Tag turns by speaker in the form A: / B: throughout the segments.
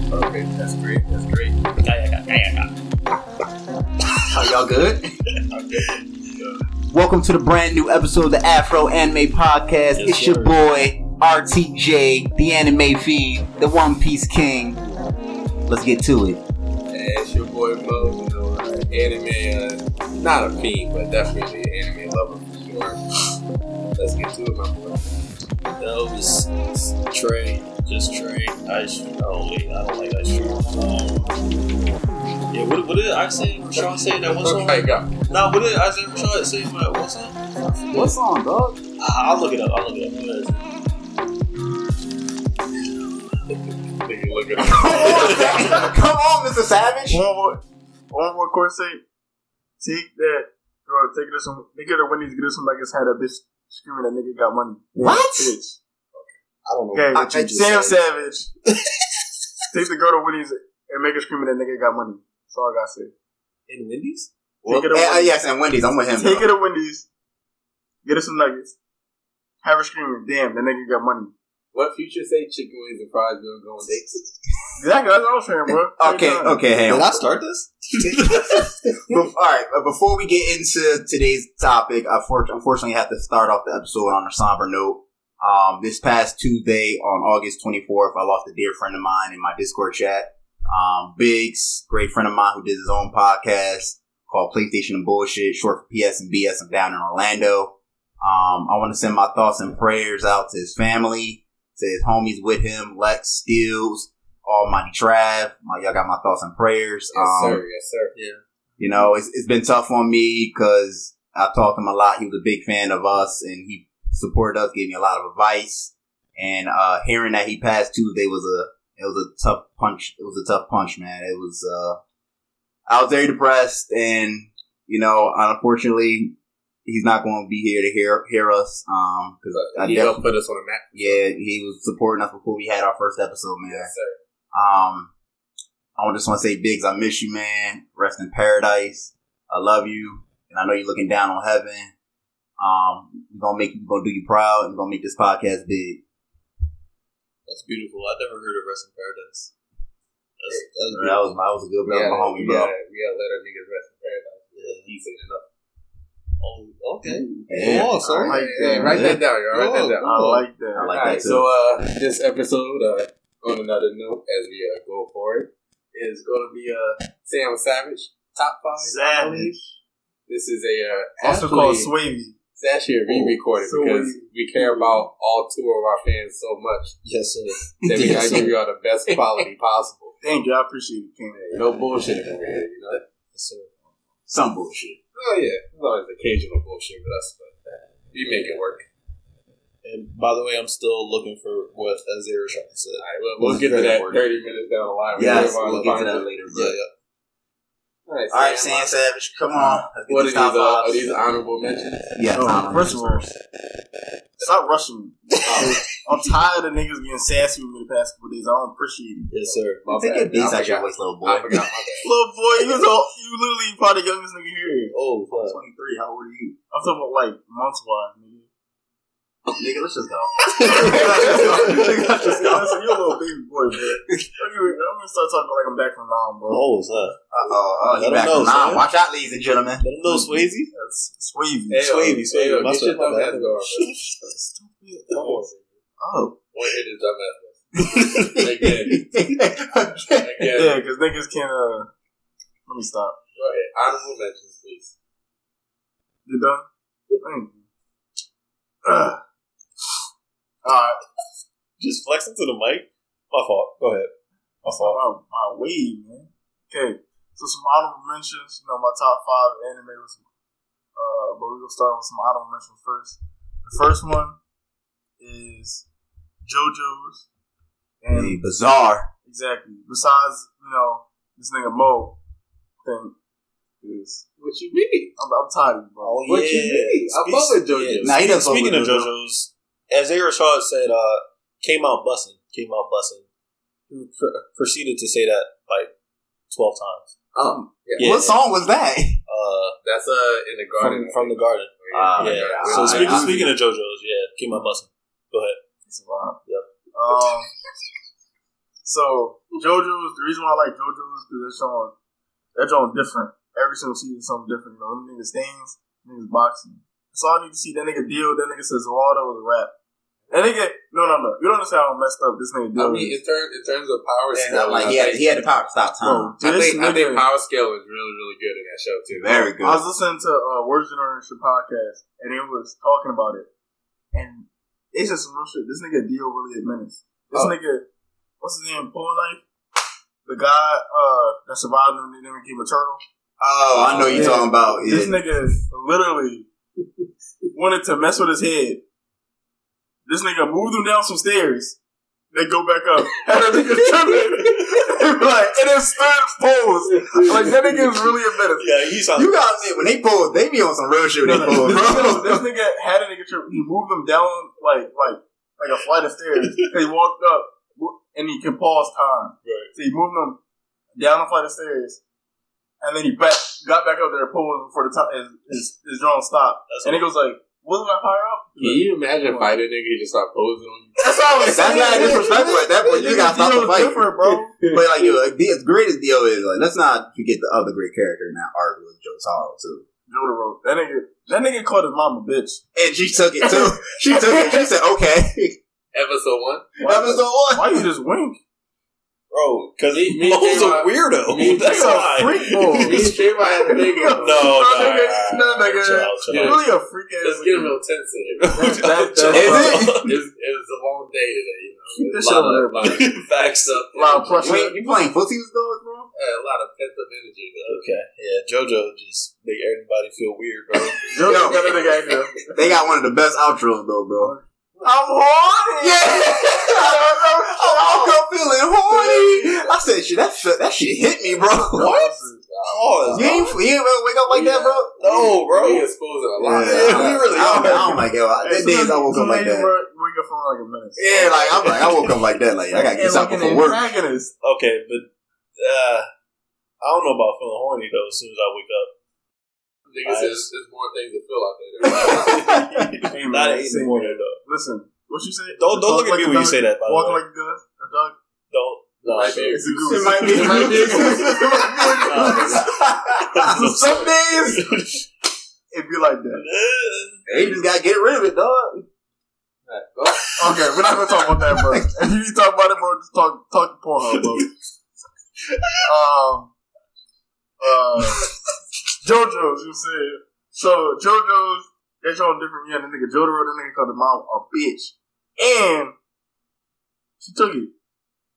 A: That's great. That's great.
B: Kayaga, kayaga.
A: Are y'all good?
C: Welcome to the brand new episode of the Afro Anime Podcast.
B: Yes,
C: it's
B: sir.
C: your boy RTJ, the anime fiend, the One Piece King. Let's get to it.
A: That's your boy Mo, you know, uh, anime, uh, not a fiend, but definitely an anime lover for sure. Let's get to it, my boy.
B: That was Trey. Just Trey. Ice. Oh wait, I don't like ice cream. Um, yeah, what, what did I say? Rashad say that one song?
A: Alright, go.
B: Nah, what did I say? Rashad say for that one song?
C: What's on, dog?
B: I- Ah, I'll look it up. I'll look it up. Who knows?
A: Nigga, look at
C: Come on, Mr. Savage.
D: One more, one more corset. Take that, bro. Take this one. Nigga, the Wendy's get this one like it's had a bitch screaming that nigga got money. Yeah,
C: What?
D: Bitch.
E: I don't know.
D: Okay,
E: what you just
D: Sam
E: said.
D: Savage. Take the girl to Wendy's and make her screaming that nigga got money. That's all I gotta say.
B: In Wendy's?
E: Well,
D: Take it
E: eh,
C: Uh,
D: away.
E: eh, yes, and Wendy's. I'm with him.
D: Take
E: though.
D: her to Wendy's. Get her some nuggets. Have her screaming, damn, that nigga got money.
A: What future say chicken wings and fries don't go on dates?
D: Exactly, that's what I'm saying, bro.
C: Okay, okay, hang
E: Did
C: on.
E: I start this? Bef- all right. uh, Before we get into today's topic, I for- unfortunately have to start off the episode on a somber note. Um, this past Tuesday, on August 24th, I lost a dear friend of mine in my Discord chat. Um, Biggs, great friend of mine who did his own podcast called PlayStation and Bullshit, short for PS and BS. I'm down in Orlando. Um, I want to send my thoughts and prayers out to his family, to his homies with him, Lex Steels, Almighty Trav. My, y'all got my thoughts and prayers.
A: Yes,
E: Um,
A: sir. Yes, sir.
E: you know, it's, it's been tough on me because I talked to him a lot. He was a big fan of us and he supported us, gave me a lot of advice. And, uh, hearing that he passed Tuesday was a, it was a tough punch. It was a tough punch, man. It was, uh, I was very depressed and, you know, unfortunately, he's not going to be here to hear, hear us. Um, cause I
A: he
E: definitely,
A: helped put us on the map.
E: yeah, he was supporting us before we had our first episode, man.
A: Yes, sir.
E: Um, I just want to say, Biggs, I miss you, man. Rest in paradise. I love you, and I know you're looking down on heaven. Um, we're gonna make you, we're gonna do you proud, and we're gonna make this podcast big.
B: That's beautiful. I never heard of Rest in Paradise. That's, that's
E: That
B: beautiful.
E: was that was a good
A: We
E: brother,
A: gotta,
E: my homie,
A: we,
E: bro.
A: gotta, we gotta let our niggas rest in paradise. Yeah, decent enough.
B: Oh, okay.
E: Yeah.
B: Oh, so
D: like
A: yeah,
D: that.
A: write that down, y'all. Write that down.
D: I like that.
E: I like
A: All
E: that
A: right,
E: too.
A: so uh, this episode, uh, on another note, as we uh, go forward, is going to be uh, Sam Savage top five. I
D: Savage.
A: believe. This is a uh,
D: Also
A: actually-
D: called Swavy.
A: It's actually a re-recorded
D: Oh, so
A: because we
D: we-
A: care about all two of our fans so much
B: Yes, sir.
A: that we
E: Yes,
A: gotta give y'all the best quality possible.
D: Thank you, I appreciate it, King.
A: No bullshit over here, you know.
E: Some bullshit.
A: Oh yeah, there's always occasional bullshit with us, but we make it work.
B: And by the way, I'm still looking for what Isaiah Rashad said.
A: All right, we'll, we'll get to
E: Very
A: that
E: important.
A: thirty minutes down the line.
E: Yes,
A: We'll
E: we'll
A: move on
E: get to
A: find
E: that
A: out.
E: later, bro.
B: Yeah, yeah.
A: All right,
E: All right,
A: Sam,
E: Sam Savage, come on. Let's get
A: What are these,
E: this top
A: uh, are
E: five.
A: these honorable mentions?
E: Yeah,
D: No,
E: top
D: first of
E: five.
D: all, stop rushing me.
A: Oh,
D: I'm tired of niggas getting sassy with me the past couple days. I don't appreciate it.
B: Yes, sir.
A: my
E: take your
A: bad.
E: beats
A: I
E: out your
A: forgot.
E: voice, little boy.
A: I forgot my bad.
D: Little boy, you was all, you literally probably the youngest nigga here.
B: Oh,
D: I'm
B: fuck.
D: 23. How old are you? I'm talking about like months wise, nigga.
E: Nigga, let's just go.
D: Nigga, I'm just gonna say, You're a little baby boy, bro. I'm gonna I'm gonna start talking like I'm back from now, bro.
B: Oh, son.
E: Uh oh,
B: Let
E: he
B: 'em
E: back
B: know,
E: from nine.
B: Sam.
E: Watch out, ladies and gentlemen.
B: Let him know, Swayze.
D: That's swavy.
A: Hey, yo,
B: Swavy,
A: hey,
B: Swavy.
A: yo,
B: My
A: get your
B: son, my
A: dumb ass
B: bad.
A: going, bro.
D: Stupid.
A: Come on,
E: Oh.
A: Wanna hear this dumb ass voice. Again, again.
D: Yeah, because niggas can't, uh, let me stop.
A: Go ahead. Honorable mentions, please.
D: You done? Thank you. Ugh. Alright,
B: Just flexing to the mic. My fault. Go ahead. My fault.
D: my, my wave, man. Okay, so some honorable mentions. You know, my top five anime was, uh, but we gonna start with some honorable mentions first. The first one is JoJo's, and
E: Hey, bizarre.
D: exactly. Besides, you know, this nigga Mo thing, is
A: What you mean?
D: I'm, I'm tired of you, bro.
B: Oh,
A: What you mean? I fuck with JoJo.
B: yeah.
E: Nah, he doesn't fuck
B: Speaking
E: with
B: of
E: JoJo.
B: JoJo's, as Aaron Shaw said, uh, came out bussing. Came out bussing. He pr- proceeded to say that like 12 times.
E: Oh,
A: Um, yeah.
B: Yeah.
E: What song was that?
B: Uh,
A: That's uh in the garden.
B: from, from the garden.
E: Uh,
B: Oh, yeah.
E: yeah. Uh,
B: So speaking,
E: I-
B: speaking of JoJo's, yeah, came out bussing. Go ahead.
D: It's a vibe.
B: Yep.
D: Um, So JoJo's the reason why I like JoJo's because they're showing they're showing different every single season something different. You know, them niggas things, niggas boxing. So I need to see that nigga deal. That nigga says Waldo was a rap. That nigga, no, no, no. You don't understand how messed up this
A: I
D: nigga deal.
A: mean,
D: is.
A: in, ter- in terms of power
E: Yeah,
A: scaling,
E: like
A: I
E: he had,
A: think-
E: he had the power to stop time.
D: Bro,
A: I
D: this
A: think, I think
D: nigga-
A: power scale is really, really good in that show too.
E: Very
D: I
E: good.
D: was listening to uh, Words Generation podcast, and it was talking about it, and it's just some real shit. This nigga deal really a menace. This
E: Oh.
D: nigga, what's his name? Pulling Knife, the guy uh, that survived and then became a turtle.
E: Oh, I know you're
D: Yeah.
E: talking about.
D: This
E: Yeah.
D: nigga literally wanted to mess with his head. This nigga moved him down some stairs. They go back up. Had a nigga tripping. They be like, and then stood posed. Like, that nigga is really a menace.
B: Yeah, he's on.
E: You gotta admit, when they pull, they be on some real shit
D: No,
E: when they pull,
D: no, this, nigga,
E: bro.
D: this nigga had a nigga trip. He moved him down like like like a flight of stairs. he walked up wo- and he can pause time.
B: Right.
D: So he moved him down a flight of stairs, and then he back, got back up there and pulled before the time his, his, his drone stopped.
B: That's
D: and he goes like, "Wasn't I higher up?"
A: Can you imagine fighting a nigga he just start posing on you?
E: That's all. That's not disrespectful at that point. You gotta stop the fight.
D: different, bro.
E: But like, you know, like, the as great as Dio is, like, let's not forget the other great character in that arc was Joe Taro too.
D: Jotaro, that nigga, that nigga called his mom a bitch.
E: And she took it too. she took it. She said, "Okay."
A: Episode one.
E: Episode one.
D: Why you just wink?
B: Bro, because
A: Me- me and
B: Mo's a
A: J-Rock-
B: weirdo.
A: me and
B: That's
D: Nigga,
B: why.
D: a freak boy.
A: Me and Trayvon had a big
B: No,
A: one.
B: no,
D: nigga, no, nigga.
B: Chill out, chill out.
D: Really a freak ass.
A: Let's get a little tense in here.
D: that-
B: Chill
E: that's-
B: out.
A: It's, it's a long day today, you know.
D: Keep this
A: a
D: shit
A: lot
D: over
A: of, lot of, yeah,
B: Facts up.
D: A lot of pressure.
E: Wait, you playing footsie with dogs, bro?
A: a lot of pent up energy. though.
B: Okay, yeah, JoJo just make everybody feel weird, bro.
D: Yo,
E: Yo.
D: got a nigga out here.
E: They got one of the best outros though, bro.
D: I'm horny.
E: Yeah, I woke up feeling horny. I said, "Shit, that shit, that shit hit me, bro." What?
B: Pause.
E: You ain't, you ain't ever wake up like that, bro.
A: We
B: No, bro.
A: exposing a
E: Yeah,
A: lot.
B: Yeah,
E: I,
B: we
E: I,
B: really are.
E: don't, I don't like it. There's days I woke up like that.
D: Ring your phone like a minute.
E: Yeah, like I'm like I woke up like that. Like I gotta get
D: And like
E: something
D: an
E: for work.
D: antagonist.
B: Okay, but uh, I don't know about feeling horny though. As soon as I wake up,
A: Niggas, there's, there's more things to fill out there.
D: Hey, man,
B: not at eight in
D: listen,
B: the morning though.
D: Listen, what you say?
B: Don't don't look at
D: Like
B: me
D: a
B: when you
D: dog,
B: say that. By the
D: Walking
B: way,
D: like a gun, a dog.
B: don't. No,
A: Might be a
D: It's a
A: goose.
D: goose.
E: It might be.
A: It might be a goose.
E: Some days
D: It be like that.
E: they just gotta get rid of it, dog.
D: Okay, we're not gonna talk about that, bro. If you need to talk about it, bro, just talk talk Pornhub, bro. Um, uh, JoJo's, you said. So JoJo's, they're showing different. Yeah, the nigga JoJo, the nigga called the mom a bitch, and she took it.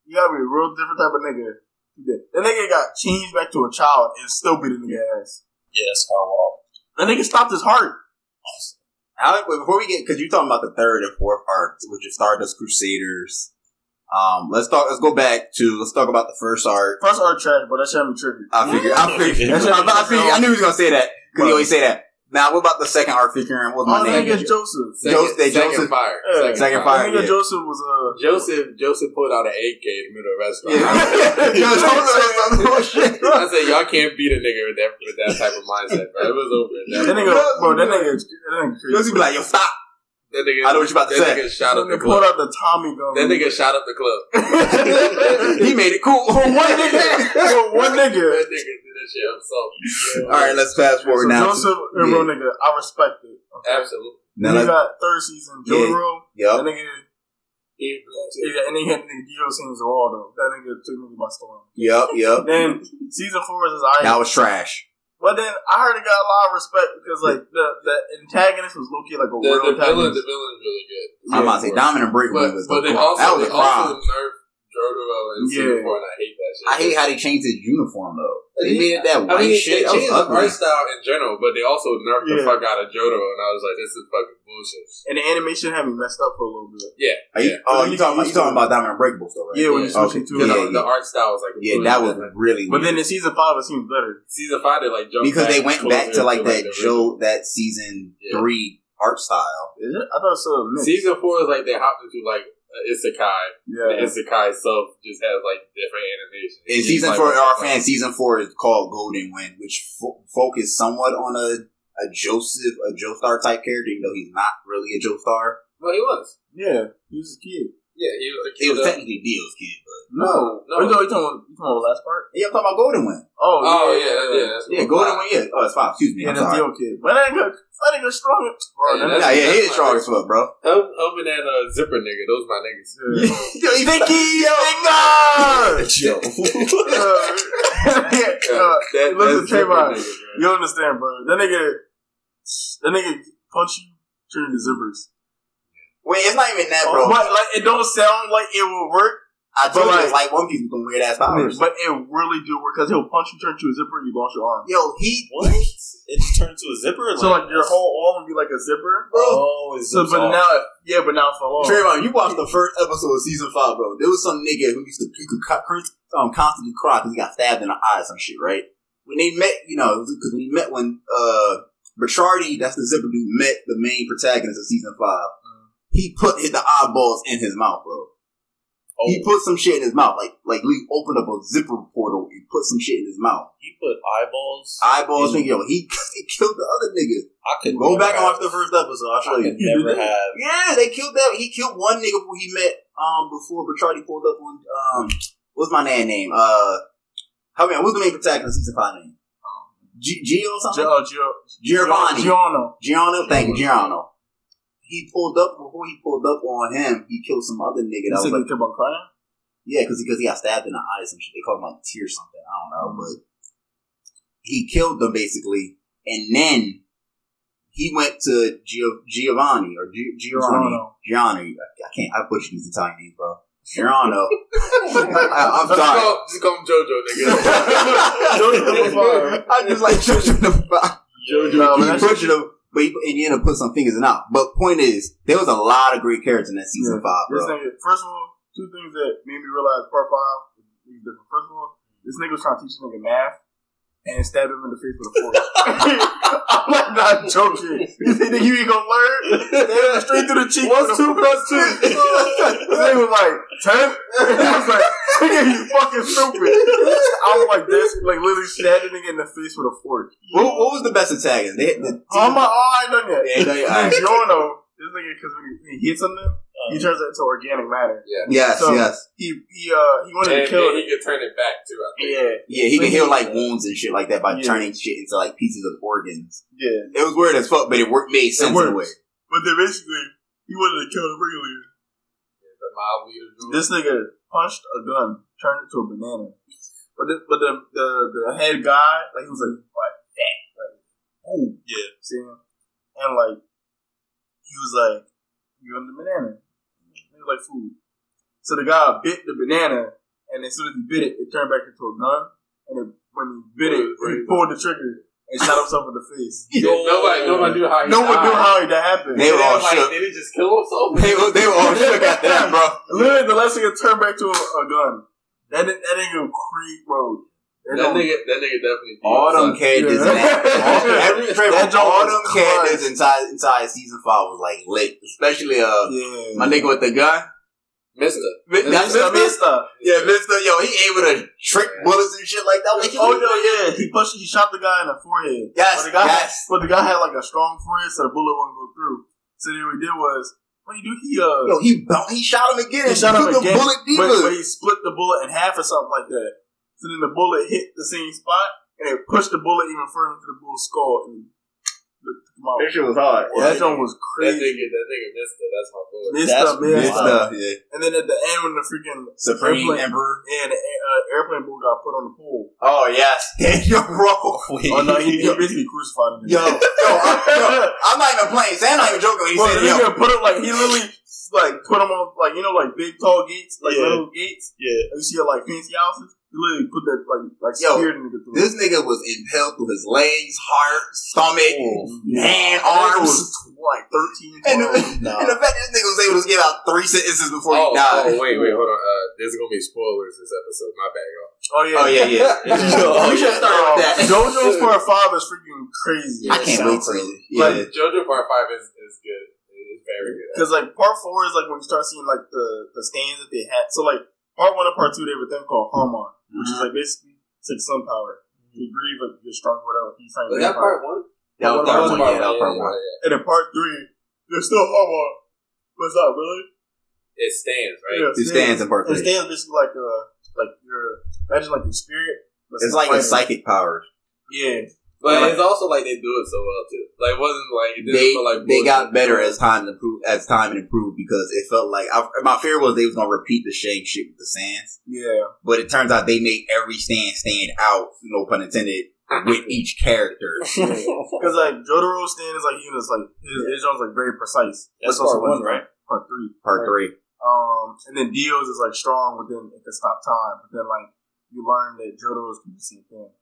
D: You gotta be a real different type of nigga. The nigga got changed back to a child and still beat the nigga ass.
B: yeah, that's kind of wild.
D: The nigga stopped his heart.
E: How, wait, before we get, because you're talking about the third and fourth arc, which is Stardust Crusaders. Um, let's talk. Let's go back to. Let's talk about the first arc.
D: First art trash, but that shit me triggered.
E: I figured. I figured. I, figured, I, figured, I knew he was gonna say that because he always say that. Now, what about the second arc featuring? What was
D: All
E: my
D: Oh,
E: name?
D: the niggas Joseph.
E: Joseph-
A: Second, second
E: Joseph-
A: fire.
D: Yeah.
E: Second
D: The
E: fire.
D: nigga
E: yeah.
D: Joseph was uh, a.
A: Joseph Joseph pulled out an AK in the middle of a restaurant.
E: Yeah. Yo, Joseph- oh, shit.
A: I said, y'all can't beat a nigga with that with that type of mindset, bro. It was over. at That,
D: That nigga, bro, that nigga, that nigga crazy.
E: Joseph be like, yo, stop.
A: that nigga,
E: I know what you about to
A: that
E: say.
A: nigga shot up
D: They
A: the
D: pulled
A: club.
D: out the Tommy gun.
A: That nigga shot up the club.
E: he made it cool.
D: One nigga, for one nigga.
A: That nigga did that shit himself.
E: All right, let's fast forward
D: So
E: now. to-
D: Joseph, yeah. real nigga, I respect it. Okay?
A: Absolutely.
E: Now
D: Then
E: let's-
D: you got third season,
E: Yeah.
D: Jotaro. That
E: Yep.
D: nigga,
A: He was black, too.
D: yeah, and then he had the nigga Dio scenes of all though. That nigga took me by storm.
E: Yep. Yep.
D: Then season four is
E: That
D: I.
E: was trash.
D: But then I heard it got a lot of respect because like the the antagonist was low key like a
A: The,
D: real
A: the villain,
D: antagonist.
A: the villain's really good.
E: I'm about to say Diamond and Breakaway
A: But,
E: was
A: but they
E: the crime.
A: also
E: That was
A: they
E: a
A: also
E: crime.
A: nerfed Jotaro and
D: Yeah.
A: Super and I hate that shit.
E: I hate how they changed his uniform though. They made it that
A: I
E: white
A: mean, they
E: shit. That was
A: changed the
E: ugly.
A: art style in general, but they also nerfed the
D: Yeah.
A: fuck out of Jotaro, and I was like, this is fucking bullshit.
D: and the animation had me messed up for a little bit.
E: Are you, oh, you talking about you talking about Diamond and Breakable though, right?
D: Yeah, when you
A: Yeah.
E: Okay.
D: switch it to
E: Yeah,
A: The,
E: yeah,
A: the art style was like,
E: yeah.
A: completely
E: That was
A: different.
E: really.
D: But then
E: weird.
D: in season five, it seemed better.
A: season five, they like jumped
E: because they went
A: closer
E: back to like
A: the
E: that
A: original.
E: Joe that season
A: Yeah.
E: three art style.
D: Is it? I thought it was still a mix.
A: Season four is like they hopped into like uh, Isekai. The
D: yeah.
A: Isekai sub just has like different animation.
E: In
A: It's
E: season
A: like-
E: four, our fan season four is called Golden Wind, which fo- focused somewhat on a a Joseph a Joestar type character, even though he's not really a Joestar.
A: Well, he was.
D: Yeah, he was a kid.
A: Yeah, he was the
E: It
A: kid.
E: was
A: of-
E: technically Dio's kid, but
A: No, no.
D: Oh, no, you talking about, you talking about the last part?
E: yeah, I'm talking about Golden One.
D: Oh,
A: oh yeah, yeah, that's
E: Yeah,
A: what-
E: Golden One. Yeah, oh, it's five. Excuse me,
D: Yeah,
E: I'm sorry.
D: that's Dio kid. But that nigga, that nigga strong. Bro,
A: Yeah,
D: that
E: Nah,
A: that's-
E: yeah, he
A: that's
E: is
A: my
E: strong as fuck, bro.
A: Him, him and that uh, zipper nigga, those my niggas.
D: nigga- yeah.
E: Vicky Finger. Yo.
D: Yeah,
A: Yeah,
D: uh,
A: that,
D: look
A: that's
D: at
A: zipper
D: Trayvon.
A: nigga,
D: you don't understand, bro. That nigga, that nigga punch you during the zippers.
E: Wait, it's not even that,
B: Oh
E: bro.
D: But like, it don't sound like it will work,
E: I told
D: but
E: you, it's like One Piece with some weird ass powers.
D: but it really do work because he'll punch you, turn to a zipper, and you lost your arm.
E: Yo, he
B: What? It just turned to a zipper.
D: So like your whole arm would be like a zipper,
B: oh, it's
D: So, but now, yeah, but now for
B: Oh.
D: long.
E: Trayvon, you watched the first episode of season five, bro. There was some nigga who used to who could cut, um, constantly cry because he got stabbed in the eye or some shit, right? When they met, you know, because when he met when uh Bertrardi, that's the zipper dude, met the main protagonist of season five.
B: Mm.
E: He put his, the eyeballs in his mouth, bro.
B: oh,
E: He put some shit in his mouth, like like Lee opened up a zipper portal and put some shit in his mouth.
B: he put eyeballs.
E: Eyeballs,
B: Yeah.
E: nigga, yo, he, he killed the other nigga.
B: I could
E: Go
B: never
E: back and
B: have-
E: watch the first episode. I'll show
B: I
E: you.
B: could never have.
E: Yeah, they killed that. He killed one nigga who he met um before Bertrandi pulled up on um what's my man name? Uh help me out. What's the main protagonist of season five name? G- Gio something?
D: Gio, Gio,
E: Giovanni.
D: Giano.
E: Giano, thank you, Giano. He pulled up before he pulled up on him, he killed some other nigga
D: You
E: that was
D: said
E: like
D: you kept on crying?
E: yeah, because because he got stabbed in the eye or some shit. They called him like tear something. I
D: Mm.
E: don't know, but he killed them basically, and then he went to Gio- Giovanni or Gi- Giovanni.
D: Giano.
E: Gianni. I, I can't. I butcher these Italian names, bro. Giano. I, am
A: Just
E: sorry.
A: call, just call him JoJo, nigga.
E: I just like Jojo the Five.
D: Jojo. No, but
E: he
D: Oh, that's-
E: butchered him, but he, and he ended up putting some fingers in and out. But point is, there was a lot of great characters in that season
D: Yeah.
E: five,
D: This
E: bro.
D: nigga, first of all, two things that made me realize part five is different. First of all, this nigga was trying to teach this nigga math and stabbed him in the face with a fork. I'm like not joking. You think that you ain't gonna learn? Stabbed him straight through the cheek. What's two plus two? this nigga was like ten. He was like, nigga, you fucking stupid. I'm like this, like literally stabbed the nigga in the face with a fork.
E: What, what was the best antagonist? They, the,
D: Oh my! Oh, I ain't done yet.
E: Yeah, no, yeah, all right.
D: This Giorno, this nigga, because when he- he hits on them, he turns it into organic matter.
E: yes,
D: So-
E: yes.
D: He he uh he wanted
A: and,
D: to kill
A: and
D: it.
A: he could turn it back too. I think.
D: Yeah,
E: Yeah, he
D: So
E: can
D: he-
E: heal like wounds and shit like that by
D: Yeah.
E: turning shit into like pieces of organs.
D: yeah.
E: It was weird as fuck, but it worked made sense in a way.
D: works. But then basically, he wanted to kill the ring leader.
A: The mob leader. dude.
D: This nigga punched a gun, turned it to a banana. But the but the the, the head guy, like he was like like that, like boom,
B: Yeah.
D: see, and like he was like, "You want the banana?" He was like, "Food." So the guy bit the banana, and as soon as he bit it, it turned back into a gun. And it, when he bit it, he pulled the trigger and shot himself in the face.
A: Yeah, nobody, nobody knew how he
D: No one
A: died.
D: knew how that happened.
E: They were all
A: like,
E: shook.
A: Did he just kill himself?
E: They, were- they were all shook at that, bro.
D: Literally, the last nigga turned back to a, a gun. That that nigga creep, bro. That
A: That
D: don't-
A: nigga, that nigga definitely. did
E: All them
A: something.
E: characters in that, all, every
D: That
E: Trayvon,
D: joke
E: all
D: was
E: them
D: clutch.
E: characters inside inside season five was like lit, especially uh
D: Yeah.
E: my nigga with the gun.
A: Mister.
E: Mi- That's
D: Mister,
E: Mister.
D: Mister.
E: Yeah, Mister. Yo, he able to trick bullets and shit like that. I'm Like,
D: Oh no, yeah. He pushed. He shot the guy in the forehead.
E: yes,
D: But the guy,
E: yes.
D: But the guy had like a strong forehead, so the bullet wouldn't go through. So then what he did was, what he do? He uh,
E: Yo, he bou- he shot him again. and
D: he shot him
E: took the
D: again,
E: bullet deeper.
D: but, but he split the bullet in half or something like that. So then the bullet hit the same spot, and it pushed the bullet even further into the bull's skull. And looked him out.
E: shit was hard.
D: Yeah, that joint was
A: That
D: crazy.
A: nigga, that nigga Mister. That's my boy.
D: Mr.
E: Mister,
D: Mister.
E: yeah.
D: And then at the end, when the freaking
E: Supreme
D: Airplane.
E: Emperor.
D: and the air- uh, airplane boy got put on the pole.
E: Oh yes, Daniel Rowe.
D: Oh no, he, he basically crucified him.
E: Yo, yo, I'm, yo, I'm not even playing. Sam not even joking when he
D: Bro,
E: said,
D: he
E: yo,
D: put him like he literally like put him on like you know like big tall gates like
B: Yeah.
D: little gates.
B: Yeah.
D: You see like fancy houses. He literally put that like like
E: Yo,
D: spear nigga through.
E: this nigga was impaled through his legs, heart, stomach,
D: Oh,
E: hand,
D: That nigga
E: arms.
D: was, like thirteen.
E: And,
D: 12.
B: No.
E: and the fact that this nigga was able to give out three sentences before
A: Oh,
E: he died.
A: oh, wait, wait, hold on. Uh, there's gonna be spoilers this episode. My bad, y'all.
D: oh yeah,
E: Oh, yeah, yeah.
B: Yo,
E: we should have started with that.
D: JoJo's part five is freaking crazy.
E: I can't wait till yeah.
A: Like JoJo Part Five is, is good. It's very good.
D: Because like part four is like when you start seeing like the the stands that they had. So like part one and part two, they have a thing called Harmon, which is like basically it's like sun power. You breathe, like you're strong, whatever. You find
A: Was
D: rain
A: that part
D: power.
A: one?
E: that was
A: That
E: part
A: was
E: one.
A: part
E: Yeah, that was part one.
A: yeah,
D: And in part three, there's still Harmon, but it's not really.
A: It stands, right?
D: Yeah,
E: It stands in part
D: It
E: three.
D: stands basically like uh like your imagine like your spirit. but
E: It's like his psychic
D: fighting.
E: powers.
D: Yeah,
A: But
E: Like-
A: it's also like they do it so well too. Like it wasn't like it didn't
E: They
A: feel like
E: they
A: bullshit.
E: got better as time improved as time improved because it felt like I, my fear was they was gonna repeat the same shit with the sands,
D: yeah.
E: but it turns out they made every stand stand out. No pun intended. With each character,
D: Because like Jotaro stand is like you know it's like his, his drums like very precise.
B: That's
D: also
B: part one,
D: like
B: right?
D: Part three.
E: part three.
D: Um, and then Dio's is like strong, but then it can stop time. But then like you learn that Jotaro's can do the same thing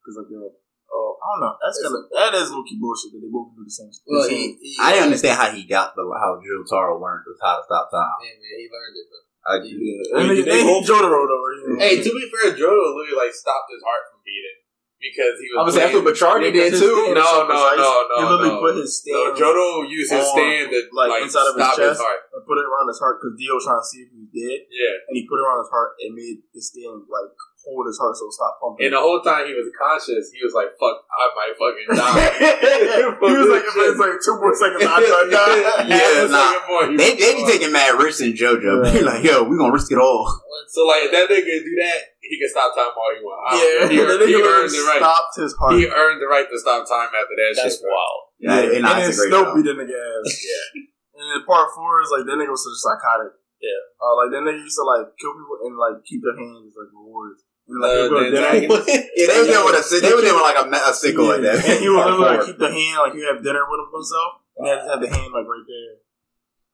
D: because like they're oh I don't know that's kind of that is low key bullshit that they both do the same. the
A: Well,
D: same.
A: he, he,
E: I didn't understand how he got the how Jotaro learned was how to stop time.
A: Yeah, man, he learned it. Bro.
E: I,
D: And
B: Wait,
D: they,
B: did they
D: they
B: both-
D: Jotaro though. You know?
A: Hey, to be fair, Jodo literally like stopped his heart from beating because he was.
E: I was after
A: playing-
E: Bachardi did
D: His
E: too.
D: stand
A: No,
D: is so
A: no,
D: precise,
A: no, no,
D: He literally
A: no.
D: put his
A: So
D: stand
A: Jodo used his
D: on,
A: stand to
D: like,
A: like
D: inside of his
A: stop his
D: chest.
A: heart.
D: and put it around his heart because Dio's trying to see if he's dead.
A: Yeah,
D: and he put it around his heart and made this thing like hold his heart so it stopped pumping.
A: and uh, the whole time he was conscious, he was like, "Fuck, I might fucking die."
D: he was like, if it's like two more seconds, I'm gonna die.
E: Yeah,
A: Half a
E: nah.
A: second more, he
E: They,
A: was
E: they be
A: gone.
E: taking mad risks in JoJo. They like, yo, we gonna risk it all.
A: So like, if that nigga do that, he can stop time all he wants.
D: Yeah,
A: he,
D: he,
A: earned- he earned the right.
D: stopped his heart.
A: He earned the right to stop time after that
B: That's
A: shit. bro.
B: wild.
E: Yeah, and
D: and
E: nah,
D: then
E: it's a great
D: Snow
E: show.
D: beat the nigga ass. Yeah. And then part four is like that nigga was such a psychotic.
B: Yeah.
D: Uh, like that nigga used to like kill people and like keep their hands as like rewards. And
A: Uh,
D: like he'll go to
A: then
D: dinner-
A: I can-
E: Yeah, they was there with a they was there with like a, ma- a sickle at that.
D: And he would
E: Part
D: literally like
E: four.
D: keep the hand like you have dinner with him himself. And he had to have the hand like right there.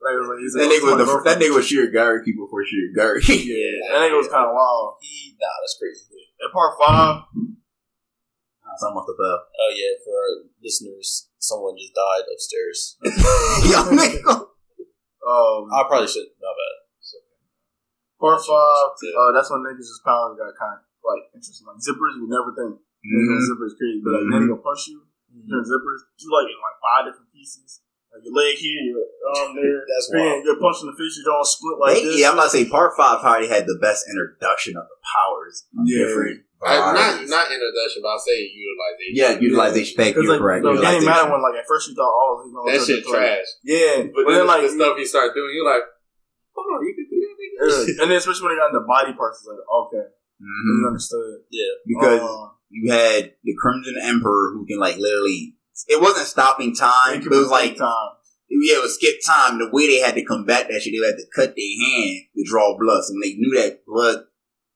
D: Like it was like he's
E: that
D: like,
E: nigga
D: "Oh,
E: was
D: my
E: the, that
D: girlfriend."
E: nigga was Shiragari before Shiragari.
D: Yeah, that nigga was kind of wild.
B: He, nah, that's crazy.
D: At part five,
E: Something off the fell.
B: Oh yeah, for our listeners, someone just died upstairs.
E: Yo, nigga.
D: um,
B: I probably should. My bad.
D: part five,
B: Yeah.
D: uh, that's when niggas' just powers got kind of like interesting. Like zippers, you never think
E: Mhm.
D: zippers crazy, but like
E: Mhm.
D: nigga punch you, your zippers, you like in like five different pieces. Like your leg here, your arm there.
B: That's
D: Man,
B: wild.
D: you're punching the fish, you don't split like
E: They-
D: this.
E: yeah, I'm about to say part five probably had the best introduction of the powers.
D: Yeah.
E: Different.
A: I, not
E: varieties.
A: not introduction, but I say utilization.
E: yeah, utilization. Thank
D: Cause
E: you,
D: like,
E: correct.
D: no, it didn't matter
E: Utilization.
D: when like at first you thought, oh, you know,
A: that shit trash.
D: Yeah,
A: But then like the stuff he started doing, you're like, hold on, you can do that, nigga.
D: yeah. and then especially when it got into body parts, it's like okay,
E: Mhm.
D: you understood
E: Because
D: Um,
E: you had the Crimson Emperor who can like literally. It wasn't stopping time.
D: it
E: It
D: could
E: was
D: be
E: like
D: time.
E: yeah, it was skip time. The way they had to combat that shit, they had to cut their hand to draw blood. So when they knew that blood,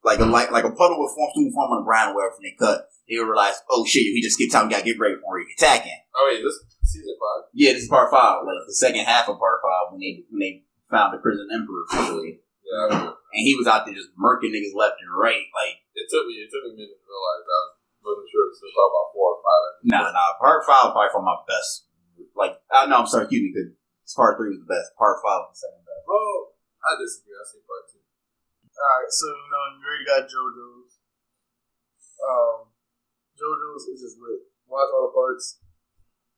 E: like a like like a puddle would form through form on the ground wherever they cut, they would realize, oh shit, we just skip time. We gotta get ready for it. Attacking.
A: Oh wait, this season five.
E: Yeah, this is part five, like the second half of part five when they when they found the prison emperor officially,
A: Yeah, I remember.
E: and he was out there just murking niggas left and right. Like
A: it took me it took me a minute to realize I wasn't sure if it was talking about four or five.
E: nah, nah. Part five probably from my best. Like I no, I'm sorry, excuse me. Because part three was the best. Part five was the second best.
A: Well, Oh, I disagree. I say part two.
D: Alright, so you know, you already got JoJo's. Um JoJo's is just lit. Watch all the parts.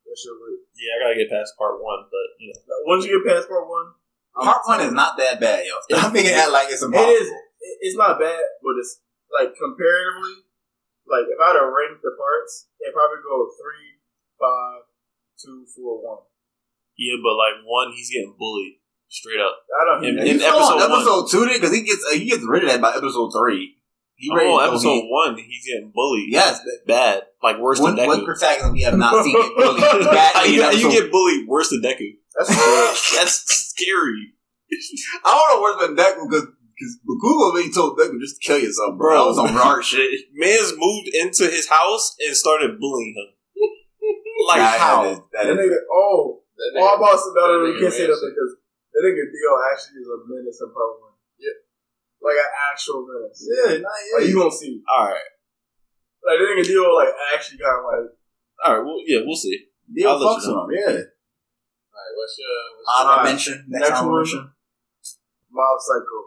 D: That shit lit.
B: Yeah, I gotta get past part one, but you know,
D: Now, once you get past part one,
E: Part one is not that bad, yo. I'm making it act like it's impossible.
D: It is. it- it's not bad, but it's like comparatively, like if I'd have ranked the parts, it'd probably go three, five, two, four, one.
B: yeah, but like one, he's getting bullied straight up.
D: I don't
B: In-
D: hear
B: in
E: It's
D: that.
E: episode,
B: episode
E: on
B: one.
E: episode two, because he gets he gets rid of that by episode three. He
B: I'm
E: ready to
B: on
E: go
B: Oh, episode
E: in.
B: one, he's getting bullied.
E: Yes,
B: bad, like worse
E: one,
B: than
E: one
B: Deku.
E: protagonist we have not seen get bullied
B: Like,
E: badly
B: you,
E: in
B: you
E: episode.
B: get bullied worse than Deku.
D: That's good.
B: That's scary,
E: I don't know where's been Deku because because Bakugo really told Deku just kill yourself, bro. That was some hard shit.
B: Man's moved into his house and started bullying him. Like
E: Nah,
B: how?
E: That is, that is,
D: That nigga, oh,
A: That
D: oh, I'm
A: nigga,
D: about to no,
A: That
D: no, no, you
A: nigga
D: can't say that
A: man.
D: because that nigga Dio actually is a menace in part one. Yeah, like an actual menace.
E: yeah, not
D: Like you gonna see.
B: All right,
D: Like that nigga Dio like actually got like
B: all right. Well, yeah, we'll see.
E: yeah,
B: I'll let
E: fucks
B: you know.
E: with him.
A: Alright, what's your what's
E: Yeah,
A: your
E: honor
D: Alright.
E: mention. Next,
D: next,
E: honor
D: one,
E: mention.
D: Mob Psycho.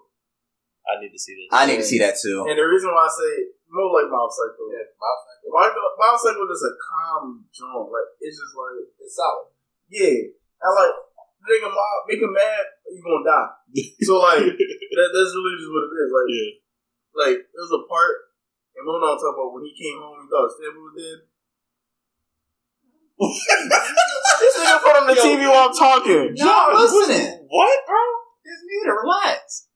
B: I need to see this.
E: I need to see that too.
D: And the reason why I say more like Mob Psycho, yeah.
A: Mob Psycho?
D: Mob, Mob Psycho is a calm joint. Like it's just like
A: It's solid.
D: yeah, I like make him mob, make him mad, you gonna die. so like that, that's really just what it is. Like
B: Yeah.
D: like it was a part. And we don't talk about when he came home, he thought his family was dead. this nigga put on the
B: Yo.
D: TV while I'm talking.
E: No, I'm listening.
B: What, bro?
E: It's muted. Relax.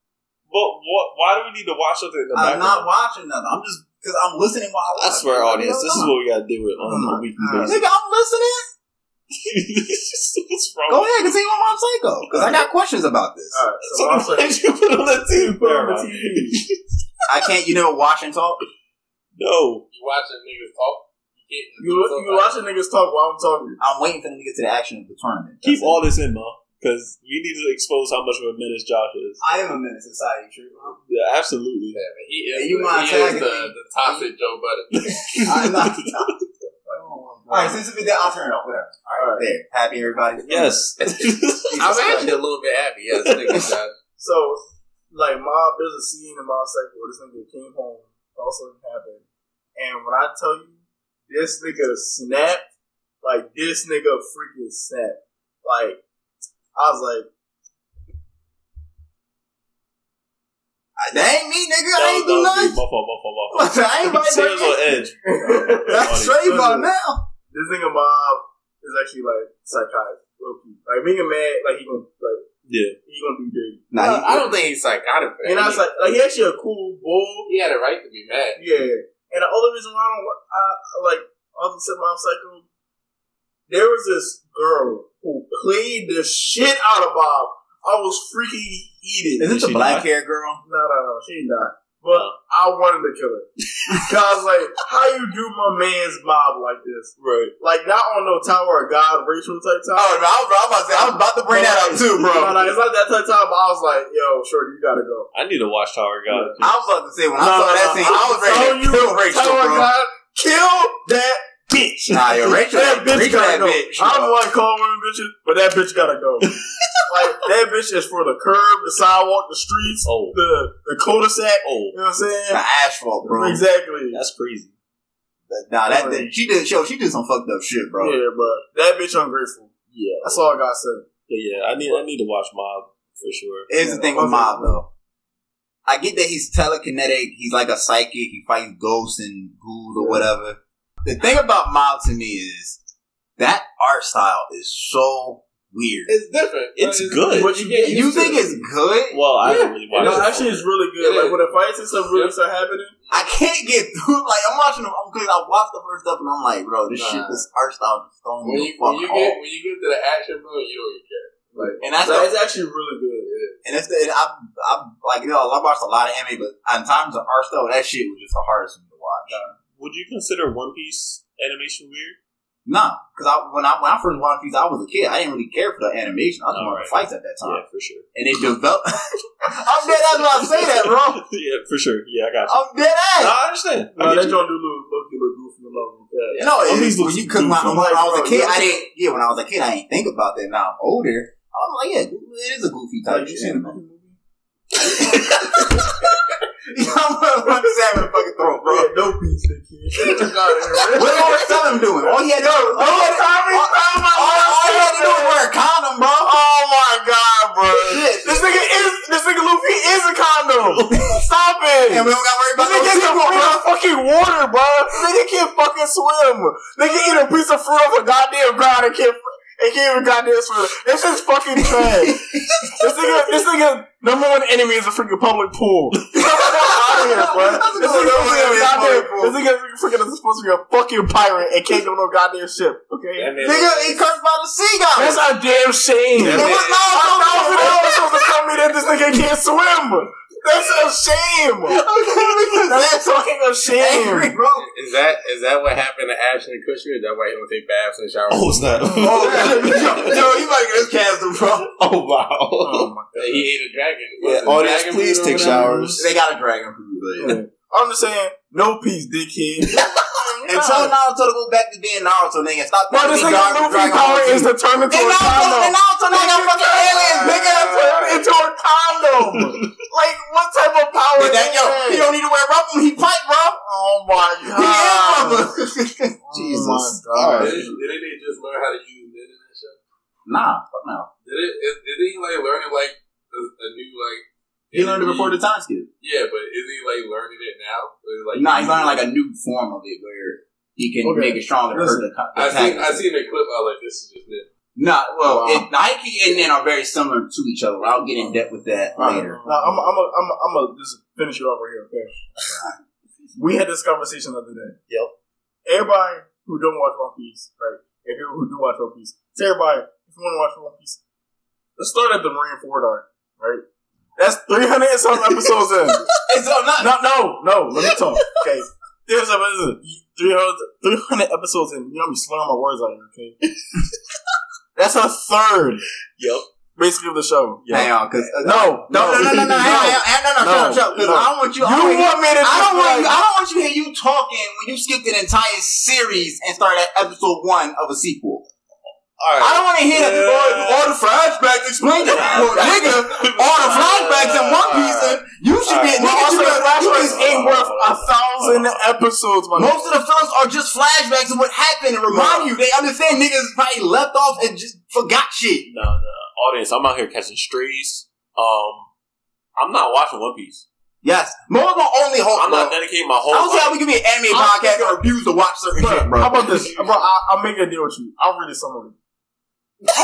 B: But what, why do we need to watch something in the
E: I'm not
B: background?
E: watching nothing. I'm just because I'm listening while I
B: I
E: watch.
B: swear, audience, this is
E: Come on.
B: what we gotta do it on
E: Oh
B: a
E: my
B: weekly
E: God.
B: basis.
E: Nigga, I'm listening.
B: What's wrong?
E: Go ahead, continue with Mob Psycho because I got questions about this.
D: All right, so Mob Psycho.
B: Did you put on the TV?
D: Put on the
B: Paramount?
D: TV.
E: I can't, you know, watch and talk.
B: No.
A: You watching niggas talk? You can't.
D: You, you watching niggas talk while I'm talking.
E: I'm waiting for them to get to the action of the tournament.
B: Keep
E: That's it.
B: all this in, Mo, because we need to expose how much of a menace Josh is.
E: I am a menace to society, true.
B: Yeah, absolutely.
A: Yeah, man, he is.
E: Yeah, you
A: the-
E: mind
A: he is
E: tagging
A: the,
E: me?
A: the toxic Joe Budden.
E: I'm not.
D: Oh,
E: all right, since we've been I'll turn it off. Whatever. All right,
D: Alright.
E: there. Happy everybody.
B: Yes.
A: I'm actually a little bit happy. Yes, niggas, Josh.
D: So, like, Mob, there's a scene in Mob Psycho where this nigga came home, also happened. And when I tell you, this nigga snapped, like, this nigga freaking snapped. Like, I was like,
E: I- That ain't me, nigga. I
B: That
E: ain't
B: was- that
E: do
B: was me.
E: nothing.
B: My fault, my fault, my fault.
E: I ain't
B: See, I was on
E: right
B: edge.
E: That's
B: Funny.
E: straight by now.
D: this nigga Mob is actually, like, psychotic, low key. Like, being a man, like, he gonna, like,
B: Yeah.
D: he gonna do dirty.
E: Nah,
A: No,
E: he-
A: I don't think he's psychotic. man.
D: And I was like, like, he actually a cool bull.
A: he had a right to be mad.
D: Yeah, and the other reason why I don't wa- I, I like other than Mob Psycho, there was this girl who played the shit out of Bob. I was freaking heated.
E: Is it
B: Did
E: Oh. the
B: she
E: black
B: die?
E: hair girl?
D: No, no, no, she not. But I wanted to kill her. Cause I was like, how you do my man's mob like this?
B: Right.
D: Like not on no Tower of God racial type time.
E: Oh, no, I was, I was about to, I was about to
D: No, no, it's not that type time. But I was like, yo, shorty, you gotta go.
B: I need to watch Tower of God.
E: I was about to say when I
D: No,
E: saw
D: no,
E: that
D: no.
E: scene, I was ready to kill
D: Tower of
E: Rachel, bro.
D: God, kill that bitch.
E: Nah, yo, Rachel,
D: that bitch
E: Rachel,
D: gotta
E: that
D: go.
E: bitch.
D: I
E: bro.
D: don't like cold women bitches, but that bitch gotta go. like that bitch is for the curb, the sidewalk, the streets,
B: Oh.
D: the the cul-de-sac.
B: Oh.
D: You know what I'm saying?
E: The asphalt, bro.
D: Exactly.
B: That's crazy.
E: Nah, that, that she did show. She did some fucked up shit, bro.
D: Yeah, but that bitch ungrateful.
B: Yeah.
D: That's all I gotta say.
B: But yeah, I need I need to watch Mob for sure.
E: Here's
D: Yeah,
E: the thing with
D: okay.
E: Mob though. I get that he's telekinetic. He's like a psychic. He fights ghosts and ghouls or whatever. The thing about Mob to me is that art style is so weird.
A: It's different. but
B: It's good.
A: But you get
E: you
A: used
E: think
A: to it.
E: it's good?
B: Well, I
A: Yeah.
B: haven't really watched
D: no,
B: it.
D: actually, it's really good.
A: It
D: like
A: is.
D: when the fights and stuff really
A: Yep.
D: start happening.
E: I can't get through. Like I'm watching them because I watched the first stuff and I'm like, bro, this
A: Nah.
E: shit, this art style just throwing
A: when you,
E: me the
A: when you
E: fuck off.
A: get when you get to the action bro, you don't even care. Like
E: and that's
D: So
E: the
D: it's actually really good.
E: And that's the, and I, I, like, you know, I watched a lot of anime, but in times of art style, that shit was just the hardest for me to watch.
B: Would you consider One Piece animation weird?
E: Nah, because I, when I, when I first watched these, I was a kid. I didn't really care for the animation. I just wanted
B: Alright.
E: the fights at that time.
B: Yeah, for sure.
E: And it developed. I'm dead ass when I say that, bro.
B: yeah, for sure. Yeah, I got you.
E: I'm dead
B: No,
E: ass.
B: Oh, I understand. I
D: No, that
B: get you.
D: joint do look low-key look goofy and love okay.
E: No,
B: One
E: it,
B: Piece
E: when
B: looks
E: you couldn't, when,
B: goofy.
E: when I was a kid, I
D: Bro,
E: didn't, yeah, when I was a kid, I didn't think about that. Now I'm older. I'm like, yeah, it is a goofy type
D: Like you
E: shit.
D: seen the
E: anime.
D: movie?
E: I'm gonna stab him in the fucking throat, bro.
D: Yeah, no peace, kid.
E: What did Lawrence Sellum doing? All he had to do, all, all, all he had to do was wear a condom, bro.
D: Oh my god, bro!
E: Shit.
D: This nigga is this nigga Luffy is a condom. Stop it!
E: And we don't got to worry
D: this
E: about no
D: nigga is
E: sequel,
D: afraid
E: bro.
D: of fucking water, bro. Nigga can't fucking swim. Nigga eat a piece of fruit off a goddamn ground and can't. And can't even goddamn swim. This is fucking trash. this nigga, this nigga, number one enemy is a freaking public pool. Get the fuck out of here, bro.
E: That's
D: This
E: the number one enemy
D: nigga, is
E: is
D: a
E: public pool.
D: goddamn, this nigga freaking is supposed to be a fucking pirate and can't go no goddamn ship. Okay.
A: That man-
E: Nigga, he cursed by the seagull.
D: That's a damn shame.
E: it
D: It
E: was
D: was
E: not
D: a thousand
E: no
D: dollars supposed to tell me that this nigga can't swim. That's a shame. That's fucking a
E: Angry,
D: shame.
E: bro.
A: Is that is that what happened to Ashton Kutcher? Is that why he don't take baths and showers?
B: Oh, it's not.
E: Oh, yo, yo, you might get this canceled, bro.
B: Oh, wow.
D: my
A: he ate a dragon.
B: Yeah,
A: Was it
B: audience,
A: dragon
B: please
A: fruit or
B: take
A: whatever?
B: showers.
E: They got a dragon fruit, but yeah.
D: God. I'm just saying, no peace, dickhead.
E: And tell Naruto to go back to being Naruto, nigga. Stop
D: Bro,
E: trying
D: this
E: to be
D: nigga
E: Gar-
D: Luffy
E: Dragon
D: power
E: Ball Z.
D: is to turn into
E: And
D: a
E: Naruto, and
D: condom.
E: Naruto, now got fucking aliens, nigga.
D: Nigga turned into a condom. like, what type of power
E: But
D: is
E: that, yo,
D: that?
E: he don't need to wear rubber when he fight, bro.
D: oh my
E: He
D: god.
E: is rubber. Jesus.
D: Oh my god.
E: All
A: Did, didn't they just learn how to use knit in that show?
E: Nah, fuck no.
A: Did it? Is, did he like learn it like a, a new like?
E: He learned it before the time skip.
A: Yeah, but is he like learning it now? Or is, like
E: Nah, he's learning like a new form of it where he can
D: Okay.
E: make it stronger. to hurt the
D: Listen,
E: co- the
A: I seen I
E: antagonist.
A: seen a clip. I was like, this is just knit.
C: No, well,
E: Wow.
C: it, Nike and Nen are very similar to each other. I'll get in depth with that later.
D: Now, I'm, I'm, a, I'm, a, I'm a just finish it off right here, okay? we had this conversation the other day.
B: Yep.
D: Everybody who don't watch One Piece, right? And people who do watch One Piece, say everybody, if you want to watch One Piece, let's start at the Marine Ford arc, right? That's 300 and some episodes in.
C: It's, I'm not.
D: No, no, no, let me talk, okay? There's a, there's a 300 episodes in. You know me slurring my words out here, okay? That's a third,
B: Yep.
D: basically, of the show.
E: Hang on, because
D: No,
E: no, no, no, no, no, hang on,
D: no.
E: hang on, hang on, no, no, no, shut up, shut up, 'cause
D: No.
E: I don't want you.
D: You
E: I don't want you-
D: want me to?
E: I don't want you. I
D: like-
E: don't want you to hear you talking when you skipped an entire series and started at episode one of a sequel.
B: All
E: I
B: right.
E: don't want to hear that all, all the flashbacks explained it. Well, nigga, all the flashbacks in One Piece, and you should be.
D: Well,
E: nigga, you
D: also, the
E: got- you
D: flashbacks
E: just
D: ain't worth a thousand episodes, my
E: Most of the films are just flashbacks of what happened and remind you. They understand niggas probably left off and just forgot shit.
B: No, no. Audience, I'm out here catching strays. Um, I'm not watching One Piece.
E: Yes, more of our only hope.
B: I'm
E: bro.
B: not dedicating my whole
E: Oh, I don't see
B: life.
E: how we can be an anime
D: I'll-
E: podcast and refuse to watch certain
D: Bro,
E: shit, bro.
D: How about this? Bro, I, I'll make a deal with you. I'll read it somewhere.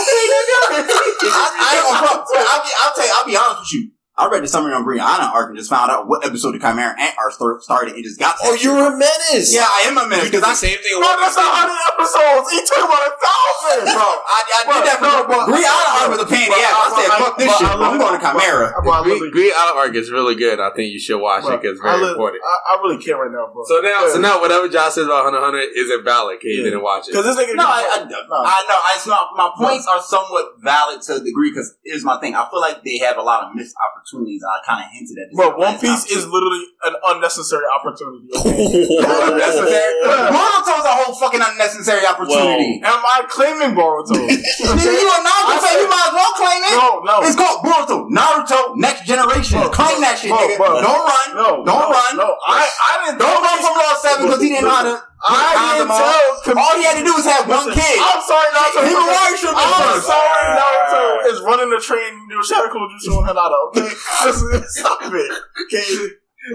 E: I, I ain't gonna front. Bro, I'll, be, I'll tell you, I'll be honest with you. I read the summary on Brianna arc and just found out what episode of Chimera Ant arc star- started and just got to. that
B: a menace.
E: shit. Yeah, I am a man.
B: You did
E: Because I,
B: the same thing.
D: Bro, that's a hundred episodes. He took about a thousand.
E: bro, I, I
D: Bro,
E: did that for
D: no, bro.
E: Brianna arc was a pain in the ass. I said,
D: Bro,
E: fuck this
D: bro,
E: shit,
D: I
E: bro. I'm going
D: literally-
E: to Chimera.
D: Bro, I
A: Green,
D: literally-
A: Green Island arc is really good. I think you should watch it because it's
D: I,
A: very
D: li-
A: important.
D: I, I really care right now, bro.
A: So now, so now, whatever Josh says about Hunter x Hunter isn't valid because you
D: Yeah.
A: didn't watch it.
D: because this nigga,
E: No, I, I,
D: Nah.
E: I know. I, it's not, my points are somewhat valid to a degree because here's my thing. I feel like they have a lot of missed opportunities. and I kind of hinted at this.
D: bro,
E: last
D: One Piece
E: time,
D: is
E: too.
D: literally an unnecessary opportunity. okay?
E: unnecessary.
D: Bro.
E: Boruto's a whole fucking unnecessary opportunity.
D: Am I claiming Boruto?
E: Nigga, you a Naruto fan,
D: I said-
E: you might as well claim it.
D: no, no,
E: It's called Boruto, Naruto, Next Generation.
D: Bro,
E: claim that shit,
D: bro,
E: nigga.
D: bro.
E: Don't run.
D: no,
E: Don't
D: no,
E: run.
D: No, I, I didn't.
E: Don't run from Law 7 because he didn't know how to.
D: I
E: Condom
D: didn't
E: on.
D: tell.
E: All he had to do was have one
D: Listen,
E: kid.
D: I'm sorry, Naruto.
E: Him and Warrior should have
D: I'm
E: been first.
D: sorry, Naruto is running the train doing Shadow Cold Jutsu on Hanada. Okay, Listen, stop it. Okay,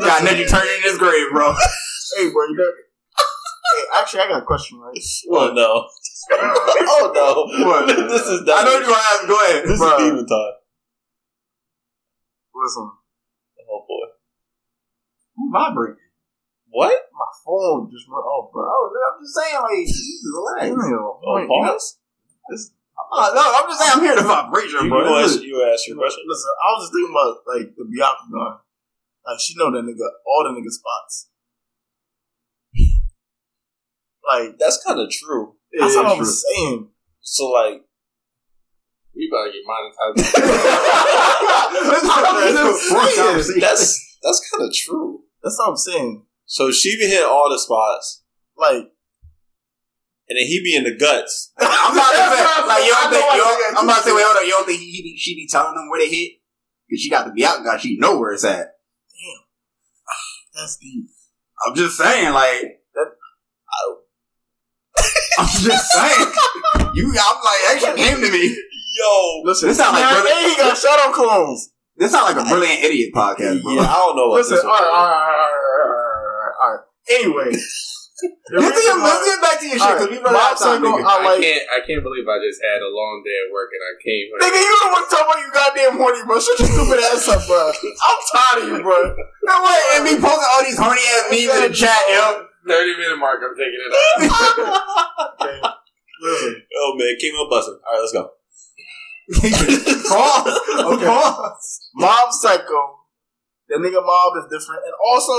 E: God, nigga, turning in his grave, bro.
D: hey, bro, you got. Hey, actually, I got a question, right?
B: Oh no! Oh no!
E: What?
B: This is
E: I
B: not.
E: know you're gonna ask. Go ahead.
B: This
D: Bruh.
B: is demon time.
D: Listen,
B: Oh boy!
E: Who vibrate?
B: What?
D: my phone just went off, bro.
E: Oh, I'm just saying, like, Jesus,
D: Damn,
E: relax.
B: Oh,
D: wait,
B: pause.
E: Uh, no, I'm just saying, I'm here to vibrate,
B: You,
E: you,
B: you,
E: bro.
B: gonna
E: This
B: ask,
E: is-
B: you gonna ask your question.
D: Listen, I was just thinking about like the Bianca gun. Like she know that nigga all the nigga spots. Like
B: That's kind of true.
D: that's what
A: Yeah,
D: I was saying.
B: So like,
A: we about to get monetized.
E: This is a front conversation.
B: that's that's kind of true.
D: That's what I'm saying.
B: So she be hitting all the spots,
D: Like
B: and then he be in the guts.
E: I'm about to say, like, you
D: I
E: don't
D: know
E: think,
D: I
E: you
D: said
E: don't,
D: that.
E: I'm about to say, wait, hold on, you don't think he, he be, she be telling them where to hit? Cause she got the be out guy, she know where it's at.
D: that's deep.
E: I'm just saying, like,
D: That-
E: I'm just saying, you, I'm like, that shit came to me.
B: Yo,
D: Listen,
E: This sound like
D: man,
E: brother-
D: hey, he got shadow clones.
E: This sounds like a brilliant idiot podcast, bro.
B: yeah, I don't know. About
D: Listen,
B: this
D: all right, all
B: one,
D: right,
B: man.
D: all right, all right, all right. Anyway, the
E: Let's
D: reason
E: get, let's
D: why-
E: get back to your shit,
D: Alright,
E: cause we run
D: my
E: out of time,
D: single-
E: nigga.
D: I
A: I
D: like-
A: can't. I can't believe I just had a long day at work and I came. here.
D: Nigga, you the one talking about you goddamn horny, bro. Shut your stupid ass up, bro. I'm tired of you, bro.
E: No way, and be posting all these horny ass memes in the chat, yo.
A: Thirty minute mark. I'm taking it out.
D: Okay. Listen,
B: Oh man, came up busting. All right, let's go.
E: Pause.
D: Okay.
E: Pause.
D: Mob Psycho. That nigga Mob is different. And also,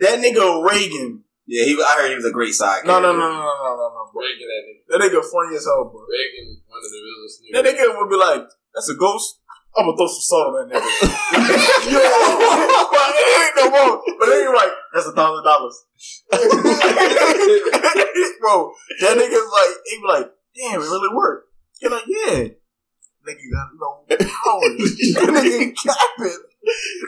D: that nigga Reagan.
E: Yeah, he. I heard he was a great side.
D: No, no,
E: character.
D: no, no, no, no, no, no, bro.
A: Reagan, that nigga.
D: That nigga funny as hell, bro.
A: Reagan, one of the realest
D: That
A: niggas.
D: nigga would be like, that's a ghost. I'm gonna throw some salt on that nigga. Yo, bro, it ain't no more. But then you're like, that's a thousand dollars. Bro, that nigga's like, he be like, damn, it really worked. You're like, yeah. Nigga got no powers. that nigga capping.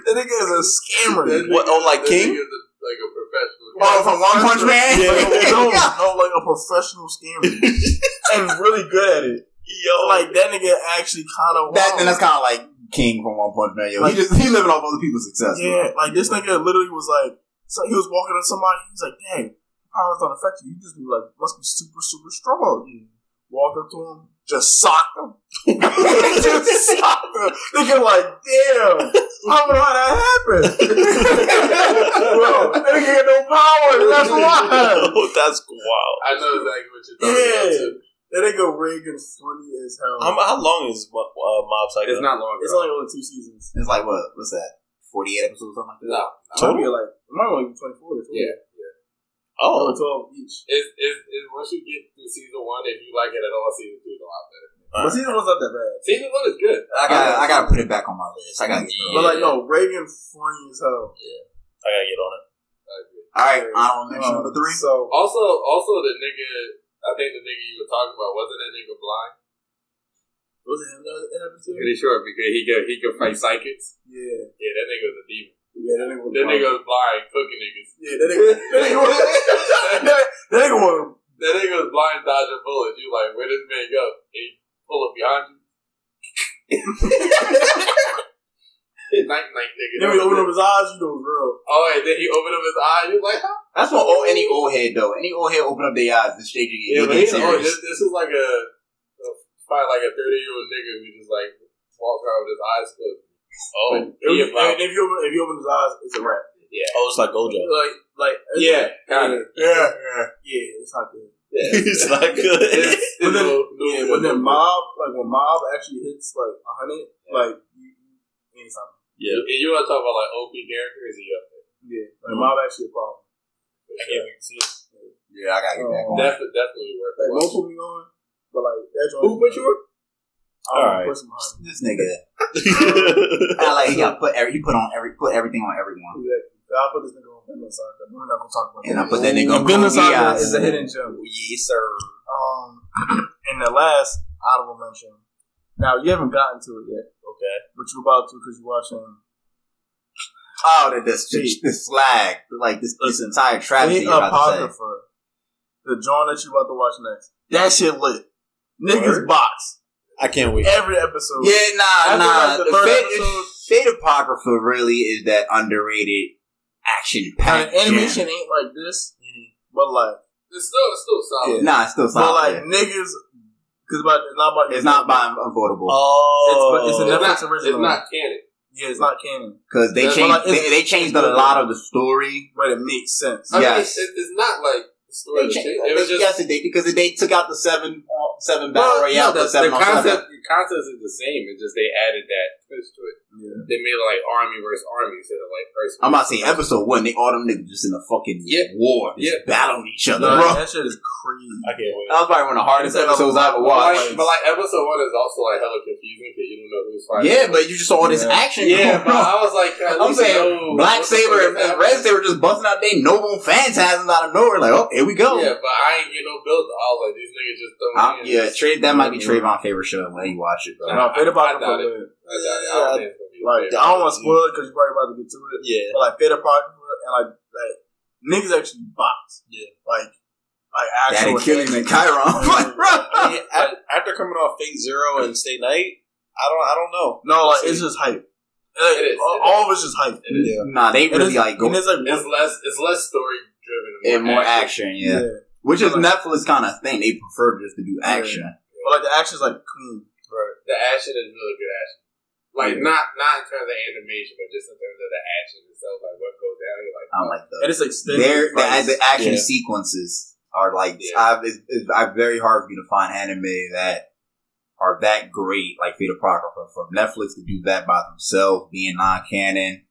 D: That nigga is a scammer.
B: What, oh, like
A: That
B: King?
A: nigga's a- like a professional.
E: Oh, from One Punch Man.
B: Yeah.
D: no, no, like a professional scammer. and really good at it.
B: Yo,
D: Like, that nigga actually kind of
E: That, and that's kind of like King from One Punch Man. Yo, he just he living off other people's success.
D: Yeah, like this nigga literally was like, so he was walking on somebody. He's like, "Dang, powers don't affect you. You just be like, must be super, super strong." Walked up to him, just socked him. they just socked him. Nigga, like, damn, I don't know how that happened. Bro, that nigga got no power. That's why.
B: Oh, that's wild.
A: I know exactly what you're talking about.
D: Yeah.
A: Too.
D: That nigga Reagan funny as hell.
B: How, mu- how long is Mo- uh, Mob Psycho?
A: It's not long.
D: it's only only two seasons.
E: It's like what? What's that? Forty eight episodes, something like that.
A: no.
D: Total? Might be like, it might only be 24 or 20.
A: Yeah.
D: Oh,
B: Oh,
D: 12 each.
A: It's, it's, it's once you get to season one, if you like it at all, season two is a lot better.
D: But season one's not that bad.
A: Season one is good.
E: I got. I got to put it back on my list. I got to get.
D: But
E: through it.
D: like, no, Reagan funny as hell.
B: I gotta get on it.
E: All right, honorable mention
D: uh,
E: number three.
D: So
A: Also, also the nigga, I think the nigga you were talking about wasn't that nigga blind?
D: was it him that happened to?
A: Pretty sure because he could he could fight psychics.
D: Yeah,
A: Yeah, that nigga was a demon.
D: yeah, that nigga. was
A: That
D: funny.
A: nigga was blind cooking niggas.
D: Yeah, that nigga. That nigga was. That nigga was.
A: That nigga was blind dodging bullets. You like where this man go? He pull up behind you. night night nigga.
D: Then we opened up his eyes. You know, it was real.
A: Oh, and then he opened up his eye. You like huh?
E: That's what old, any old head though. Any old head open up their eyes, this shit get,
A: Yeah,
E: yeah,
A: but he's oh,
E: serious.
A: this, this is like a, a probably like a thirty year old nigga who just like walks around with his eyes closed.
B: Oh,
A: Like, yeah,
D: If, you-
A: bro.
D: if you open, if you open his eyes, it's a wrap.
B: oh, it's like Gojo.
D: Like, like,
A: yeah,
D: yeah,
A: kind of.
D: yeah, yeah. It's not good.
B: it's not good.
A: It's-
D: But
A: it's
D: then-
A: no- no
D: Yeah,
A: good,
D: but
A: no
D: then
A: good.
D: mob, like when mob actually hits like a hundred, like you, you ain't something.
B: yeah,
A: And you want to talk about like OP characters? He up there.
D: Yeah, like mob actually a problem.
B: I can't even see it.
E: yeah, I gotta get
D: Oh.
E: back on. it.
A: Def- definitely worth
D: Like
A: it.
D: most put me on, but like that's
A: Who put you on?
D: All
B: Alright.
D: right, exactly.
E: This nigga, I like he got put every, he put on every put everything on everyone,
D: I put this nigga on Vinland Saga. We're not gonna talk about
E: and I
D: that.
E: put that nigga on.
D: Vinland
E: Cody
D: Saga
E: eyes.
D: is a hidden gem.
E: Yes, sir.
D: Um, and the last honorable mention. Now you haven't gotten to it yet,
B: Okay.
D: but you're about to because you're watching
E: Oh, that this this, this slag, like this this entire travesty.
D: The
E: you're about to say.
D: Apocrypha. The joint that you about to watch next. That shit lit. Niggas box
B: I can't wait.
D: every episode.
E: Yeah, nah,
D: After,
E: nah.
D: like, the
E: the
D: third
E: Fate,
D: episode-
E: Fate Apocrypha really is that underrated action
D: Now,
E: packed
D: the animation ain't like this,
E: Mm-hmm.
D: but like,
A: It's still, it's still solid.
E: Oh, Nah, it's still
D: but like
E: solid.
D: niggas, because about it's not about
E: it's not by avoidable
B: Oh,
D: It's- but it's
A: It's,
D: Netflix
A: not, it's
D: original.
A: not canon.
D: Yeah, it's not canon,
E: because they
A: But,
E: changed
D: like, it's-
E: they, they changed a lot of the story.
D: but it makes sense.
A: I
E: Yes.
A: mean, it, it's not like the story.
E: They
A: was
E: changed,
A: changed. It was just
E: yes, they because they took out the seven uh, seven
A: Well,
E: battle royale
A: no,
E: for
A: the,
E: seven
A: the
E: on
A: concept,
E: seven.
A: the concept is the same. It's just they added that twist to it.
D: Yeah.
A: They made it like army versus army instead of like person.
E: I'm about to say episode one. They all them niggas just in a fucking
A: Yeah.
E: war, just
A: Yeah.
E: battling each other.
D: Nah,
E: Bro,
D: that shit is crazy.
B: I can't wait.
E: that was probably one of the hardest
D: It's like a
E: episodes I ever
D: lot-
A: But
E: watched.
A: like, but like episode one is also like hella confusing because you don't know who's fighting.
E: yeah, but you just saw all this
D: Yeah.
E: action.
A: yeah,
E: going
A: but
E: on.
A: I was like, at
E: I'm
A: least
E: saying
A: know
E: Black
A: what the fuck
E: Saber
A: is
E: and, and
A: happening.
E: Red Saber just busting out their noble phantasms out of nowhere. Like, oh, here we go.
A: Yeah, but I ain't get no build. I was like, these niggas just throwing.
E: Um,
A: in.
E: yeah, Tra- that might be
D: Yeah.
E: Trayvon's favorite show when he watched it, bro.
A: Nah,
D: No, Fate Apocrypha.
A: I doubt it.
D: lit.
A: I doubt it. I don't think it's gonna be
D: Like,
A: fair.
D: I don't want to spoil it because you're probably about to get to it.
B: Yeah.
D: But like Fate Apocrypha and like, like niggas actually box.
B: Yeah.
D: Like, like
E: That
D: actual
E: and killing and
D: Yeah.
E: Chiron.
B: I mean, a- after coming off Fake Zero and Stay Night, I don't, I don't know.
D: No, like
B: See.
D: it's just hype. Like,
A: It is, it is.
D: all, all of it's just hype.
A: It is.
E: nah, they
D: And
E: really
D: it's,
E: like
D: and
E: go
D: it's like
A: It's less. It's less story driven
E: in more action, yeah.
D: yeah.
E: Which is
D: Like-
E: Netflix kind of thing. They prefer just to do
D: Yeah.
E: action.
D: But like the action's like clean.
A: Right. The action is really good action. Like not not in terms of animation, but just in terms of the action itself, like what goes down. You're like,
E: I'm like
D: And
E: the
D: it's extended.
E: their
D: like,
E: the, the action
B: Yeah.
E: sequences are like
A: Yeah.
E: I've it's, it's, i very hard for you to find anime that are that great like Fate Apocrypha from Netflix to do that by themselves being non canon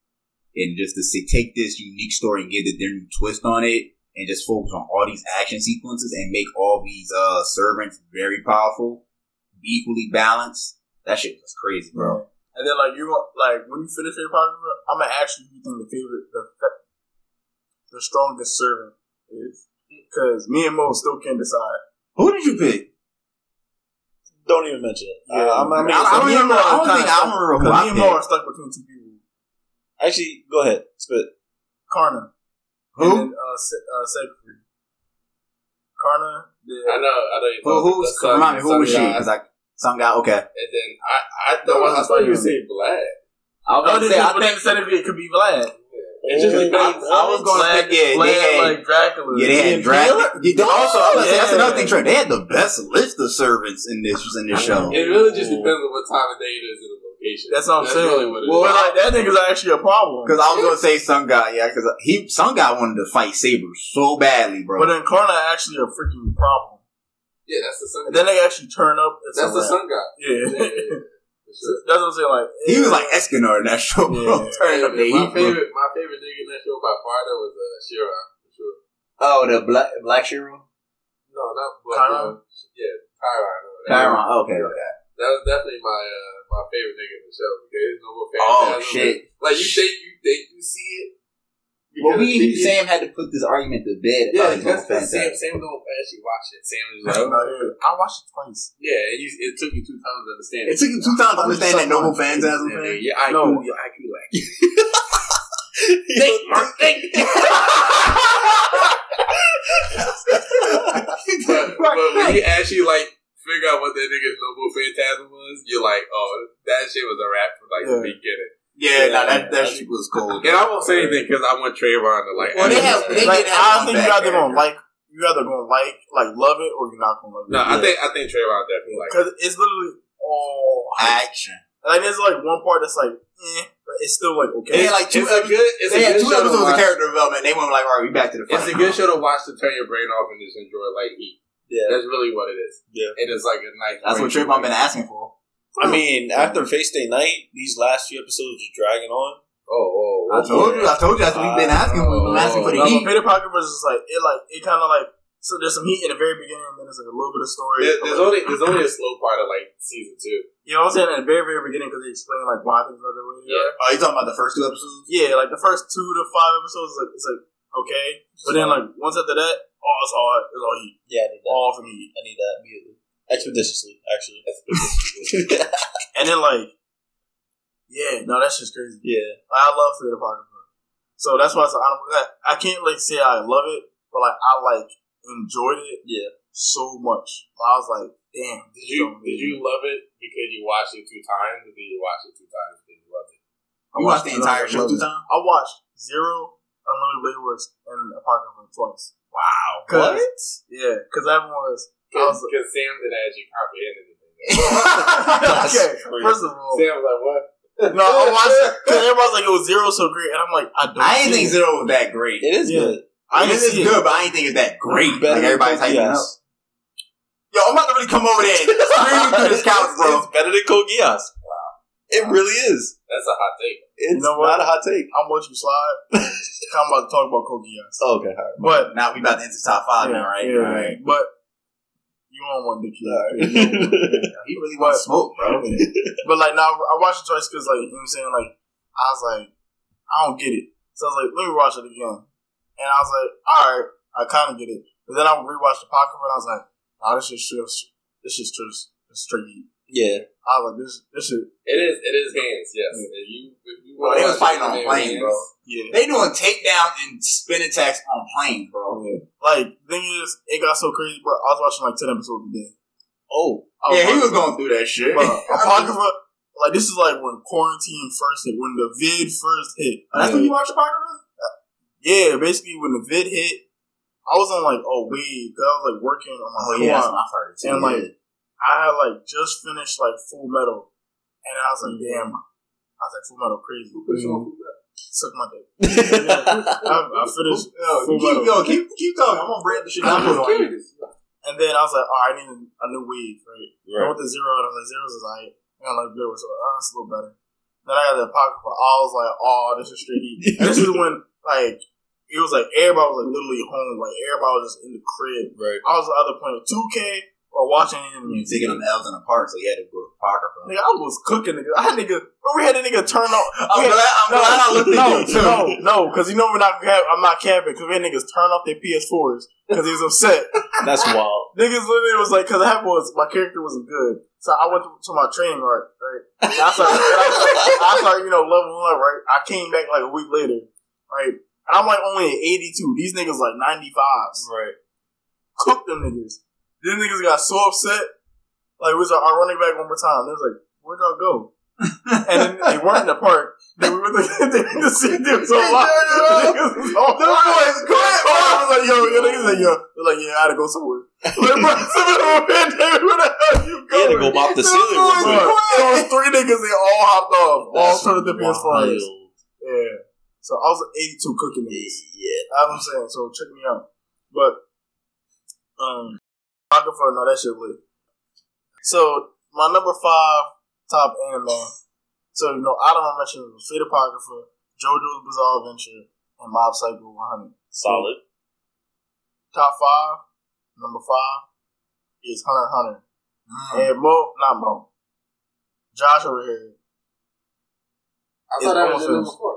E: and just to say, take this unique story and give it their new twist on it and just focus on all these action sequences and make all these uh servants very powerful equally balanced that shit was crazy bro
D: And then like you are like when you finish your Apocrypha, I'm gonna ask you who you think the favorite the fa- the strongest servant is. Cause me and Mo still can't decide.
E: who did you pick
B: Don't even mention it.
D: Yeah.
B: Uh, I'm, I mean,
E: I- I
D: so
E: don't
D: me
E: even
D: and
E: know.
D: Mo
E: I
D: are
E: don't
D: kinda
E: think I
D: stuck-
E: remember who
D: 'cause
E: I
D: me and Mo
E: picked.
D: are stuck between two people.
B: actually, go ahead. Spit.
D: Karna.
E: Who?
D: And then, uh, Se- uh, Siegfried. Karna.
A: I
D: The,
A: know, I know. You're
E: Who,
A: talking
E: who's
A: about
E: remind me?
A: some
E: Who was she?
A: guy,
E: 'Cause I some guy. Okay,
A: And then I, I
D: The
A: thought,
D: one
A: I thought you
D: who-
A: would say black.
E: I
D: oh, this is, but then the centipede could be Vlad.
A: Yeah.
B: It's just like
E: I- I was going-
D: Vlad,
E: yeah,
D: Vlad
E: they had-
D: like Dracula.
E: Yeah, they had
D: Yeah,
E: drag.
D: Dracula?
E: Yeah, they- also, I was gonna say, that's
D: Yeah.
E: another thing, Trey. They had the best list of servants in this in this show.
A: It really just depends on what time of day it is and the location.
D: That's what I'm saying.
A: really what it is.
D: well, like that nigga's actually a problem.
E: Because I was gonna say some guy, yeah, because he some guy wanted to fight Saber so badly, bro.
D: But uh, then Karna actually a freaking problem.
A: yeah, that's the sun.
D: And then they actually turn up. It's
A: that's
D: a
A: the
D: wrap.
A: sun god.
D: Yeah.
A: Yeah, yeah, yeah, for sure.
D: That's what I'm saying. Like
E: he was like Escanor in that show, bro.
D: Yeah.
E: Turning up the
A: my
E: heat. bro.
A: favorite, my favorite nigga in that show by far that was uh, Shira. For sure.
C: Oh, the black black Shiro.
A: No, not Black
D: Chiron?
A: Widow. Yeah, Chiron. or whatever.
E: Chiron, okay, okay.
A: That was definitely my uh, my favorite nigga in the show because there's no more
E: Oh
A: phantasm.
E: shit!
A: Like you think you think you see it.
C: Well,
A: because
C: we
A: it-
C: Sam had to put this argument to bed
A: Yeah,
C: about his own
A: because Sam
C: fantasy.
A: Sam don't actually watch it. Sam is
D: I
A: like,
D: watched it twice.
A: yeah, it, used- it took you two times to understand.
E: It took him two times to understand that noble phantasm
A: Yeah,
E: thing.
A: yeah, I
D: No.
A: no. your IQ like. Think, Mark, think. but, but when you actually like figure out what that nigga's noble phantasm was, you're like, oh, that shit was a rap from like the
D: Yeah.
A: beginning.
E: Yeah, nah, that that shit was cold.
A: And I won't say anything because I want Trayvon to like.
E: Well, they
A: actually
E: have-
A: say
E: they
A: it.
D: like
E: did have
D: I
E: one
D: think you
E: back
D: either
E: there.
D: gonna like, you either gonna like, like love it, or you're not gonna love it.
A: no, I think I think Trayvon definitely like.
D: because it's literally all hype.
E: Action.
D: like there's like one part that's like, eh, but it's still like
E: They
D: okay.
E: had like
A: It's
E: two.
A: a
E: episodes.
A: good. It's
E: They
A: a
E: had
A: good
E: two
A: show to
E: episodes of
A: watch.
E: character development. They went like, "All right, we back to the."
A: It's a
E: fight."
A: good show to watch to turn your brain off and just enjoy like heat.
B: Yeah.
A: That's really what it is.
B: Yeah.
A: It is like a nice.
E: That's what
A: break.
E: Trayvon been asking for.
B: I mean, after Face Day Night, these last few episodes are dragging on.
A: Oh, oh,
E: I told you. I told you. That's what we've been asking. We've been asking for the
D: No,
E: heat.
D: Peter Parker was just like it, like it kind of like so. There's some heat in the very beginning, and then there's like a little bit of story.
A: There, there's only there's only a slow part of like season two.
D: you know what I'm saying? At the very very beginning, because they explain like why things are the way they are.
E: Oh, you talking about the first two episodes?
D: Yeah, like the first two to five episodes, like it's like okay, but then like once after that, all it's all it's all heat,
B: Yeah, I need that.
D: all from heat,
B: I need that immediately. Expeditiously, actually.
D: and then like yeah, no, that's just crazy.
B: yeah.
D: Like, I love Peter Parker, bro. so that's why I said I don't. I, I can't like say I love it, but like I like enjoyed it
B: Yeah.
D: so much. I was like, damn,
A: Did you did you love it because you watched it two times, or did you watch it two times because you loved it?
E: You watched the entire
D: it.
E: show two times.
D: I watched Zero, Unlimited Blade Works, and Apocalypse twice. Wow. Yeah, because that one was. I
A: Because
D: was like,
A: Sam didn't actually comprehend anything.
E: That's
D: okay,
B: crazy.
D: first of all,
A: Sam was like, "What?
D: no, I watched it. Cause everybody's like, it was Zero so great. And I'm like, I don't
E: I didn't think
D: see it.
E: Zero was that great.
B: It is good.
D: Yeah.
E: It
D: I
E: is
D: didn't see
E: good, but I didn't think it's that great. Like
B: Better than
E: everybody's hyping it up.
B: Kogias.
E: Yo, I'm about to really come over there and scream through this couch, bro.
B: It's better than Kogias. Wow. It really is.
A: That's a hot take."
B: It's
D: know what?
B: not a hot take.
D: it. I'm watching slide. I'm about to talk about Kogias.
B: Oh, okay, all right.
D: But
E: Now we about to enter top five now, right?
D: Yeah,
E: All right.
D: But you don't want the kid.
E: He really wants smoke, bro.
D: But like now, I watched it twice because like you know what I'm saying. Like I was like, I don't get it. So I was like, let me watch it again. And I was like, all right, I kind of get it. But then I rewatched the pocket and I was like, nah, this is straight. This is just straight. heat.
B: Yeah.
D: I was like, this, this shit.
A: It is it is hands. Yes, If you if you
E: Well,
A: wanna
E: they
A: watch
E: was fighting on
A: anime
E: planes,
A: hands,
E: bro.
D: Yeah.
E: They doing takedown and spin attacks on planes, bro.
D: Like thing is, it got so crazy, bro. I was watching like ten episodes a day.
B: Oh.
D: I
E: Yeah, he was
D: watching-
E: going through that shit.
D: Bro, Apocrypha, like this is like when quarantine first hit, when the vid first hit.
E: That's when
D: you watch Apocrypha. Yeah, basically when the vid hit, I was on like a wave. 'cause I was like working on my
E: Oh
D: oh,
E: yeah, that's when I started too.
D: and like
E: yeah.
D: I had like just finished like Full Metal, and I was like,
E: Mm-hmm.
D: damn, I was like Full Metal crazy. Mm-hmm. Suck my dick. I, I finished
E: Yo,
D: Full
E: keep
D: Metal,
E: going, keep keep talking. I'm gonna bring up the shit
A: I'm
E: I'm putting
A: just
E: on you.
A: curious.
D: and then I was like, oh, I need a new wave, right? I
B: Right.
D: went to zero and I was like, zeros is like, and I like blue, so oh, it's a little better. Then I got the apocrypha. I was like, oh, this is straight heat. And this is when like it was like everybody was like literally home, like everybody was just in the crib.
B: Right.
D: I was either playing 2K or watching anime.
E: You taking them L's in the park, so you had to go to Parker. Bro.
D: Nigga, I was cooking, nigga. I had nigga, but we had a nigga turn on.
E: I'm
D: we had-
E: glad. I'm
D: no,
E: glad I looked at
D: no,
E: you too.
D: no, no, because you know we're not. Cap- I'm not capping because we had niggas turn off their PS4s because he was upset.
B: That's wild.
D: Niggas literally was like, because happened was my character wasn't good, so I went to, to my training arc, right? And I started, and I, started, I started, you know, leveling up, right? I came back like a week later, right? And I'm like only at 82. These niggas like 95s.
B: Right.
D: Cook them niggas. These niggas got so upset. Like, it was like, our running back one more time. They was like, where'd y'all go? and then they weren't in the park. They were with the, they were see dudes
E: They
D: on lock.
E: turned it
D: Niggas was on
E: Them
D: lock.
E: boys quit,
D: So I was like, yo, yo, niggas like, yo, they're like, yeah, I had to go somewhere. Like, bro, some of them were in there, where the hell you
B: He had
D: going? Oh
B: to go mop the
E: Them
B: ceiling real
E: boys
D: Bro,
B: quick.
D: It was three niggas, they all hopped off.
B: That's
D: all turned the PS5.
B: wild.
D: Yeah. So I was an 82 cooking niggas.
B: Yeah.
D: That's what I'm saying. So check me out. But um Rocket for no, that shit lit. So my number five top anime. So you know, I don't mention Fate Apocrypha, JoJo's Bizarre Adventure, and Mob Psycho 100.
B: Solid.
D: Top five, number five is Hunter x Hunter.
E: Mm.
D: And Mo, not Mo, Josh over here.
A: I
D: It's
A: thought I was
D: almost
A: in number
D: finished.
A: four.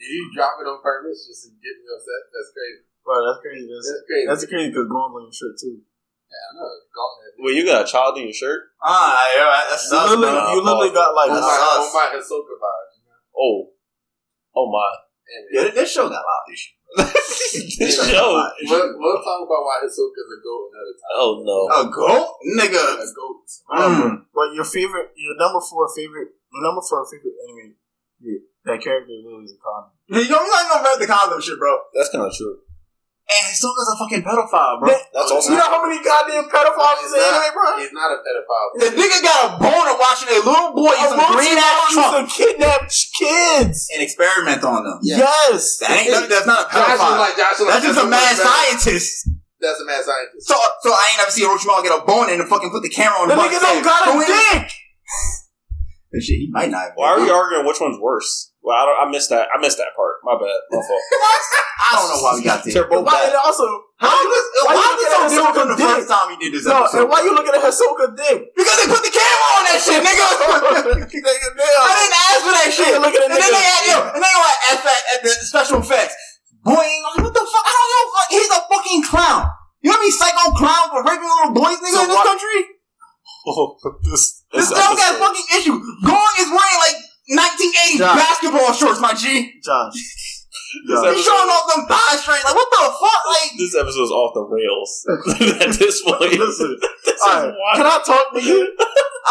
A: Did you drop it on purpose just to get me upset? That's crazy.
D: Bro, that's crazy. That's,
A: That's crazy.
D: that's crazy because Gone's on your shirt too.
A: yeah, I know. Gone.
B: Wait, you got a child in your shirt?
E: Ah, yeah, that sucks,
D: You literally,
E: bro.
D: you literally got like
E: That's
A: On
E: us.
A: my, on my Hisoka vibes. you know?
B: Oh. Oh my.
E: Yeah,
A: Anyway.
E: th- this show got a lot of issues.
B: This
E: got a
B: show-
E: lot of issues.
A: We'll, we'll talk about why Hisoka's a goat another time.
B: Oh no.
E: A goat? Nigga.
A: A goat.
E: Mm.
D: But your favorite, your number four favorite, your number four favorite enemy, yeah, that character literally is a con.
E: You don't you not even read the condom shit, bro.
B: That's kind of true.
E: And Hisoka's a fucking pedophile, bro.
B: That's also
E: You know how many goddamn pedophiles is in
A: Nah.
E: anime, bro?
A: He's not a pedophile.
E: The nigga got a boner watching a little boy use some green ass trunk
D: to kidnap ch- kids.
E: and experiment on them.
D: Yes,
E: That ain't, that- that's not a
A: Josh is
E: pedophile.
A: like, Josh is like,
E: That's just a mad
A: scientist.
E: scientist.
A: That's a mad scientist.
E: So, so I ain't never seen Orochimaru get a boner and fucking put the camera on.
D: the
E: him.
D: nigga don't got
E: Go
D: a
E: in-
D: dick.
E: That shit, he might not.
B: Why are we arguing which one's worse? Well, I, don't, I missed that. I missed that part. My bad. My fault.
E: I don't know why we got this.
B: They're both
D: Why,
B: bad.
D: and also,
E: How was
D: Why
E: why, was so
D: you looking at
E: different
D: Hisoka
E: from the
D: dick?
E: first time he did this
D: no,
E: episode?
D: and why you looking at Hisoka dick?
E: Because they put the camera on that shit, nigga. I didn't ask for that shit.
D: Nigga, look at the
E: and then
D: nigga.
E: they had yo, and they were at, at, at the special effects. Boing, I'm like, what the fuck? I don't know. Fuck. He's a fucking clown. You know how many psycho clowns for raping little boys, nigga,
D: So
E: in this
D: why-
E: country?
B: Oh, this,
E: This girl got a fucking issue. Gong is wearing like 1980s
D: Josh.
E: basketball shorts, my G.
D: Josh,
B: That
E: He's
B: was-
E: showing off them thigh strength. Like, what the fuck? Like,
B: this episode's off the rails at this point.
D: listen,
B: this
D: all right.
B: is wild.
D: can I talk to you?
E: I'm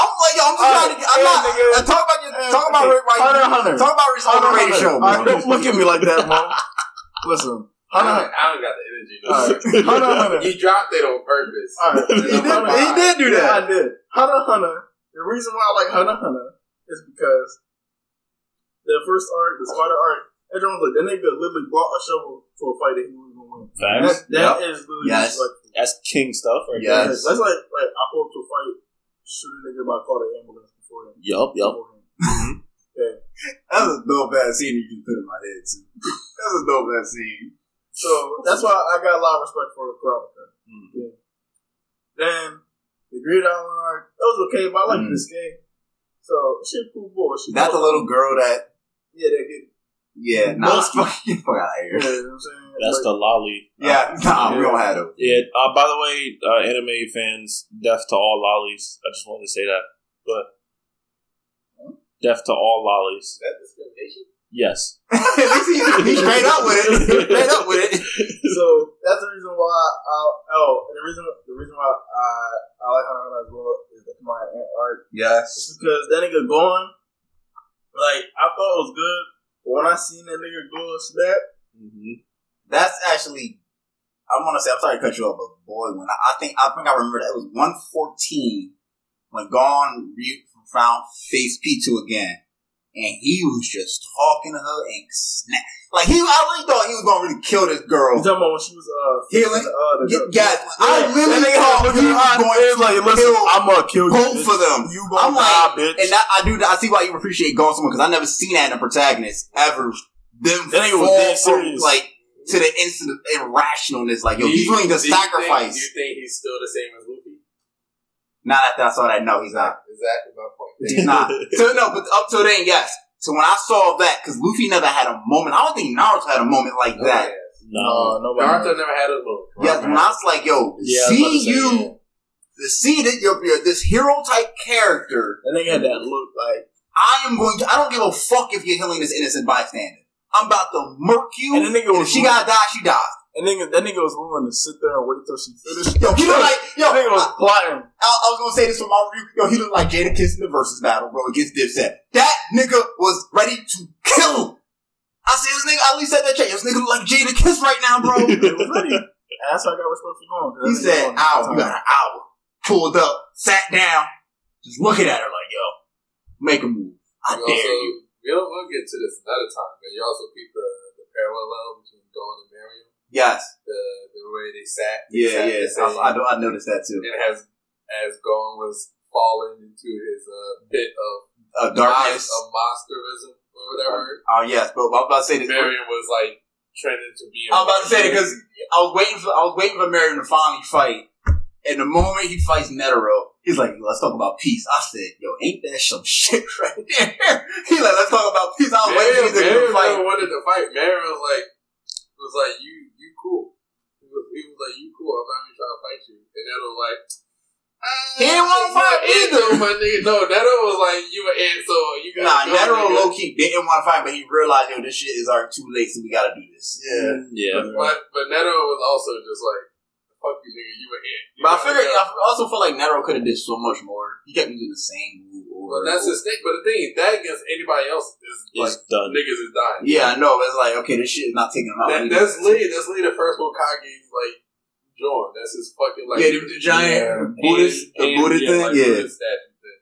E: like, yo, I'm just
D: Alright,
E: trying to. I'm
D: yeah,
E: not.
D: nigga.
E: uh, talk about your.
D: Yeah,
E: talk about
D: okay.
E: Rick White.
D: Hunter, Hunter.
E: Talk about Rick Hunter. Hunter show,
D: All right,
E: bro.
D: don't look at me like that, man. Listen,
A: I
D: Hunter,
A: don't,
D: Hunter,
A: I don't got the energy. No.
D: All right. Hunter, Hunter.
A: You dropped it on purpose.
D: All right.
A: That's
D: He
A: number
D: did- he
A: five.
E: did do
D: Yeah, I did. Hunter x Hunter. The reason why I like Hunter x Hunter is because the first arc, the spider arc, everyone was like, that nigga literally brought a shovel to a fight that he was gonna win. That,
B: Facts.
D: that is literally
E: Yes.
D: like,
B: That's king stuff right
E: Yeah. Yes.
D: that's like, like I pulled up to a fight, shoot a nigga by call the ambulance before him.
B: there. Yup, yup.
E: That was a dope ass scene you just put in my head. Too. That was a dope ass scene.
D: So that's why I got a lot of respect for Kurapika. Yeah. Then the Greed Island arc, that was okay, but I like
E: Mhm.
D: this game. So shit, cool bullshit.
E: That's a little girl that.
D: yeah, that get
E: Yeah, nah.
D: Most-
E: Fuck you, fuck out here.
D: You know what I'm saying?
B: That's the lolly.
D: Uh,
E: Yeah, nah, we don't have them.
B: Yeah. Uh, by the way, uh, anime fans, deaf to all lollies. I just wanted to say that. But deaf to all
A: Is
B: lollies.
A: that discrimination?
B: Yes.
E: He's straight up with it. He's Straight up with it.
D: so that's the reason why I oh and the reason the reason why I I like Hunter x Hunter as well is the Kamaya Ant arc.
E: Yes.
D: It's because that nigga going like I thought it was good, but when I seen that nigga go and snap,
B: Mm-hmm.
E: That's actually. I want to say I'm sorry to cut you off, but boy, when I, I think I think I remember that it was 114 when Gon re- found Face P2 again, and he was just talking to her and snap. Like he, I really thought he was gonna really kill this
D: you
E: girl.
D: talking about when she was uh
E: Healing?
D: fixing, uh, the
E: Get,
D: girl-
E: guys, I
D: Yeah,
E: literally
D: that nigga
E: thought
D: looked
E: he
D: in
E: was
D: her eyes,
E: going
D: he was like,
E: to
D: listen,
E: kill
D: I'm gonna kill you.
E: both
D: bitch.
E: for them.
D: You gonna
E: I'm like-
D: die, bitch.
E: And I, I do. I see why you appreciate Gon so much because I never seen that in a protagonist ever. Them
D: That nigga was
E: fall
D: dead
E: from,
D: serious.
E: like to the instant of irrationalness. Like yo,
A: Do
E: he's
A: you-
E: willing to
A: do you think-
E: sacrifice.
A: Do you think he's still the same as Luffy?
E: Not after I saw that, no, he's not.
A: Exactly my point.
E: He's not. so no, but up till then, yes. So when I saw that, because Luffy never had a moment. I don't think Naruto had a moment like
B: Oh,
E: that.
B: No.
D: nobody.
A: Naruto never had a look.
E: Yes, when I was like, yo,
B: Yeah, I was about
E: see
B: to say, yeah.
E: you, to see that you're, you're this hero type character.
D: that nigga had that look like,
E: I am going to. I don't give a fuck if you're healing this innocent bystander. I'm about to murk you.
D: and the nigga
E: And
D: was
E: if she gotta die, she dies.
D: And nigga, that nigga was willing to sit there and wait till she finished.
E: Yo, he looked like yo.
D: That nigga was
E: I,
D: plotting.
E: I- I was gonna say this for my review. Yo, he looked like Jadakiss in the versus battle, bro, against Dipset. That nigga was ready to kill. I said this nigga. I at least said that shit. This nigga look like Jadakiss right now, bro.
D: It was ready. And that's how I got respect for going. 'cause
E: He
D: that nigga
E: said,
D: going
E: hour.
D: all
E: You
D: the
E: got
D: time.
E: an hour. Pulled up, sat down, just looking at her like, yo, make a move. I
A: We
E: dare
A: also,
E: you.
A: We'll, we'll get to this another time, but you also keep the, the parallel between Dawn and Marion,
E: Yes.
A: the, the way they sat. they
E: Yeah,
A: sat
E: yeah.
A: the
E: I,
A: same.
E: I, know- I noticed that too.
A: and as as Gon was falling into his uh, pit of
E: Uh, darkness.
A: of monsterism or whatever,
E: Oh, yes. But I was about to say this.
A: Marion was like trending to be.
E: I was about to say it because I was waiting for I was waiting for Marion to finally fight. And the moment he fights Netero, he's like, "Let's talk about peace." I said, "Yo, ain't that some shit right there?" He's like, "Let's talk about peace." I was waiting
A: Marion, Marion
E: for him to fight.
A: never wanted to fight. Marion was like was like you you cool. He was, he was like you cool. I'm not even trying to fight you. And Neto was like.
E: He didn't wanna fight
A: either, my nigga. No, Neto was like, "You an asshole. You
E: Nah,
A: got
E: Netero low key didn't want to fight, but he realized, "Yo, this shit is already too late, so we gotta do this."
A: Yeah,
B: Yeah.
A: But but Neto was also just like, "Fuck you, nigga. You an ant." You
E: But I
A: gotta
E: figured,
A: go.
E: I also feel like Netero could have did so much more. He kept using the same move over.
A: Well, that's
E: and
A: his thing. But the thing is, that against anybody else is like
B: It's done.
A: niggas is dying.
E: over. Yeah, I know. It's like, okay, this shit is not taking him out.
A: that,
E: Oh, He
A: that's
E: just-
A: Lee. That's Lee, the first Wokage's like drawing. That's his fucking like
E: yeah, the, the giant Buddhist, the
A: and-
E: Buddhist
A: yeah,
E: thing.
A: like,
E: yeah,
A: Buddhist statue thing.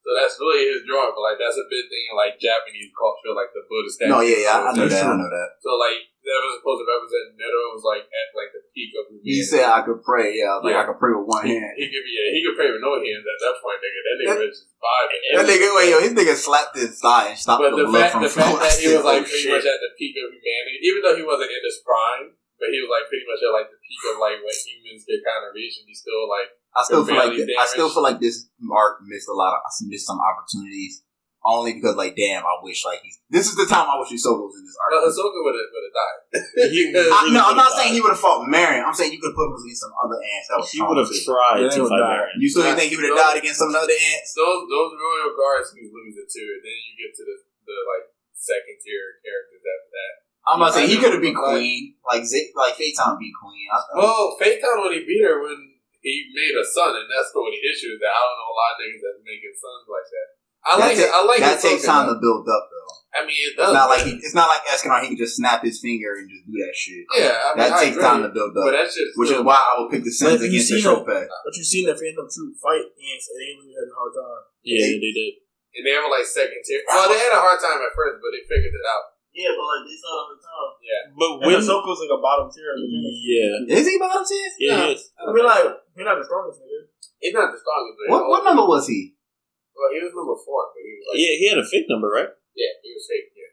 A: So that's really his drawing. But like that's a big thing in like Japanese culture, like the Buddhist statue.
E: no, yeah, yeah. I, I know
A: So-
E: that. I know that.
A: So like that was supposed to represent Neto was like at like the peak of his.
E: He said I could pray. Yeah, I was
A: Yeah.
E: like I could pray with one
A: He,
E: hand.
A: he could be, yeah, he could pray with no hands at that point, nigga. That nigga was just vibing.
E: That nigga, wait, yo, his nigga slapped his thigh and stopped
A: But
E: the,
A: the
E: blood
A: fact,
E: from
A: the fact
E: flowing. I
A: that he
E: said,
A: was like
E: oh,
A: pretty
E: shit.
A: much at the peak of humanity, even though he wasn't in his prime, but he was like pretty much at like the peak of like what humans could kind of reach, and he still like
E: I still feel like
A: barely
E: I
A: damaged.
E: still feel like this Mark missed a lot of I missed some opportunities. Only because like damn, I wish like he's this is the time I wish Usoga was in this
A: no,
E: arc.
A: Hisoka would have would have died.
B: He
A: I-
E: I,
B: really
E: no, I'm
B: would've
E: not saying he
B: died.
E: would have fought Marion. I'm saying you could put him against some other ants. That was
B: He
E: strong,
B: would have
E: too.
B: tried to
D: Yeah, he would've
B: fight
D: died.
B: Marion.
E: You still you think he would have died against some other ants?
A: Those those royal guards he losing to, and then you get to the, the like second tier characters after that.
E: I'm not saying he
A: I
E: could have beat
A: know.
E: Queen. Like Z- like Phaeton beat Queen. I, I-
A: Well, Phaeton only beat her when he made a son, and that's the only issue is that I don't know a lot of niggas that's making sons like that. I
E: that
A: like
E: ta-
A: it. I like
E: that
A: Hisoka,
E: takes time
A: though.
E: to build up though.
A: I mean, it
E: It's
A: does.
E: not like
A: but-
E: he, it's not like Escanor. He can just snap his finger and just do that shit.
A: yeah, I mean,
E: that
A: I
E: takes
A: agree.
E: time to build
A: But
E: up,
A: that shit,
E: which is
A: still-
E: why I would pick the Suns
D: But you
E: against the
D: see him.
E: Tropez.
D: But you seen that Phantom Troop fight ants, and they really had a hard time.
B: Yeah, they did.
A: and they were like second tier. Well, they had a hard time at first, but they figured it out.
D: Yeah, but like they saw it on the time.
B: But
D: And
B: when.
D: Ahsoka's like a bottom tier. of the Phantom.
B: Yeah.
E: Is he bottom ten?
B: Yeah,
A: Nah.
B: he is.
A: I don't
D: We're
A: know.
D: like, we're not the strongest nigga.
A: he's not the strongest. but
E: What
A: he
E: what
A: was-
E: number was he?
A: Well, he was number four, but he was like, yeah,
B: Yeah, he had a fake number, right?
A: he was fake. Yeah,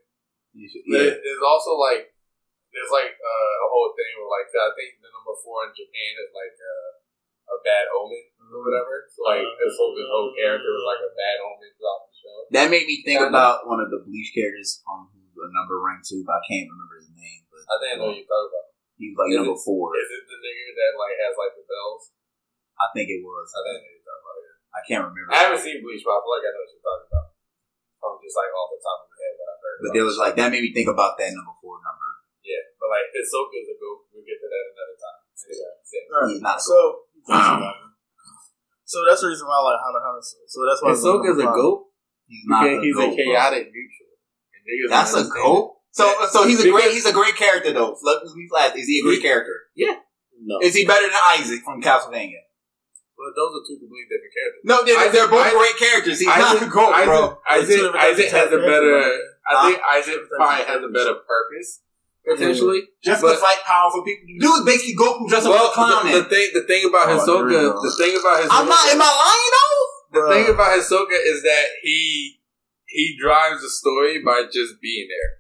A: but
E: Yeah.
A: it- it's also like there's like uh, a whole thing where like I think the number four in Japan is like uh, a bad omen or whatever. So like his whole his whole character was like a bad omen throughout the show.
E: That made me think
A: Yeah.
E: about one of the Bleach characters from who a number ran to, but I can't remember his name. But
A: I think I know what you're talking about.
E: he was like
A: Is
E: number four.
A: Is it the nigga that like has like the bells?
E: I think it was.
A: I think I know what you're talking about. yeah.
E: I can't remember.
A: I haven't seen Bleach, but I feel like I know what you're talking about. I'm just like off the top of my head what I've heard.
E: But
A: about
E: there
A: it.
E: was like that made me think about that number four number.
A: Yeah, but like it's so good to go. We'll get to that another time. Yeah, yeah.
D: All right.
E: He's not a
D: So, so that's the reason why I like Hana Hana. So, so that's why
E: Ahsoka's
D: number five.
E: goat. He's not a goat. bro.
A: neutral. And niggas
E: That's a
A: understand
E: goat. So, so he's a
A: Because-
E: great he's a great character though. Let me flash. Is he a great character?
B: No.
E: Is he better than Isaac from
A: it.
E: Castlevania?
A: But those are two completely different characters.
E: No, they're,
A: Isaac-
E: they're both
A: Isaac-
E: great characters. He's not a
A: Isaac-
E: goat,
A: Isaac,
E: bro.
A: Isaac,
D: Two different
A: Isaac has a
D: characters.
A: better. I
E: Huh?
A: think Isaac probably has a Mm. better purpose potentially.
E: Just
A: but-
E: to fight powerful people. Dude, is basically Goku dressed up as a clown.
A: the,
E: man.
A: the thing the thing about
D: Oh, I
A: Hisoka,
D: agree, bro.
A: the thing about Hisoka,
E: I'm not. Am I
A: the
D: Bruh.
A: thing about Hisoka is that he he drives the story by just being there.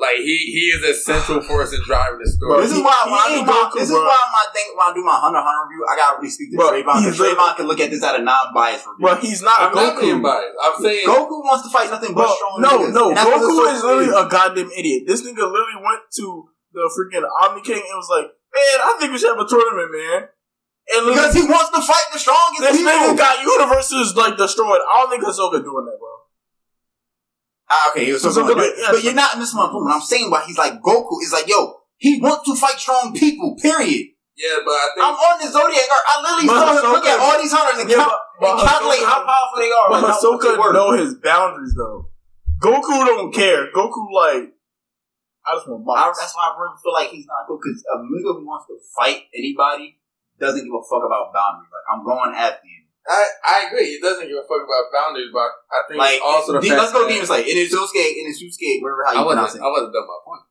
A: Like he he is a central force in driving the
E: lying
A: story.
E: though? This is
D: he-
E: why.
D: he
E: When I do
D: ain't
E: my,
D: Goku,
E: this is
D: bro.
E: why my thing. When I do my Hunter x Hunter review, I gotta really speak to
D: Bro,
E: Trayvon. Because
D: he's a-
E: Trayvon can look at this at a non-biased review.
D: But he's not
A: I'm
D: a
A: not being
D: Goku.
A: biased. I'm saying
E: Goku wants to fight nothing but
D: Bro,
E: strong.
D: no,
E: niggas.
D: no.
E: And that's what
D: Goku
E: Hisoka
D: is literally a goddamn idiot. This nigga literally went to the freaking Omni King and was like, "Man, I think we should have a tournament, man." And look,
E: because he wants to fight the strongest
D: this
E: people.
D: nigga got universes like destroyed. I don't think Hisoka doing that, bro.
E: Ah, okay, he was
D: So
E: so
D: something
E: but,
D: like- yeah.
E: but you're not missing my point. What I'm saying why he's like Goku is like, yo, He wants to fight strong people. Period.
A: Yeah, but I think
E: I'm on the Zodiac Earth. I literally
D: But
E: saw him look
D: Ahsoka-
E: at all these hunters and,
D: Yeah,
E: cal-
D: but- but
E: and calculate
D: Ahsoka-
E: how powerful they are.
D: But
E: and how much
D: Ahsoka
E: they work.
D: know his boundaries though. Goku don't care. Goku like, I just want
E: I,
D: box.
E: that's why I really feel like he's not good because a nigga who wants to fight anybody doesn't give a fuck about boundaries. Like I'm going after you.
A: I, I agree. It doesn't give a fuck about boundaries, but I think
E: Like
A: it's also the
E: D-
A: fact
E: let's go
A: that-
E: demons like Inazusuke, Inazusuke, wherever how
A: I
E: you pronounce
A: wasn't.
E: it.
A: I wasn't done my point.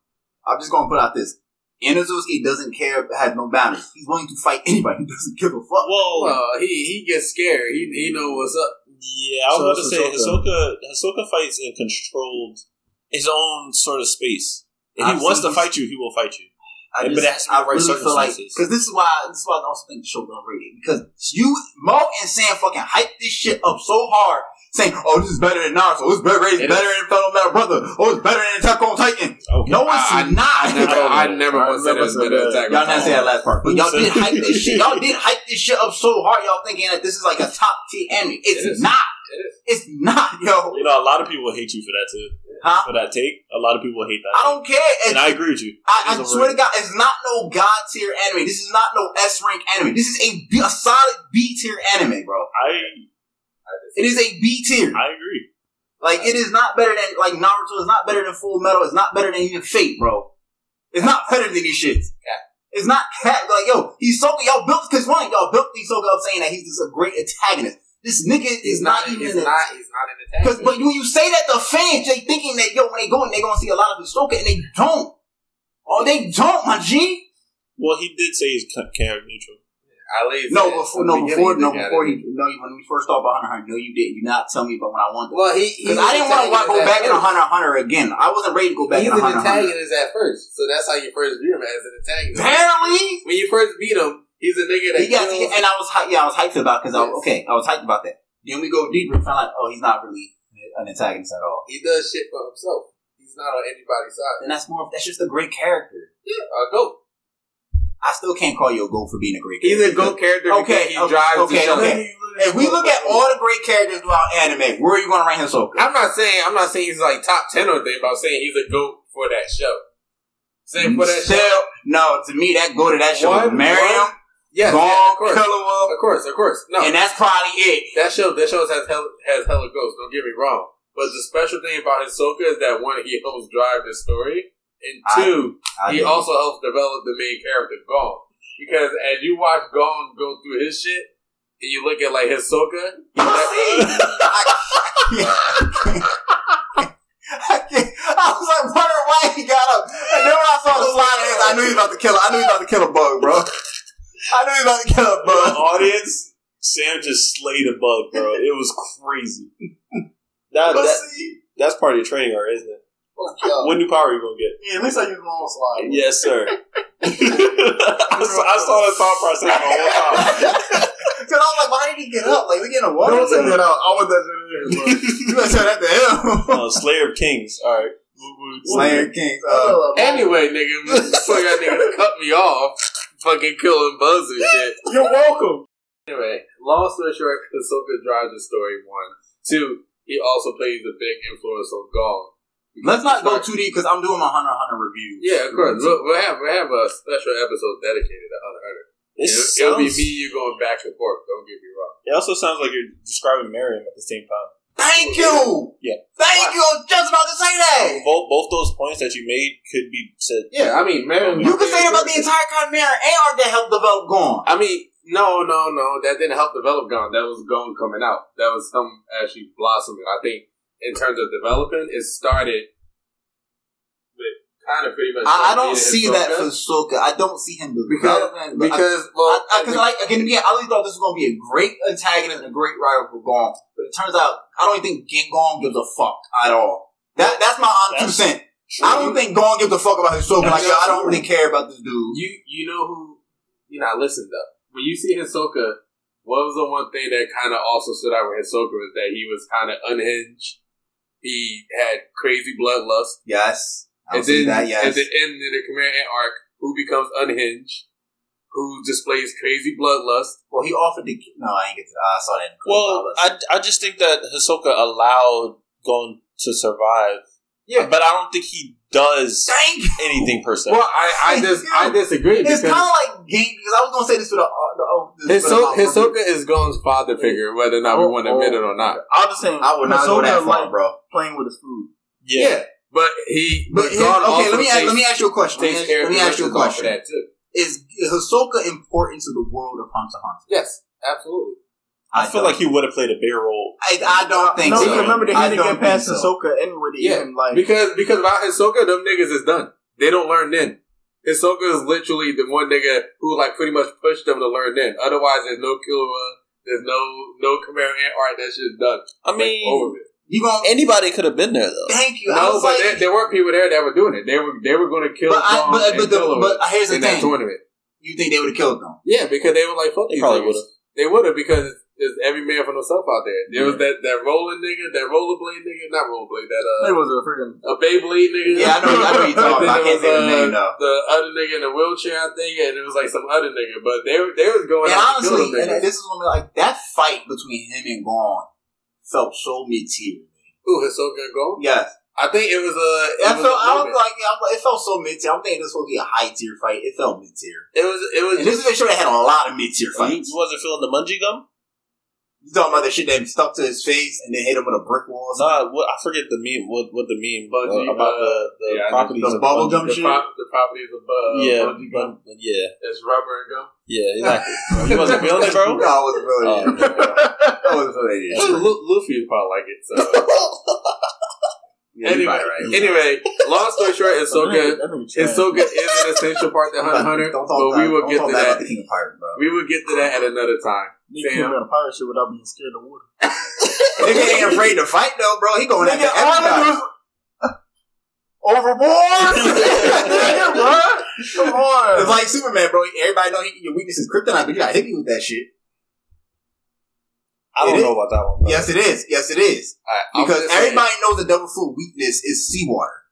E: I'm just gonna put out this. Inazusuke doesn't care, has no boundaries. He's willing to fight anybody. He doesn't give a fuck.
B: Whoa.
A: Well, Uh, he he gets scared. He he know what's up.
B: Yeah, I was
D: So
B: about to
D: it's
B: say
D: Ahsoka.
B: Ahsoka. Ahsoka fights in controlled his own sort of space. If
E: I've
B: he wants
E: seen
B: to fight you, he will fight you.
E: I
B: Yeah, but
E: just,
B: it has to be
E: I
B: the right
E: really feel like
B: circumstances.
E: because this is why this is why I also think the show gonna rate it because you Mo and Sam fucking hype this shit up so hard, saying, "Oh, this is better than Naruto. It's better, it's
A: It
E: better than Fellow Metal Brother. Oh, it's better than Attack on Titan."
B: Okay.
E: No, it's
A: I-
E: not.
A: I never, I never
D: I
A: once said it
D: never
A: was
D: said
A: better
D: that.
A: attack.
E: Y'all not say that last part, but y'all
B: So-
E: did hype this shit. Y'all did hype this shit up so hard. Y'all thinking that this is like a top tier anime. It's
A: It is.
E: not.
A: It is.
E: It's not, yo.
B: You know, a lot of people hate you for that too.
E: Huh?
B: For that take, a lot of people hate that.
E: I don't care. It's,
B: and I agree with you.
E: I,
B: It
E: I
B: is
E: swear to
B: overrated.
E: God, it's not no god tier anime. This is not no S rank anime. This is a, B, a solid B tier anime, bro.
B: I
E: It is a B tier.
B: I agree.
E: Like it is not better than like Naruto. It's not better than Full Metal. It's not better than even Fate, bro. It's not better than these shits. It's not cat. Like yo, he's so y'all built because one y'all built these so up saying that he's just a great antagonist. This nigga is
A: He's
E: not,
A: not.
E: even
A: He's
E: an
A: not. He's not an attack.
E: Because but when you say that, the fans they thinking that yo when they go in they gonna see a lot of Ahsoka and they don't. Oh, they don't, my G.
B: Well, he did say he's ca- character neutral.
A: Ali said
E: No,
A: it
E: before,
A: from the
E: no, before,
A: beginning,
E: no,
A: they got
E: before
A: it.
E: he, no, when we first talked about Hunter Hunter, no, you didn't. You not tell me about when I wanted.
A: Well, he
E: Because I didn't want to go back in Hunter Hunter again. I wasn't ready to go back
A: He's
E: in
A: an
E: Hunter Hunter.
A: antagonist at first, so that's how you first view him as an antagonist.
E: Apparently,
A: When you first meet him, he's a nigga that
E: he got,
A: kills-
E: and I was, hy- yeah, I was hyped about because I
A: Yes.
E: was okay. I was hyped about that. Then we go deeper and find out, oh, he's not really an antagonist at all.
A: he does shit for himself. He's not on anybody's side.
E: And that's more. That's just a great character.
A: Yeah, a goat.
E: I still can't call you a goat for being a great.
A: He's
E: character.
A: a goat character. because
E: Okay,
A: he
E: okay,
A: drives
E: okay,
A: the show.
E: okay. If we look at all the great characters throughout anime, where are you going to rank Hisoka?
A: I'm not saying I'm not saying he's like top ten or anything, but I'm saying he's a goat for that show. Saying for that show,
E: Still, no. To me, that go to that show.
A: One-
E: Miriam,
A: one- yes,
E: Gon,
A: yeah, of course,
E: Killua,
A: of course, of course. No,
E: and that's probably it.
A: that show that show has hell, has hella ghosts. Don't get me wrong, but the special thing about Hisoka is that one, he helps drive the story, and
E: I-
A: two,
E: I
A: he
E: did.
A: also helps develop the main character Gon. Because as you watch Gon go through his shit, and you look at like Hisoka,
E: I can't- I was like wondering why he got up. And then when I saw the slide hands, I knew he was about to kill. I knew he was about to kill a bug, bro. I knew he was about to kill a
B: Bro,
E: bug.
B: audience, Sam just slayed a bug, bro. It was crazy. That,
E: But
B: that
E: see,
B: that's part of your training art, isn't it?
D: yeah.
B: What new power are you gonna get?
D: yeah, at least I use my own slide.
B: Yes, sir. I, saw, I saw the thought process the whole time.
E: because I was like, why did he get up? Like, we getting a water.
D: Don't take that out. I want that shit in there, bro.
E: You gonna tell that to him?
B: Uh, Slayer of Kings. All right.
E: Slayer King. Uh,
D: Uh,
A: Anyway, nigga, before y'all niggas cut me off, fucking killing buzz and shit.
D: you're welcome.
A: Anyway, long story short, Hisoka drives the story one. Two, he also plays a big influence on Gong.
E: Let's not go too deep because I'm doing my Hunter x Hunter review.
A: Yeah, of course. We'll, we'll have we'll have a special episode dedicated to Hunter x Hunter.
B: It,
A: It'll,
B: sounds,
A: it'll be me and you going back and forth. Don't get me wrong.
B: it also sounds like you're describing Miriam at the same time.
E: Thank you.
B: Yeah.
E: Thank you. I was just about to say that.
B: Both both those points that you made could be said.
A: Yeah, I mean, man,
E: You can say that about the entire Chimera and Arc that helped develop Gorn.
A: I mean, no, no, no. That didn't help develop Gone. That was Gone coming out. That was him actually blossoming. I think in terms of developing, it started with kind of pretty much.
E: I, I don't
A: Hisoka.
E: see that for Soka. I don't see him
A: because
E: developing. but I-
A: because well,
E: I, I, cause
A: think-
E: like again, again, I really thought this was gonna be a great antagonist and a great rival for Gon, but it turns out I don't even think Gon gives a fuck at all. That that's my honest two cent. I don't think Gon gives a fuck about his soul. Like yo, I don't really care about this dude.
A: you you know who you know. Listen though, when you see Hisoka, what was the one thing that kind of also stood out with Hisoka is that he was kind of unhinged. He had crazy bloodlust,
E: Yes, I
A: and
E: don't see
A: then
E: that. Yes,
A: at the end of the Khmer Ant arc, who becomes unhinged, who displays crazy bloodlust.
E: well, he offered to. No, I ain't get to. I saw that.
B: Well, I, I just think that Hisoka allowed Gon to survive
A: Yeah.
B: But I don't think he does
E: Dang.
B: anything per se.
A: Well, I I dis- I disagree because
E: It's kind of like game because I was gonna say this for the, uh, the oh, this
A: his
E: for the
A: so
E: Mount
A: his Hisoka is Gon's father figure, whether or not we want to admit it or not.
D: I'll just say
E: I would not go that far,
D: like
E: bro.
D: playing with his food.
B: yeah.
A: But he
E: But
A: but
E: his,
A: Gon
E: okay,
A: also
E: let me ask,
A: takes,
E: let me ask you a question. Let me
A: takes
E: ask,
A: care
E: let
A: of
E: me
A: the
E: ask you a
A: Richards off of
E: question.
A: that too.
E: Is Hisoka important to the world of Hunter x Hunter?
A: Yes, absolutely.
B: I, feel
E: don't-
B: like he would have played a bigger role.
E: I, I don't think so.
D: no, you remember that
E: I
D: he
E: don't
D: didn't get past
E: think so.
D: Ahsoka anyway. To
A: Yeah,
D: even like
A: Because because without Hisoka, them niggas is done. They don't learn then. Hisoka is literally the one nigga who like pretty much pushed them to learn then. Otherwise, there's no Killua, there's no no Khmer Ant art. That shit's done. Like,
B: I
A: over
B: mean,
A: with.
E: You gonna
B: anybody could have been there though.
E: thank you? I
A: No,
E: was
A: but there,
E: like,
A: there were people there that were doing it. They were they were going to kill
E: but, I,
A: Gon
E: but,
A: and
E: but, the,
A: Killua
E: but here's the
A: in that
E: thing:
A: tournament.
E: you think they would have killed them?
A: Yeah, because they were like, fuck
B: They
A: these
B: probably
A: niggas.
B: would've.
A: They would have because there's every man for himself out there. There was that, that rolling nigga, that rollerblade nigga, not rollerblade,
D: it
A: that uh,
D: was a freaking.
A: a Beyblade nigga.
E: Yeah, I know, I know you
A: Then
E: talking. about.
A: there
E: I can't say the
A: was, uh,
E: name though.
A: The other nigga in the wheelchair, I think, and it was like some other nigga, but they were- they was going
E: And
A: out to kill
E: honestly,
A: them
E: and
A: niggas.
E: this is gonna be like that fight between him and Gon felt so mid tier.
A: Who Hisoka and Gon?
E: Yes.
A: I think it was a. It
E: I
A: was,
E: felt,
A: a
E: I was
A: moment.
E: like, yeah, I'm like- it felt so mid tier. I'm thinking this was gonna be a high tier fight. It felt mid tier.
A: it was it was
E: And this
A: just
E: is a show that had a lot of mid tier
B: You,
E: fights.
B: you wasn't feeling the mungie gum?
E: You talking about the shit that stuck to his face and then hit him with a brick wall? or something?
B: Nah, what, I forget the meme. What what the meme
A: Bungie,
B: uh, about the, the
A: yeah, I know.
B: properties
E: The
B: of
E: bubble
B: Bungie.
E: gum
A: the,
E: shit?
A: prop, the properties of uh,
B: Yeah,
A: Bungie gum.
B: bun- yeah,
A: It's rubber and gum.
B: yeah, exactly. Bro, you wasn't feeling it,
E: No,
B: bro.
E: I
B: Oh,
E: wasn't feeling it. I wasn't feeling it.
A: Actually, Lu- Luffy would probably like it. So.
E: Yeah, you
A: anyway,
E: probably
A: anyway,
E: right.
A: long story short, it's so good.
D: That nigga
A: It's
D: trash.
A: so good is an essential part to Hunter x Hunter,
E: Don't
A: but
E: talk
A: we
E: bad-
A: will
E: don't
A: get
E: talk
A: to
E: bad about
A: that.
E: the King of Pirates, bro.
A: We will get to that at another time.
D: Nigga
A: Damn.
D: could've been a pirate ship without being scared of water.
E: Nigga ain't afraid to fight though, bro. He going after everybody.
D: Overboard. Come on.
E: It's like Superman, bro. Everybody know he, your weakness is kryptonite, but you gotta hit me with that shit.
B: I
E: It
B: don't
E: is.
B: know about that one. Bro.
E: Yes, it is. Yes, it is.
A: All right, I'm
E: Because
A: just saying,
E: everybody knows the devil fruit weakness is seawater.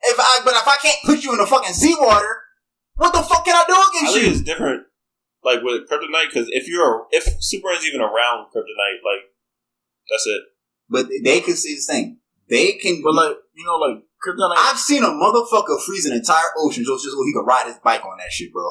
E: If I, but if I can't put you in the fucking seawater, what the fuck can I do
B: I
E: against
B: think
E: you?
B: it's different, like with Kryptonite, because if you're a, if Superman's even around Kryptonite, like that's it.
E: But they can see this thing. They can.
D: But like you know, like kryptonite.
E: I've seen a motherfucker freeze an entire ocean just so he could ride his bike on that shit, bro.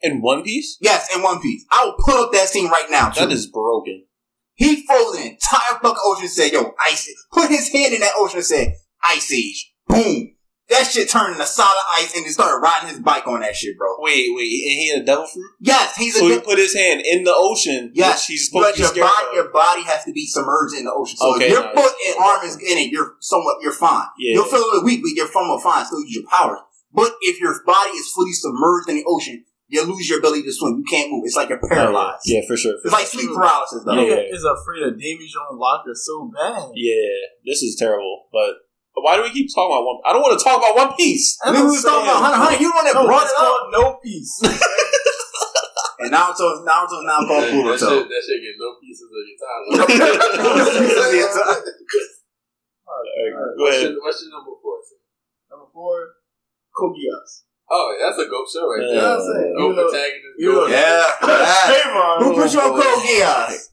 B: In One Piece,
E: Yes, in One Piece. I will pull up that scene right now.
B: that
E: too.
B: is broken.
E: he froze an entire fucking ocean and said, yo, ice. Put his hand in that ocean and said, ice age. Boom. That shit turned into solid ice and he started riding his bike on that shit, bro.
B: Wait, wait, and he had a devil fruit,
E: Yes, he's a
B: so he
E: good-
B: put his hand in the ocean.
E: Yes,
B: which he's supposed
E: But
B: to be
E: your
B: scared
E: body,
B: of.
E: your body has to be submerged in the ocean. So
B: Okay,
E: if your
B: nice.
E: foot and arm is in it, you're somewhat you're fine.
B: Yeah.
E: You'll feel a little weak, but you're somewhat fine. Still use your powers. But if your body is fully submerged in the ocean, you lose your ability to swim. You can't move. It's like you're paralyzed.
B: Oh, Yeah, for sure. for
E: It's like sleep paralysis, though.
B: Yeah.
D: Nigga is afraid of Davy Jones Locker so bad.
B: Yeah, this is terrible. But why do we keep talking about One? I don't want to talk about One Piece.
E: We were talking about Hunter, Hunter. You the one that
D: No,
E: brought
D: it's
E: it up.
D: called No Peace.
E: And Naruto, Naruto's now called
A: that, that, shit,
E: Boruto.
A: that shit get no pieces of your time. Like,
B: Go
A: what's,
B: ahead.
A: your, what's your number four?
D: Number four, Kogias.
A: Oh, that's a goat show right
B: Yeah.
A: there.
D: You know what I'm saying?
A: Goat
D: You
A: protagonist. Goat.
D: know- you know-
E: yeah. yeah.
D: Trayvon.
E: Who put you on
D: Oh, boy.
E: Code Geass?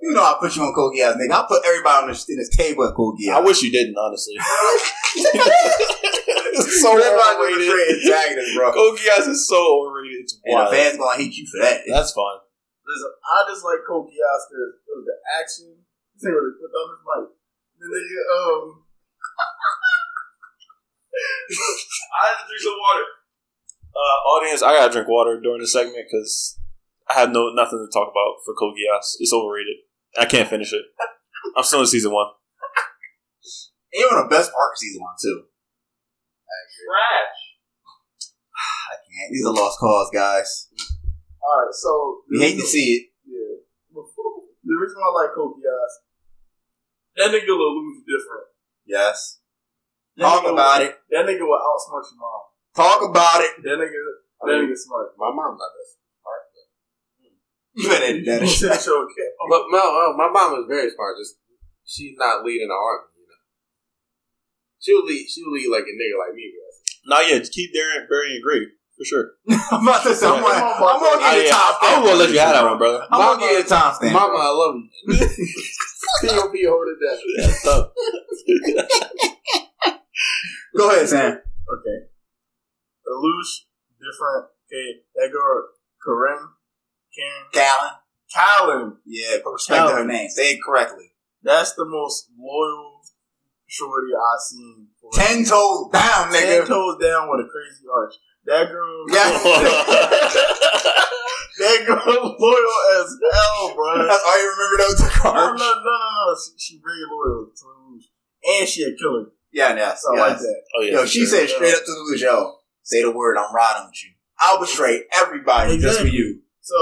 E: You know I put you on Code Geass, nigga. I put everybody on this, in this table at Code Geass.
B: I wish you didn't, honestly. It's so
E: Everybody's a
B: overrated.
E: great antagonist, bro.
B: Kogias is so overrated. It's
E: And the
B: wild.
E: fans gonna hate you for that.
B: That's fine.
D: Listen, I just like Kogias because it was the action. This ain't really put down his mic. The nigga, um.
B: I had to drink some water. Uh, audience, I gotta drink water during the segment because I have no nothing to talk about for Kogias. It's overrated. I can't finish it. I'm still in season one.
E: And you're on the best part of season one too.
A: Trash.
E: Man, these are lost cause, guys.
D: Alright, so.
E: We hate to see
D: Yeah. The reason why I like Kogias, that nigga Lil Uzi different.
E: it. Yes.
D: That
E: Talk
D: nigga
E: about
D: will-
E: it.
D: That nigga will outsmart your mom.
E: Talk about it.
D: That nigga, that nigga smart.
A: My mom not that.
E: You better edit that.
D: You
E: out.
D: said it's okay.
A: But no, uh, my mom is very smart. Just she's not leading the army. You know, she'll lead. She'll lead like a nigga like me. Bro.
B: Now, yeah, keep Darren, Barry, and Gray for sure.
E: I'm about to say, I'm gonna, I'm gonna
B: I,
E: give you
B: Oh, yeah,
E: top
B: I- I'm gonna let you have that one, brother.
E: I'm gonna give you a time stamp.
A: Mama, I love you. P.O.P. hold it down.
E: Go ahead, Sam.
D: Okay. Lelouch, different. Okay. Edgar, Corinne, Karen,
E: Callan.
D: Callan.
E: Yeah, put respect to her
D: Callan.
E: name. Say it correctly.
D: That's the most loyal shorty I've seen. for-
E: Ten toes down, nigga.
D: Ten toes down with a crazy arch. That girl,
E: Yeah.
D: that girl, loyal as hell, bro.
E: That's all you remember though, the
D: No, no,
E: card.
D: no, no, no. She, she very loyal to Lelouch, and she a killer.
E: Yeah, yes,
D: So I like
E: yes.
D: that.
B: Oh yeah.
E: Yo,
B: for
E: she
B: sure.
E: said straight up to the loose, yo, say the word, I'm riding with you. I'll betray everybody just for you.
D: So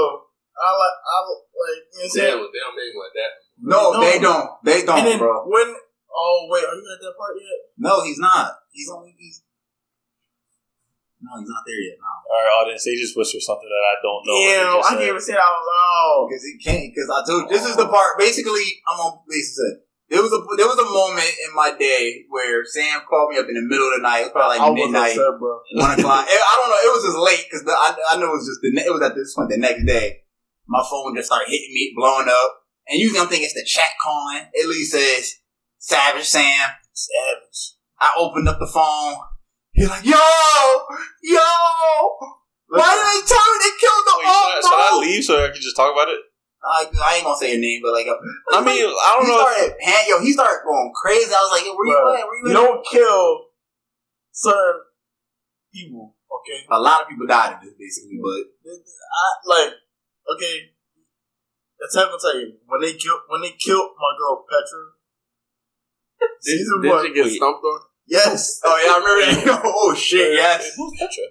D: I like, I like, you know what I'm saying?
A: Damn, they don't make me like that.
E: No,
D: No.
E: they don't. They don't,
D: and then
E: bro.
D: when, oh wait, are you at that part yet?
E: No, he's not. He's only he's. No, he's not there yet. No,
B: All right, audience. They just whispered something that I don't know. what they just
D: Damn, I
B: said.
D: can't even say it out loud.
E: because he can't. Because I told this is the part. Basically, I'm on. Basically, there was a there was a moment in my day where Sam called me up in the middle of the night. It was probably
D: I
E: like
D: was
E: midnight.
D: upset, bro.
E: one o'clock. It- I don't know. It was just late because I, I know it was just the ne- it was at this point the next day. My phone just started hitting me, blowing up, and usually I'm thinking it's the chat calling. It least says Savage Sam. Savage. I opened up the phone. He's like, "Yo, yo, why did they tell me they killed the
B: Wait,
E: old
B: should, I,
D: Oh,
B: should I leave so I can just talk about it?
E: I, I ain't gonna say your name, but like,
B: I mean, I
E: he
B: don't know.
E: started pan- yo. He started going crazy. I was like, yo, "Where you
D: Bruh,
E: at? Where you
D: You
E: at?"
D: don't kill certain people, okay?
E: a lot of people died in this, basically, but
D: I like okay. That's how I'm gonna tell you. When they killed when they killed my girl Petra,
A: Did,
D: season
A: did
D: one.
A: you get
B: Wait.
A: stumped on?
D: yes,
E: Oh yeah, I remember that. oh shit, yes.
B: Who's Petra?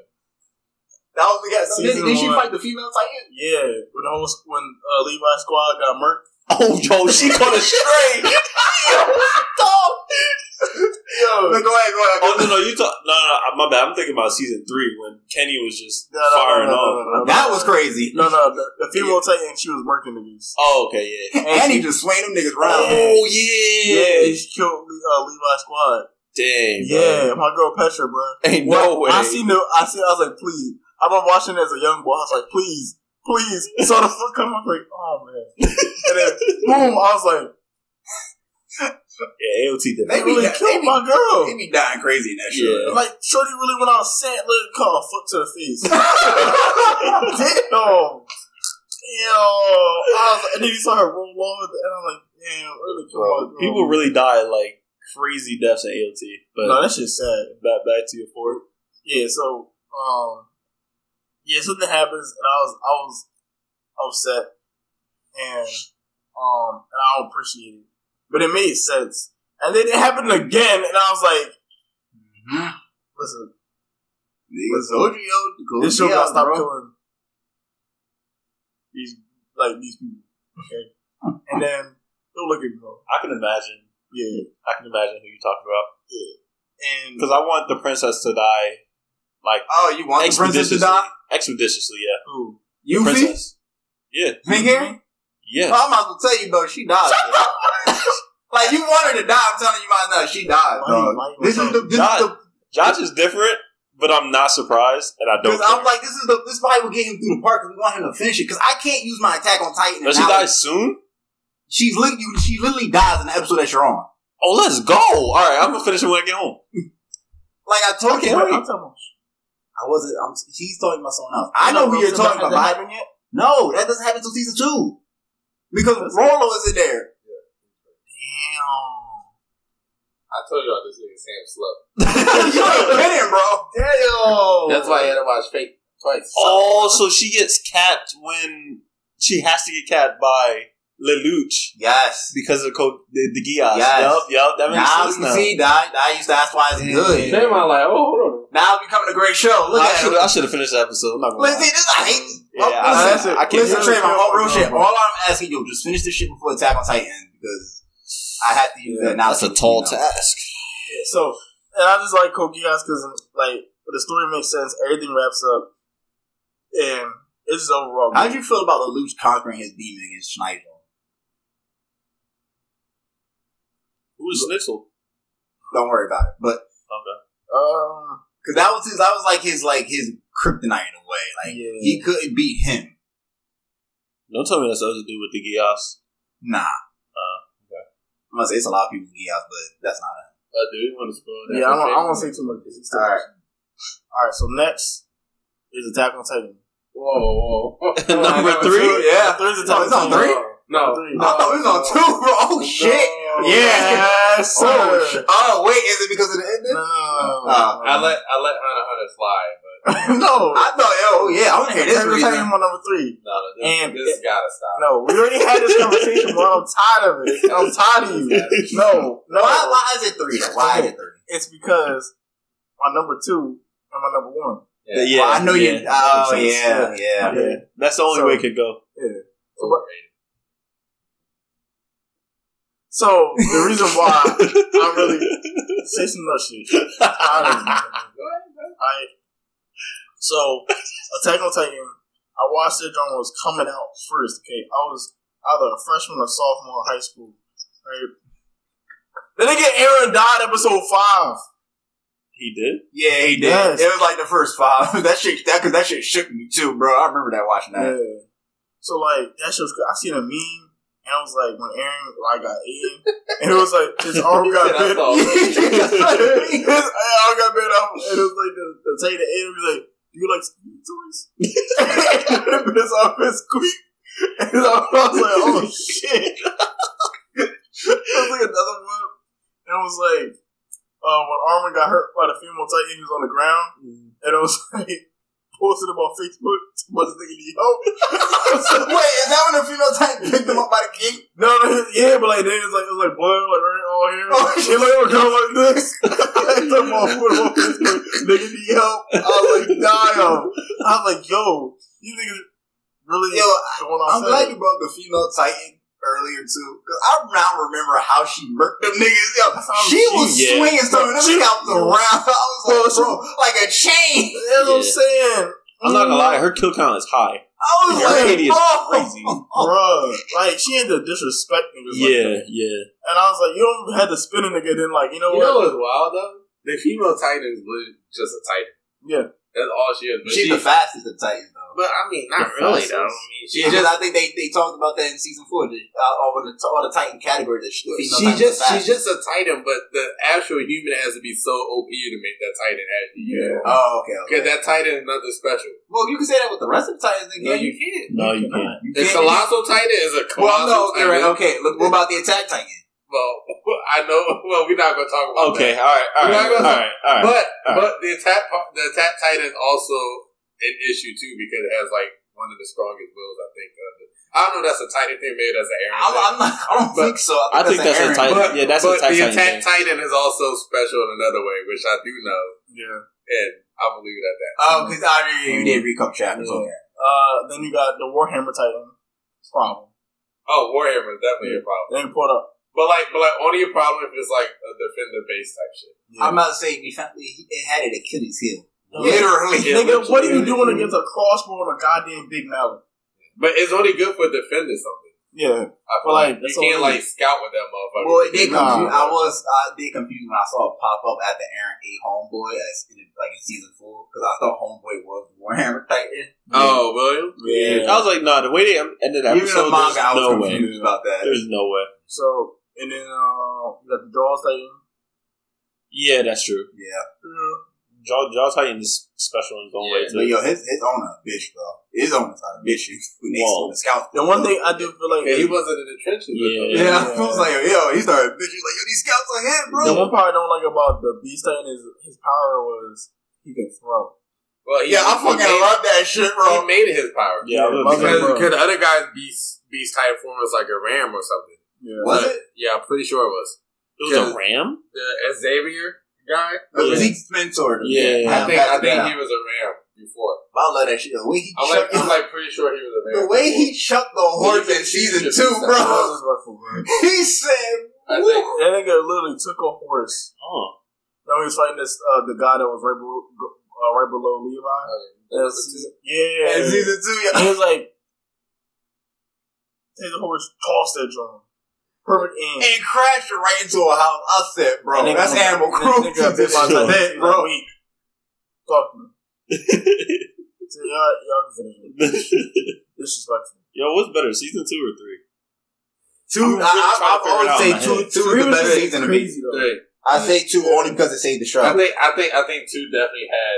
E: That was the guy. So did,
D: Season
E: did she
D: one.
E: fight the female titan?
D: yeah. When the whole when uh, Levi Squad got murked,
B: Oh, yo, she caught a stray.
E: Yo, go ahead, go ahead.
B: oh no, no, you talk. No, no, no, my bad. I'm thinking about season three when Kenny was just
D: No, no, no,
B: firing
D: no, no,
B: off.
D: no, no, no.
E: that was crazy.
D: No, no, the, the female Titan, she was murking niggas.
B: Oh, okay, yeah.
E: And he just swayed them niggas around.
B: Oh
D: Yeah,
B: yeah.
D: and she killed Le- uh, Levi Squad.
B: Dang.
D: Yeah, my girl Petra, bro.
B: Bro. Ain't
D: Well,
B: no way.
D: I seen the. I seen. I was like, please. I've been watching it as a young boy. I was like, please, please. So the fuck come. I was like, oh man. And then boom. I was like,
B: yeah, AOT did.
D: they
E: Maybe
D: really
E: that-
D: killed
E: maybe-
D: my girl.
E: He be dying crazy in that shit.
B: Yeah.
D: like, Shorty really went out sad. Look, call a foot to the face. Damn. Damn. I was like, and then you saw her roll over, and I'm like, damn, really killed my
B: Bro,
D: girl.
B: people really die like crazy deaths in AOT. But
D: No, that shit's sad.
B: back back to your four.
D: Yeah, so um yeah, something happens and I was I was upset and um and I don't appreciate it. But it made sense. And then it happened again and I was like,
E: Mhm.
D: listen,
E: Nigga told you, yo. Go
D: this show
E: yeah,
D: gotta stop
E: bro.
D: killing these like these people. Okay. and then don't look at me bro.
B: I can imagine.
D: Yeah.
B: I can imagine who you're talking about
D: And
B: because I want the princess to die like
E: Oh, you want the princess to
B: expeditiously.
E: die?
B: Expeditiously, yeah.
D: who?
E: You see?
B: Princess. Yeah.
E: Pink hair?
B: Yeah.
E: Well, I might as well tell you, though, she died. like, you want her to die, I'm telling you, might not. She died,
D: Why you-
E: dog.
D: why you
E: This is
D: gonna
E: the, this
B: Die.
E: is the,
B: Josh is different, but I'm not surprised, and I don't.
E: because
B: Care.
E: I'm like, this is the, this probably will get him through the park because we want him to finish it because I can't use my attack on Titan.
B: Does she
E: and now-
B: die soon?
E: She's lit you. She literally dies in the episode that you're on.
B: Oh, let's go! All right, I'm gonna finish it when I get home.
E: Like I told you,
D: Bro,
E: I
D: I'm talking about-
E: wasn't. I'm, he's talking about someone else. I know
D: bro,
E: who you're
D: something
E: talking
D: hasn't
E: about.
D: happened yet.
E: No, that doesn't happen until season two because Rolo is in there.
A: I told y'all this nigga Sam slept.
E: you ain't kidding, bro.
D: Damn.
A: That's why I had to watch Fate twice.
B: Oh, so she gets capped when she has to get capped by Lelouch
E: Yes.
B: because of code the, the Gias.
E: Yes.
B: Yup, yup. That makes
E: Now
B: sense
E: you
B: now.
E: see, that. Now you see. That's why it's good.
A: Then I'm like, oh, hold on.
E: Now it's becoming a great show. Look
B: I
E: at
B: should
E: it.
B: I should have finished the episode. I'm not gonna
E: Listen,
B: lie.
E: this I hate.
B: Yeah, I-
E: listen,
D: that's it.
B: I can't.
E: Listen,
D: Listen,
E: Trayvon, all real shit.
D: bro.
E: All I'm asking you, just finish this shit before Attack on Titan because I have to use that. Now
B: That's a tall
E: You know.
B: task.
D: So, and I just like Kogias because, like, the story makes sense. Everything wraps up, and it's just overall.
E: How did you feel about Lelouch conquering his demon against Schneider?
B: Who is Snitzel?
E: Don't worry about it. But
D: Um,
E: because that was his, that was like his like his kryptonite in a way. Like
D: Yeah.
E: he couldn't beat him.
B: Don't tell me that's other dude with the Gias.
E: Nah.
B: okay.
E: I'm gonna say it's a lot of people geek out, but that's not it.
A: Uh, do you want to spoil that?
D: Yeah, I don't, I don't want to say too much. 'cause he's still
E: All right.
D: All right. So next is Attack on Titan.
A: Whoa, whoa.
B: Number three?
E: yeah.
D: Three's
E: No, it's on three?
A: No.
D: Three.
A: no.
E: I thought it was on two, bro. Oh shit.
A: No.
D: Yes, sir.
E: Oh, sh- oh, wait, is it because of the ending?
D: No,
E: Uh,
A: I let I let Hunter Hunter slide, but
D: no.
E: I thought, oh yeah, I want to hear this
D: Attack on Titan
E: reason.
D: on number three.
A: no, this,
D: And-
A: this has gotta stop.
D: No, we already had this conversation, bro. I'm tired of it. I'm tired of you. No, no.
E: Why, why is it three? though? Why is it three?
D: It's because my number two and my number one.
A: Yeah.
B: Yeah,
E: Well, I know
B: yeah.
E: you. Oh
B: Makes
E: yeah,
B: sense.
E: yeah.
D: Yeah.
B: That's the only
D: So-
B: way it could go.
A: Overrated.
D: So the reason why I really say some nut shit. I don't know. Alright. So, Attack on Titan, I watched that drama was coming out first, okay? I was either a freshman or sophomore in high school, right? Then they get Aaron died episode five.
B: He did.
E: Yeah, he did.
D: Yes.
E: It was like the first five. that shit, that cause that shit shook me too, bro. I remember that watching that.
D: Yeah. So, like, that shit was, I seen a meme, and I was like, when Aaron, like, got eaten, and it was like, his arm got
A: Yeah, that's
D: bit.
A: all.
D: his arm got bit off, and it was like, the, the Titan, and it was like, do you like squeaky toys? and his arm is squeak. And I was like, oh shit. It was like another one. And it was like, uh, when Armin got hurt by the female titan, he was on the ground. And it was like, posted him on Facebook. Was this nigga need help?
E: Wait, is that when the female titan picked him up by the gate?
D: no, no, he- yeah, but like, then it's like, it was like blood, like right all here.
E: Oh,
D: He like, it was going like this. I took him off, put him on Facebook. Nigga need help. I was like, damn. I was like, yo, you niggas really
E: Yo,
D: going
E: I'm
D: on
E: glad you brought the female titan earlier too, cause I now remember how she murked them niggas. Yo,
D: Oh,
E: she was
B: yeah.
E: swinging something. Them
D: She-
E: niggas out the round. I was like, bro, like a chain.
D: That's what I'm
B: Yeah.
D: saying.
B: I'm not gonna lie. Her kill count is
E: I
B: high.
E: was
B: Her
E: like,
B: lady is
E: oh,
B: crazy.
D: Bruh, like she had to disrespect niggas. like
B: Yeah,
D: that.
B: yeah.
D: and I was like, you don't have to spin a nigga. Then like, you know
A: You
D: what?
A: know what's wild though? The female titan is literally just a titan.
D: Yeah.
A: That's all she is. But
E: She's
A: she-
E: the fastest of titans though.
A: But I mean, not
B: The
A: really
B: fastest.
A: though. I mean, she
E: Yeah,
A: just
E: I think they, they talked about that in season four. The, uh, all the all the Titan category that she,
A: she just she's just a titan, but the actual human has to be so OP to make that titan actually.
D: Yeah.
E: Oh, okay.
A: Because
E: okay.
A: that titan is nothing special.
E: well, you can say that with the rest of the Titans. Then,
A: No,
E: can't
A: you can't.
B: No, you can't.
E: You
A: The
E: can't-
A: colossal titan is a
E: Well,
A: colossal
E: no,
A: titan.
E: you're right. Okay, look, what about the Attack Titan?
A: Well, I know. Well, we're not going to talk about
B: Okay.
A: that.
B: All right. All
A: We're not
B: right. All
A: gonna-
B: right. All right.
A: But
B: all right.
A: but the attack part- the attack titan is also an issue too because it has like one of the strongest wills I think. Of it. I don't know. if That's a titan thing. Maybe that's an Aaron.
E: I'm,
A: thing.
E: I'm not. I don't
A: But-
E: think so.
B: I think that's a
E: Aaron.
B: Titan.
A: But,
B: Uh, yeah, that's
A: but
B: a Titan
A: the
B: titan
A: attack
B: thing.
A: titan is also special in another way, which I do know,
D: yeah.
A: and I believe that that.
E: Oh, because I you did recap chapters.
D: Yeah.
E: Okay.
D: Uh, then you got the Warhammer Titan problem.
A: Oh, Warhammer is definitely a problem.
D: They put up.
A: But like, but like, only a problem if it's like a defender base type shit.
D: Yeah.
E: I'm about to say we found he it had an Achilles heel.
D: Yeah.
E: Literally.
A: Yeah,
D: Nigga, what are you
A: literally.
D: doing against a crossbow and a goddamn big mallet?
A: But it's only good for defending something.
D: Yeah,
A: I feel
D: Well,
A: like
D: like,
A: you
D: that's
A: can't
D: only-
A: like scout with that motherfucker.
E: Well, it did
D: Nah.
E: confuse. I was I did confused when I saw it pop up after Aaron ate Homeboy as in, like in season four because I thought Homeboy was the Warhammer Titan.
A: oh, William.
B: I was like, nah. The way they ended that
E: Even in
B: episode,
E: the manga, I
B: there's
E: was
B: no way.
E: confused about that.
B: There's no way.
D: So and then uh, you got the Jaws Titan.
B: Yeah, that's true.
E: Yeah,
B: Jaw Jaw Titan is special in his own
A: Yeah.
E: but
B: way too.
E: yo, his his owner a bitch, bro. His owner's not a bitch. When they
B: Whoa.
E: the scouts,
D: The one thing I do feel like
A: Yeah, he wasn't in the trenches. with them.
B: Yeah.
E: Yeah, I was like, yo, he started bitching like, yo, these scouts are him, bro.
D: the one part I don't like about the Beast Titan is his power was he could throw.
A: Well, he-
E: yeah,
A: he
E: I fucking
A: made-
E: love that
A: He
E: shit, bro.
A: made it his power.
B: Yeah, I was
D: Mother-
A: Because,
D: Bro.
A: because the other guy's beast beast type form was like a ram or something.
D: Yeah.
E: Was it?
A: Yeah, I'm pretty sure it was
B: It was a ram.
A: the Xavier guy.
B: Yeah.
E: Zeke's mentor.
B: Yeah.
A: I think I think
E: Yeah.
A: he was a ram before.
E: I love that shit. The way he
A: I'm like
E: chucked,
A: I'm like pretty sure he was a ram.
E: the way
A: before.
E: he chucked the horse in season two,
D: That
E: bro.
D: was rough, bro.
E: He said,
A: I think
D: That nigga literally took a horse.
B: Oh,
D: No, he was fighting this uh, the guy that was right below, uh, right below
A: Oh,
D: Levi.
A: that
D: That's
A: was
D: season-
E: and
D: yeah,
E: season two, yeah.
D: he was like, take the horse, toss that drum, perfect aim.
E: and crashed it right into a house. I said, bro,
D: That nigga
E: that's
D: was-
E: animal
D: that
E: cruelty.
D: nigga bit my
E: That's
D: tongue.
E: it, bro.
D: Wait. Fuck me. So y'all, y'all can finish it.
B: yo,
D: Disrespectful.
B: what's better, season two or three?
E: Two,
B: I'm really
E: I,
B: trying
E: I,
B: to
E: I,
B: figure
E: I would
B: it out in my
E: say two, two is the better season to me.
D: crazy though.
A: Three.
E: I say two only because it saved
A: I
E: the show.
A: think I think I think two definitely had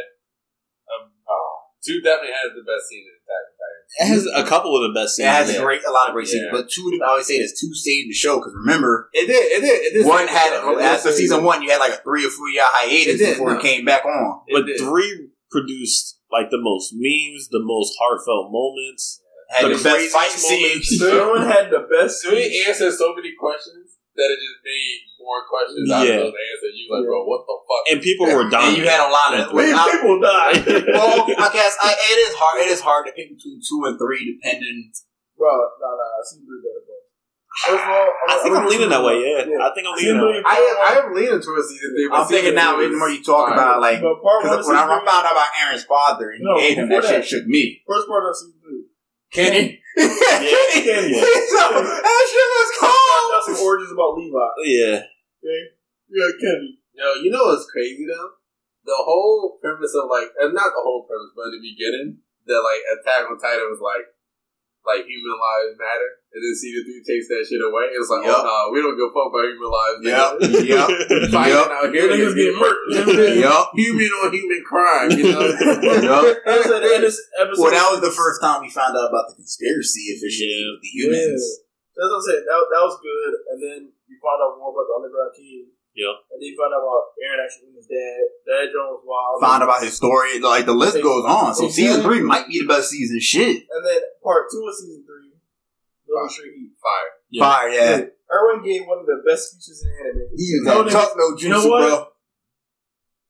A: um, uh, two definitely had the best season in Attack on Titan.
B: It has a couple of the best
E: It
B: scenes.
E: has
B: yeah.
E: a great, a lot of great seasons,
A: Yeah.
E: but two, I always say this, two saved the show because remember,
A: It did, it did, it did.
E: one had after
A: it
E: season one, you had like a three or four year
A: It
E: hiatus
A: did,
E: before
A: no.
E: it came back on.
A: It
B: but
A: did.
B: three produced like the most memes, the most heartfelt moments.
E: Had the,
B: The
E: best
B: craziest
E: fight
B: moments.
E: scenes.
D: No one had the best.
A: So he answered so many questions that it just made more questions out
B: Yeah.
A: of those answers. You like, bro, what the fuck?
B: And people were
E: And you
B: dying.
E: had a lot of
B: Wait,
E: I-
D: people died.
E: well, I guess I, it is hard. It is hard to pick between two and three, depending.
D: Bro, nah, nah, I seen three better, bro. First of all,
B: I think I'm leaning that way, yeah.
D: Yeah.
B: I think I'm
D: Season
B: leaning that way.
D: three-
A: I am, I am leaning towards season three. but
E: I'm thinking
A: season
E: now.
A: two
E: The
A: is
E: more you talk
A: fine.
E: about like,
D: But part one,
E: because when I
D: season
E: found
D: three-
E: out about Aaron's father and
D: No,
E: he ate him,
D: before
E: that,
D: that.
E: shit shook me.
D: first part of season three,
E: Kenny,
B: Yeah, Kenny.
E: So, that shit
D: found out
E: was
D: some
E: cold.
D: origins about Levi.
B: Yeah.
D: Yeah, Kenny.
A: Yo, you know what's crazy though? The whole premise of like, and not the whole premise, but in the beginning, that like Attack on Titan was like, like human lives matter, and then season three takes that shit away. It's like,
E: Yup.
A: oh no, we don't give a fuck about human lives.
E: Yup.
A: nigga.
E: Yup.
A: fighting
E: Yup.
A: out here, niggas getting murdered.
E: Yup.
A: Human on human crime, you know.
E: Yup.
D: That was at the end of this episode.
E: Well, that was the first time we found out about the conspiracy officially with the humans.
D: Yeah. That's what I'm saying. That, that was good. And then you found out more about the underground kid.
B: Yeah.
D: And then you found out about Aaron actually being his dad. Dad Jones was wild.
E: Found out about his story. Like the list goes on. So season three might be the best season. Shit,
D: And then part two of season three, Little Street Heat.
A: Fire.
B: Yeah.
E: fire. Yeah,
D: Erwin gave one of the best speeches in anime.
E: he was
D: No,
E: that tough, no
D: you
E: juice,
D: know what?
E: bro.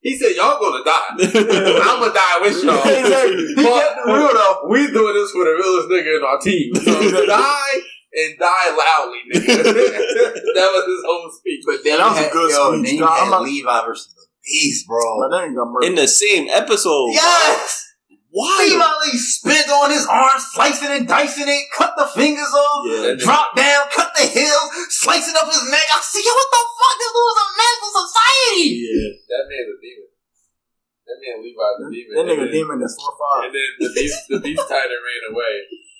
A: He said, "Y'all gonna die. I'm gonna die with y'all."
E: Exactly. He
A: But-
E: kept it real though.
A: we doing this for the realest nigga in our team. So die and die loudly, nigga. that was his whole speech.
E: But then
D: That
E: you
D: was a
E: had-
D: good
E: yo,
D: speech,
E: Then you
D: dog.
E: had
D: I'm not-
E: Levi versus the Beast, bro.
D: that ain't got
B: In the same episode.
E: Yes, Levi
B: Why?
E: Lee spit on his arm, slicing and dicing it, cut the fingers off,
B: Yeah.
E: drop down, cut the heels, slicing up his neck. I said, yo, what the fuck? This dude is a medical society.
B: Yeah.
A: That man's a demon. That man Levi's a demon.
D: That
A: And
D: nigga
A: then-
D: demon that's four five.
A: And then the beast, the beast titan ran away.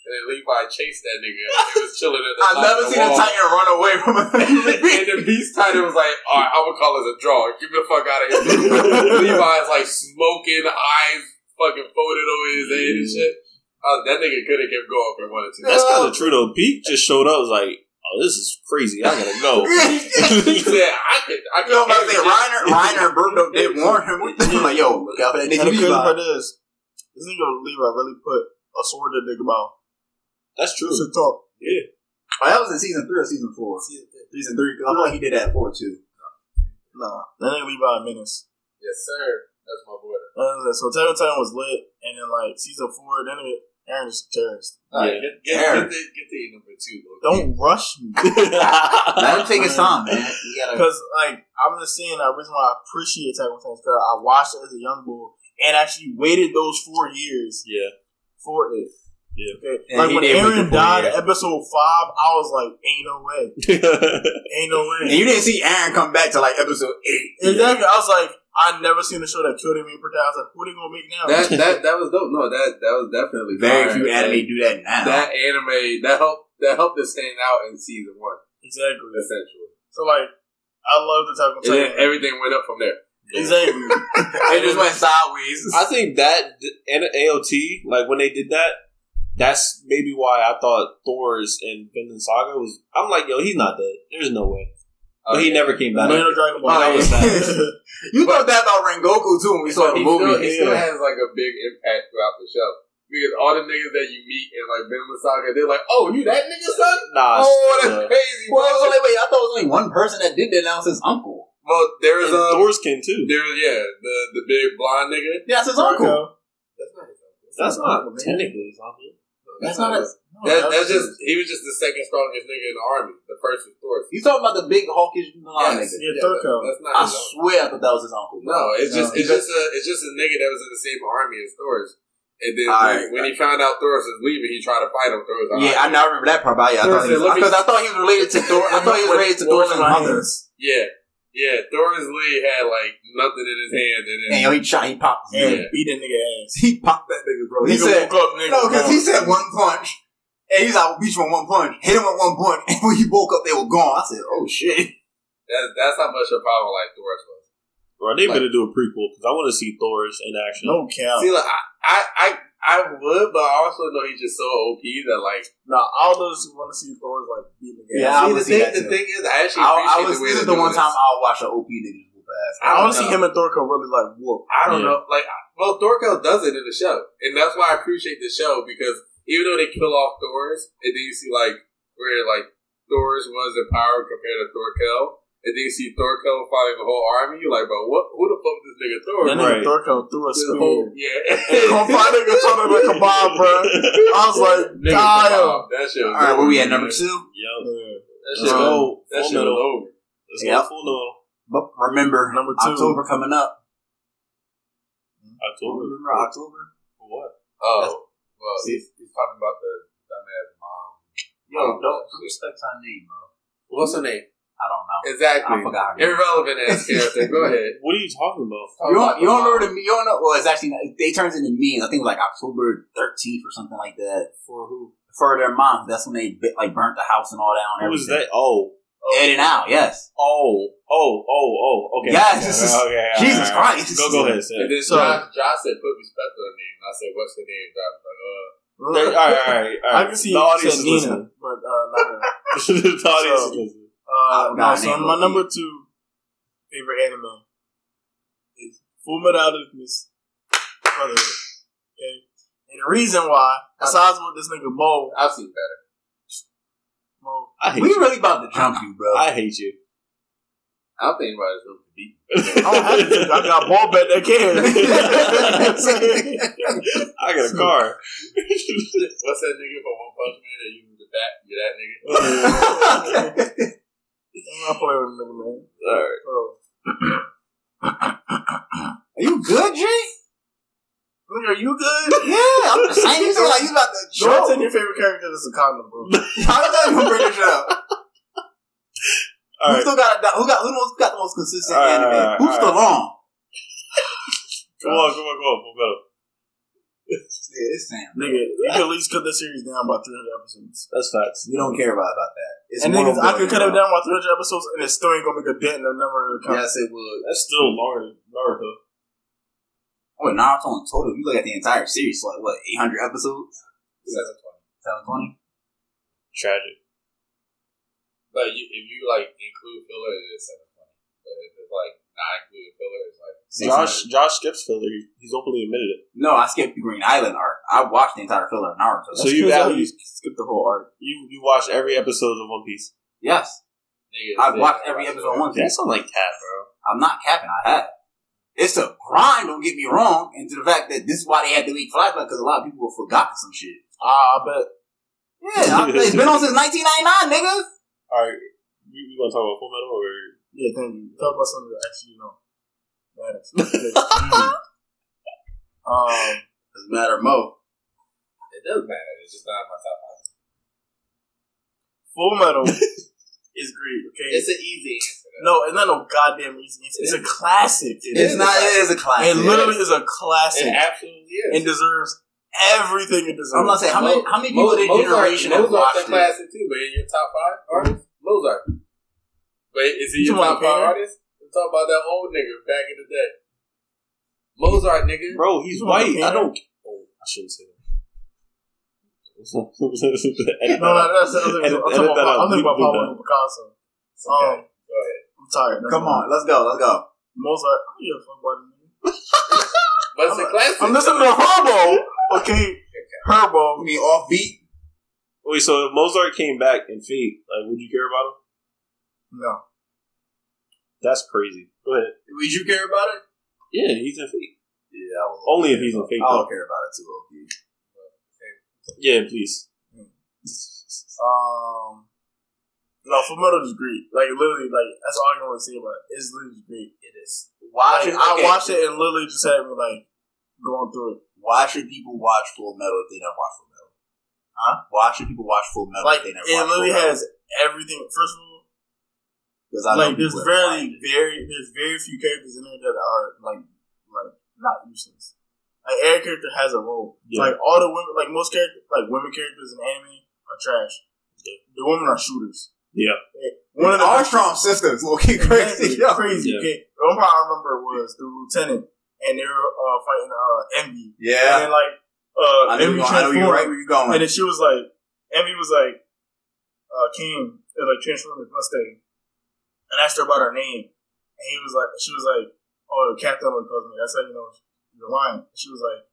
A: And then Levi chased that nigga. He was chilling at the
E: I've
A: side of
E: never
A: the
E: seen a
A: wall.
E: titan run away from a
A: And the beast titan was like, all right, I'm gonna call this a draw. Get me the fuck out of here. dude." Levi's like smoking, eyes fucking folded over his head and shit. Uh, that nigga could have kept going if he wanted to.
B: That's kind of true though. Pete just showed up was like, oh, this is crazy. I gotta go.
A: he said, I could, I could.
E: You know what I'm
A: carry
E: saying?
A: this
E: Reiner, Reiner and Bruno did warn him. like, yo, look out for that
D: And
E: nigga
D: the crazy
E: Levi.
D: part is, this nigga Levi really put a sword in nigga mouth.
B: That's true.
D: It's a talk.
E: Oh, that was in season three or season four? Season three. Season three. 'cause I feel like he did that four too.
D: Nah, that nigga Levi a menace.
A: Yes, sir. That's my boy.
D: Uh, so Attack on Titan was lit, and then like season four, then it, Aaron is a terrorist.
A: All right,
B: Yeah.
A: get, get,
E: Aaron.
A: get, the, get the number two. Loki.
D: Don't rush me,
E: Let him take his time, man. He gotta
D: because like I'm just saying, the reason why I appreciate Attack on Titan is because I watched it as a young boy and actually waited those four years
B: yeah.
D: for it.
B: Yeah.
D: Okay.
E: And
D: like
E: he
D: when
E: did wait the
D: Aaron
E: four
D: died,
E: years.
D: episode five, I was like, "Ain't no way, ain't no way."
E: And you didn't see Aaron come back to like episode eight.
D: Exactly. I was like, I never seen a show that killed him in per I was like, who they gonna make now?
A: that that that was dope. No, that that was definitely
E: Very
A: fire.
E: few
A: Like,
E: anime do that now.
A: That anime that helped that helped it stand out in season one,
D: exactly.
A: essentially.
D: So like, I love the type of
A: And then
D: Titan.
A: everything went up from there.
D: exactly.
E: it just went sideways.
B: I think that and AOT, like when they did that, that's maybe why I thought Thor's and Vinland Saga was. I'm like, yo, he's not dead. There's no way. But he
A: Okay.
B: never came back.
D: Man of Dragon Ball.
E: Oh,
B: That
E: yeah.
B: was sad.
E: you thought that about Rengoku too when we saw
A: But
E: the
A: he still,
E: movie.
A: he still
B: yeah.
A: has like a big impact throughout the show. Because all the niggas that you meet in like Vinland Saga, they're like, "Oh, you that nigga son?
B: Nah,
A: Oh,
B: it's-
A: that's
B: uh,
A: crazy."
E: Well, I was
A: Well,
E: like, wait, I thought it was only one person that did that. Now it's his uncle.
A: well there is
B: and
A: um,
B: Thor's came too.
A: there is yeah, the the big blonde nigga.
E: Yeah, it's his
D: Dragon
E: uncle.
D: Ball.
A: That's not his uncle.
B: That's not
A: Oh,
D: Man.
B: technically zombie.
E: That's not Oh, his.
A: That, that's just he was just the second strongest nigga in the army. The first was Thor.
E: You talking about the big hawkish blonde
A: Yes.
E: nigga?
D: Yeah,
A: that-
D: Thurko.
A: that's not
E: I
A: his uncle.
E: swear I thought that was his uncle. bro.
A: No, it's just
E: No.
A: it's just a it's just a nigga that was in the same army as Thor's. And then
E: All
A: when,
E: right.
A: when he found out Thor's is leaving, he tried to fight him. Thor's like,
E: Yeah, I now remember that part. About yeah, I thought
A: Listen, let
E: he was,
A: me-
E: because I thought he was related to Thor. I thought he was related to Thor's and others.
A: yeah, yeah. Thor's Lee had like nothing in his hand, and then
E: And yo, he shot. He popped.
A: Yeah.
D: Aaron beat that nigga ass.
E: He popped that nigga, bro. He said,
D: Nigga woke up, nigga.
E: No, because he said one punch, And he's like, "I'll beat you on one punch. Hit him with one punch. And when he woke up, they were gone. I said, oh shit.
A: That's that's how much a problem like Thor's was.
B: Bro, they
A: Like-
B: better do a prequel because I want to see Thor's in action.
E: Oh.
D: No count.
A: See, like I, I, I, I would, but I also know he's just so OP that like.
D: Nah, I'll just want to see Thor's like beating the
E: Yeah, I
A: see,
E: would
A: the
E: see
A: thing,
E: that
A: the
E: too.
A: thing is, I actually appreciate
E: I, I was,
A: the way
E: this is
A: they're
E: the one
A: doing
E: time
A: this.
E: I'll watch an OP nigga just whoop ass.
D: I want to
A: don't
D: see
A: know.
D: him and Thor could really like whoop.
A: I don't
B: Yeah.
A: know. Like, I- well, Thorkel does it in the show, and that's why I appreciate the show because even though they kill off Thor's, and then you see like where like Thor's was in power compared to Thorkel, and then you see Thorkel fighting the whole army. You're like, bro, what? Who the fuck is this nigga Thor?
D: That
B: Right.
D: nigga Thor come through a
A: This
D: spear.
A: whole- yeah.
D: Come find a nigga Thor like a bomb, bro. I was like,
A: Nigga,
D: damn.
A: Bob, that shit.
E: All right, where we at? Number two?
B: Yo,
D: Yeah.
A: That shit,
B: let's go.
A: that
B: Full
A: shit was
B: metal.
A: over.
B: Let's
E: Yep.
B: go full metal.
E: But remember,
D: Number two.
E: October coming up.
B: October.
E: Remember October?
B: For what?
A: Oh, well, he's, he's talking about the dumbass mom.
E: Yo,
A: Oh,
E: don't
A: shit.
E: respect her name, bro.
A: What's her name?
E: I don't know.
A: Exactly.
E: I forgot her name.
A: Irrelevant ass character. Go ahead.
B: What are you talking about?
E: You don't, you don't know the me. You don't know. Well, it's actually not- they turns into memes. I think it was like October thirteenth or something like that. For who? For their mom. That's when they bit, like burnt the house and all down.
B: Who is
E: everything.
B: that? Oh,
E: In and out. Yes.
B: oh, oh, oh, oh. Okay.
E: Yes, this is-
B: okay, all
E: Jesus
B: all
E: Christ.
B: Go, go ahead. Sam.
A: And then
D: So-
A: Josh, Josh said, put respect on her name. And I said, what's her name? Josh was like, uh,
B: They- all right, all right, all right.
D: I can see
B: the audience is
D: said Nina,
B: listening.
D: but uh, not her.
B: the audience is
D: So-
B: listening.
D: Uh,
E: Oh,
D: no,
E: God,
D: so
E: name
D: my
E: Loki.
D: number two favorite anime is Full Metal Alchemist Brotherhood. Okay, and the reason why, besides what this nigga Mo,
A: I've seen better.
D: Mo,
B: I hate
E: We
B: you.
E: really about to jump you, bro.
B: I hate you.
A: I'm thinking about his room to beat.
D: I don't have to. I got ball bet that can.
B: I got a car.
A: What's that nigga for One Punch Man that you the back? You that nigga?
D: I'm not playing with nigga, man.
B: all right.
D: Bro.
E: Are you good, G?
D: Nigga, Are you good?
E: Yeah, I'm just saying. You sound like you about to
D: Shorts and
E: jump.
D: your favorite character is a condom, bro.
E: I'm not even bringing shit up.
B: All
E: Who
B: right.
E: still got who got who most got the most consistent
B: All right,
E: anime?
B: all right,
E: Who's
B: all
E: still on?
B: Come on, come on, come on. Full metal.
E: Yeah, it's Sam.
D: Nigga, you can at least cut the series down by 300 episodes.
B: That's facts.
E: We don't care about about that. It's
D: and
E: one
D: niggas, I
E: over
D: could cut it
E: now.
D: down by 300 episodes, and it still ain't gonna make a dent in the number of accounts.
E: Yes, it would.
B: That's still Naruto. Naruto.
E: Wait, Naruto in total, you look at the entire series, so like what, 800 episodes?
A: Seven twenty.
E: 720?
B: Tragic.
A: But you, if you like include filler, it's seven twenty. But if it's like not including filler, it's like
B: Josh Josh skips filler. He- He's openly admitted it.
E: No, I skipped the Green Island arc. I watched the entire filler of Naruto.
B: So
E: That's-
B: you out-
D: Because I used to skip the whole arc.
B: You you watched every episode of One Piece.
E: yes.
A: nigga.
E: I've
A: sick.
E: watched every episode once.
B: That's not like that, bro.
E: I'm not capping, I have. It's a grind, don't get me wrong, and to the fact that this is why they had to leak flashback, because a lot of people have forgotten some shit.
D: Ah, I bet.
E: Yeah, I- it's been on since 1999, nigga.
B: All right. You, you gonna talk about Full Metal or
D: Yeah, thank you. Talk about something that actually, you know, matters. Okay. um,
E: Doesn't matter, Mo.
A: It doesn't matter. It's just not in my top five.
D: Full Metal is great, okay?
A: It's an easy answer.
D: no, it's not no goddamn easy. It's, it's a classic. It,
E: It's not, it is a classic.
D: it literally is a
A: It
D: classic
A: absolutely is.
D: and deserves everything it deserves.
E: I'm not saying, how many, how many people in their generation have
A: Mozart's a
E: watched it?
A: classic too, but in your top five artists, Mozart. But is he
D: You
A: your
D: want
A: top
D: to paint
A: five
D: her?
A: artist? I'm talking about that old nigga back in the day. Mozart nigga.
B: Bro, he's
D: You wanna
B: white.
D: paint
B: I
D: her?
B: don't oh, I shouldn't say that. Edit
D: No,
B: that out.
D: no, that's, I'm thinking
B: Edit-
D: about, I'm
B: edit that
D: talking about,
B: out.
D: I'm thinking about
B: Leave
D: Pablo
B: that.
D: Picasso. Um,
A: Okay, go ahead.
D: I'm tired. that's
E: Come
D: why.
E: on, let's go, let's go.
D: Mozart. I don't give a fuck about him.
A: But it's a classic.
D: I'm listening to Herbo. Okay, Herbo.
E: I mean, offbeat.
B: Wait, so if Mozart came back in Fate, like, would you care about him?
D: No,
B: That's crazy. Go ahead.
E: Would you care about it?
B: Yeah, he's in Fate.
E: Yeah, I will.
B: Only if he's in
E: I
B: Fate. though.
E: don't care about it too, okay.
B: Yeah, please.
D: um, no. For metal is great. Like literally, like that's all I can really say about it. It's literally just great. It is.
E: Why
D: Like,
E: should
D: I
E: okay,
D: watched it and literally just had me like going through it.
E: Why should people watch Full Metal if they don't watch Full Metal? Huh? Why should people watch Full Metal
D: Like
E: if they
D: it
E: never watch
D: literally
E: Full Metal?
D: has everything. First of all,
E: Because I know
D: like there's
E: people that watch
D: very, very, there's very few characters in there that are like, like not useless. Like every character has a role.
B: Yeah.
D: Like all the women, like most characters, like women characters in anime trash. The women are shooters.
B: Yeah.
D: One of the
E: Armstrong sisters looking crazy.
D: crazy,
E: Yo.
D: crazy.
B: Yeah.
D: Okay, the one part I remember was the lieutenant, and they were uh, fighting uh, Envy, and
E: Yeah.
D: then like uh,
E: I know,
D: Envy
E: you, I know you're
D: transformed,
E: right where you're going.
D: and then she was like, Envy was like, uh, King, and like transformed his Mustang, and I asked her about her name, and he was like, she was like, oh, the captain like calls me. That's how you know you're lying. She was like,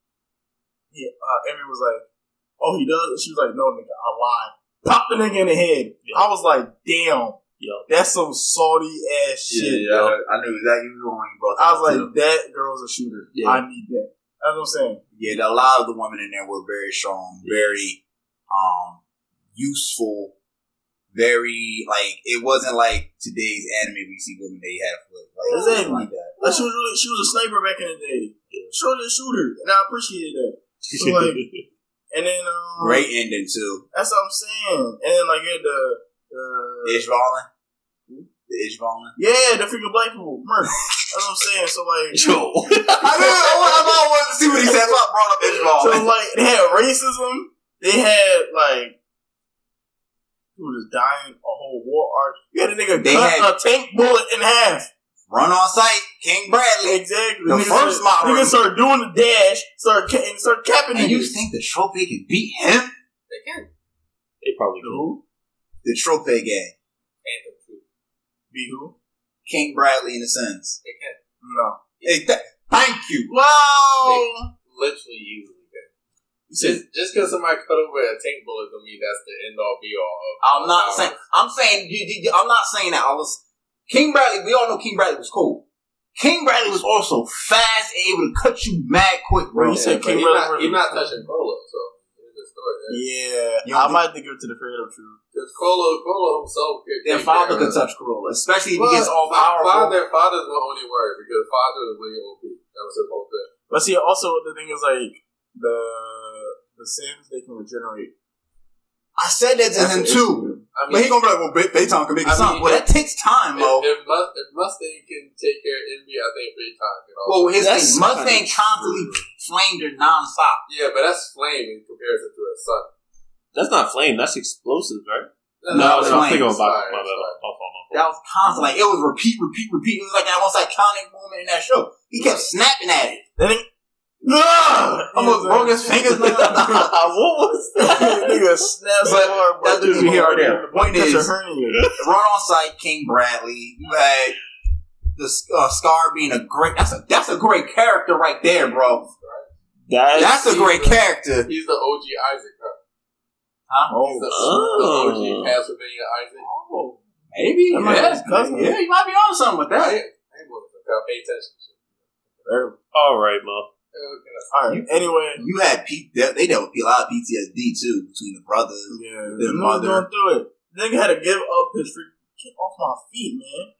D: yeah, uh, Envy was like, oh, he does. And she was like, no, nigga, I lied. Popped the nigga in the head. I was like, damn.
B: Yeah.
D: That's some salty ass shit.
E: yeah, yeah, I knew exactly where you were going when you brought that
D: I was like,
E: up, too.
D: that girl's a shooter.
B: Yeah.
D: I need that. That's what I'm saying.
E: yeah, a lot of the women in there were very strong, very um useful, very like it wasn't like today's anime we see women they have like, like
D: Exactly.
E: like that.
D: Like, she was really, she was a sniper back in the day. She was a shooter, and I appreciated that. So, like, and then um,
E: Great ending too.
D: That's what I'm saying. And then like you had the, the
E: Ishvalin, the Ishvalin.
D: yeah, the freaking black people, Murph. That's what I'm saying. So like,
B: Yo.
E: I knew I wa- I wanted to see what he said, so I brought up
D: so
E: Ishvalin.
D: like they had racism. They had like. Who was dying a whole war arc? You had a nigga
E: They
D: cut
E: had-
D: a tank bullet in half.
E: Run on sight, King Bradley.
D: Exactly.
E: The
D: niggas
E: first
D: start,
E: model.
D: niggas start doing the dash, start ca- and start capping
E: And you
D: niggas.
E: think the Trope can beat him?
A: They can.
B: They probably do.
E: The Trope gang,
A: Phantom too.
D: Be who?
E: King Bradley in a sense.
A: They can.
D: No.
E: Hey, th- thank you.
D: Wow.
A: Literally easily can. Just just because somebody cut over a tank bullet don't mean that's the end all be all. Of
E: I'm not
A: of
E: saying.
A: ours.
E: I'm saying. You, you- you- I'm not saying that. I was King Bradley. We all know King Bradley was cool. King Bradley was also fast and able to cut you mad quick, bro.
A: Yeah,
D: You said
A: but
D: King
A: he's
D: Bradley
A: not,
D: versus-
A: he's not touching Colo, so here's the story. there.
D: Yeah,
E: You
D: I
E: don't
D: might have to give it to the creative truth.
A: Because Colo, Colo himself could
E: Their
A: take
E: father
A: care
E: could
A: of
E: touch Corolla, especially if
A: Well,
E: he gets all
A: fa-
E: powerful.
A: Father, father's my only word because father is really OP. That was his whole thing.
D: But see, also the thing is like the the sins they can regenerate.
E: I said that to
D: That's
E: him
D: an
E: too.
D: issue.
A: I mean,
E: gonna be like, "Well, Bay- Baytown can make
A: I
E: son."
A: mean,
E: well, that takes time,
A: if,
E: though.
A: if, Must, if Mustang can take care of envy, I think Baytime can also.
E: Well, his
B: That's
E: thing,
B: kinda
E: Mustang constantly flamed her nonstop.
A: yeah, but that's flame in comparison to his son.
B: That's not flame. That's explosive, right?
E: No,
B: I
E: it's
B: was
E: flame.
B: thinking about
A: Sorry,
B: my bad. My bad.
A: sorry.
B: My fault, my
E: That
B: fault.
E: was constant. Like it was repeat, repeat, repeat. It was like that most iconic moment in that show. He kept snapping at it.
D: Then it, Ah!
E: Almost broke his fingers. down.
B: what was
D: Nigga snaps
E: But
D: so hard, bro.
E: that's neither here nor there. The point
D: That's a
E: is,
D: hernia.
E: run on site, King Bradley. You had the uh, Scar being a great. That's a that's a great character right there, bro.
B: That's,
E: That's a great character.
A: He's the OG Isaac, huh? He's the,
B: Oh.
A: the OG Castlevania Isaac.
D: Oh,
E: Maybe,
D: That might be
E: yeah,
D: his cousin.
E: yeah, you might be on something with
A: I
E: that.
A: ain't- I ain't gonna look up. Pay attention.
B: All right, Mo.
A: Okay, that's-
D: all right. Anyway,
E: You had P- they, they dealt with a lot of PTSD too between the brothers.
D: yeah,
E: Their
D: nigga
E: mother.
D: going through it. Nigga had to give up his freaking. Get off my feet, man.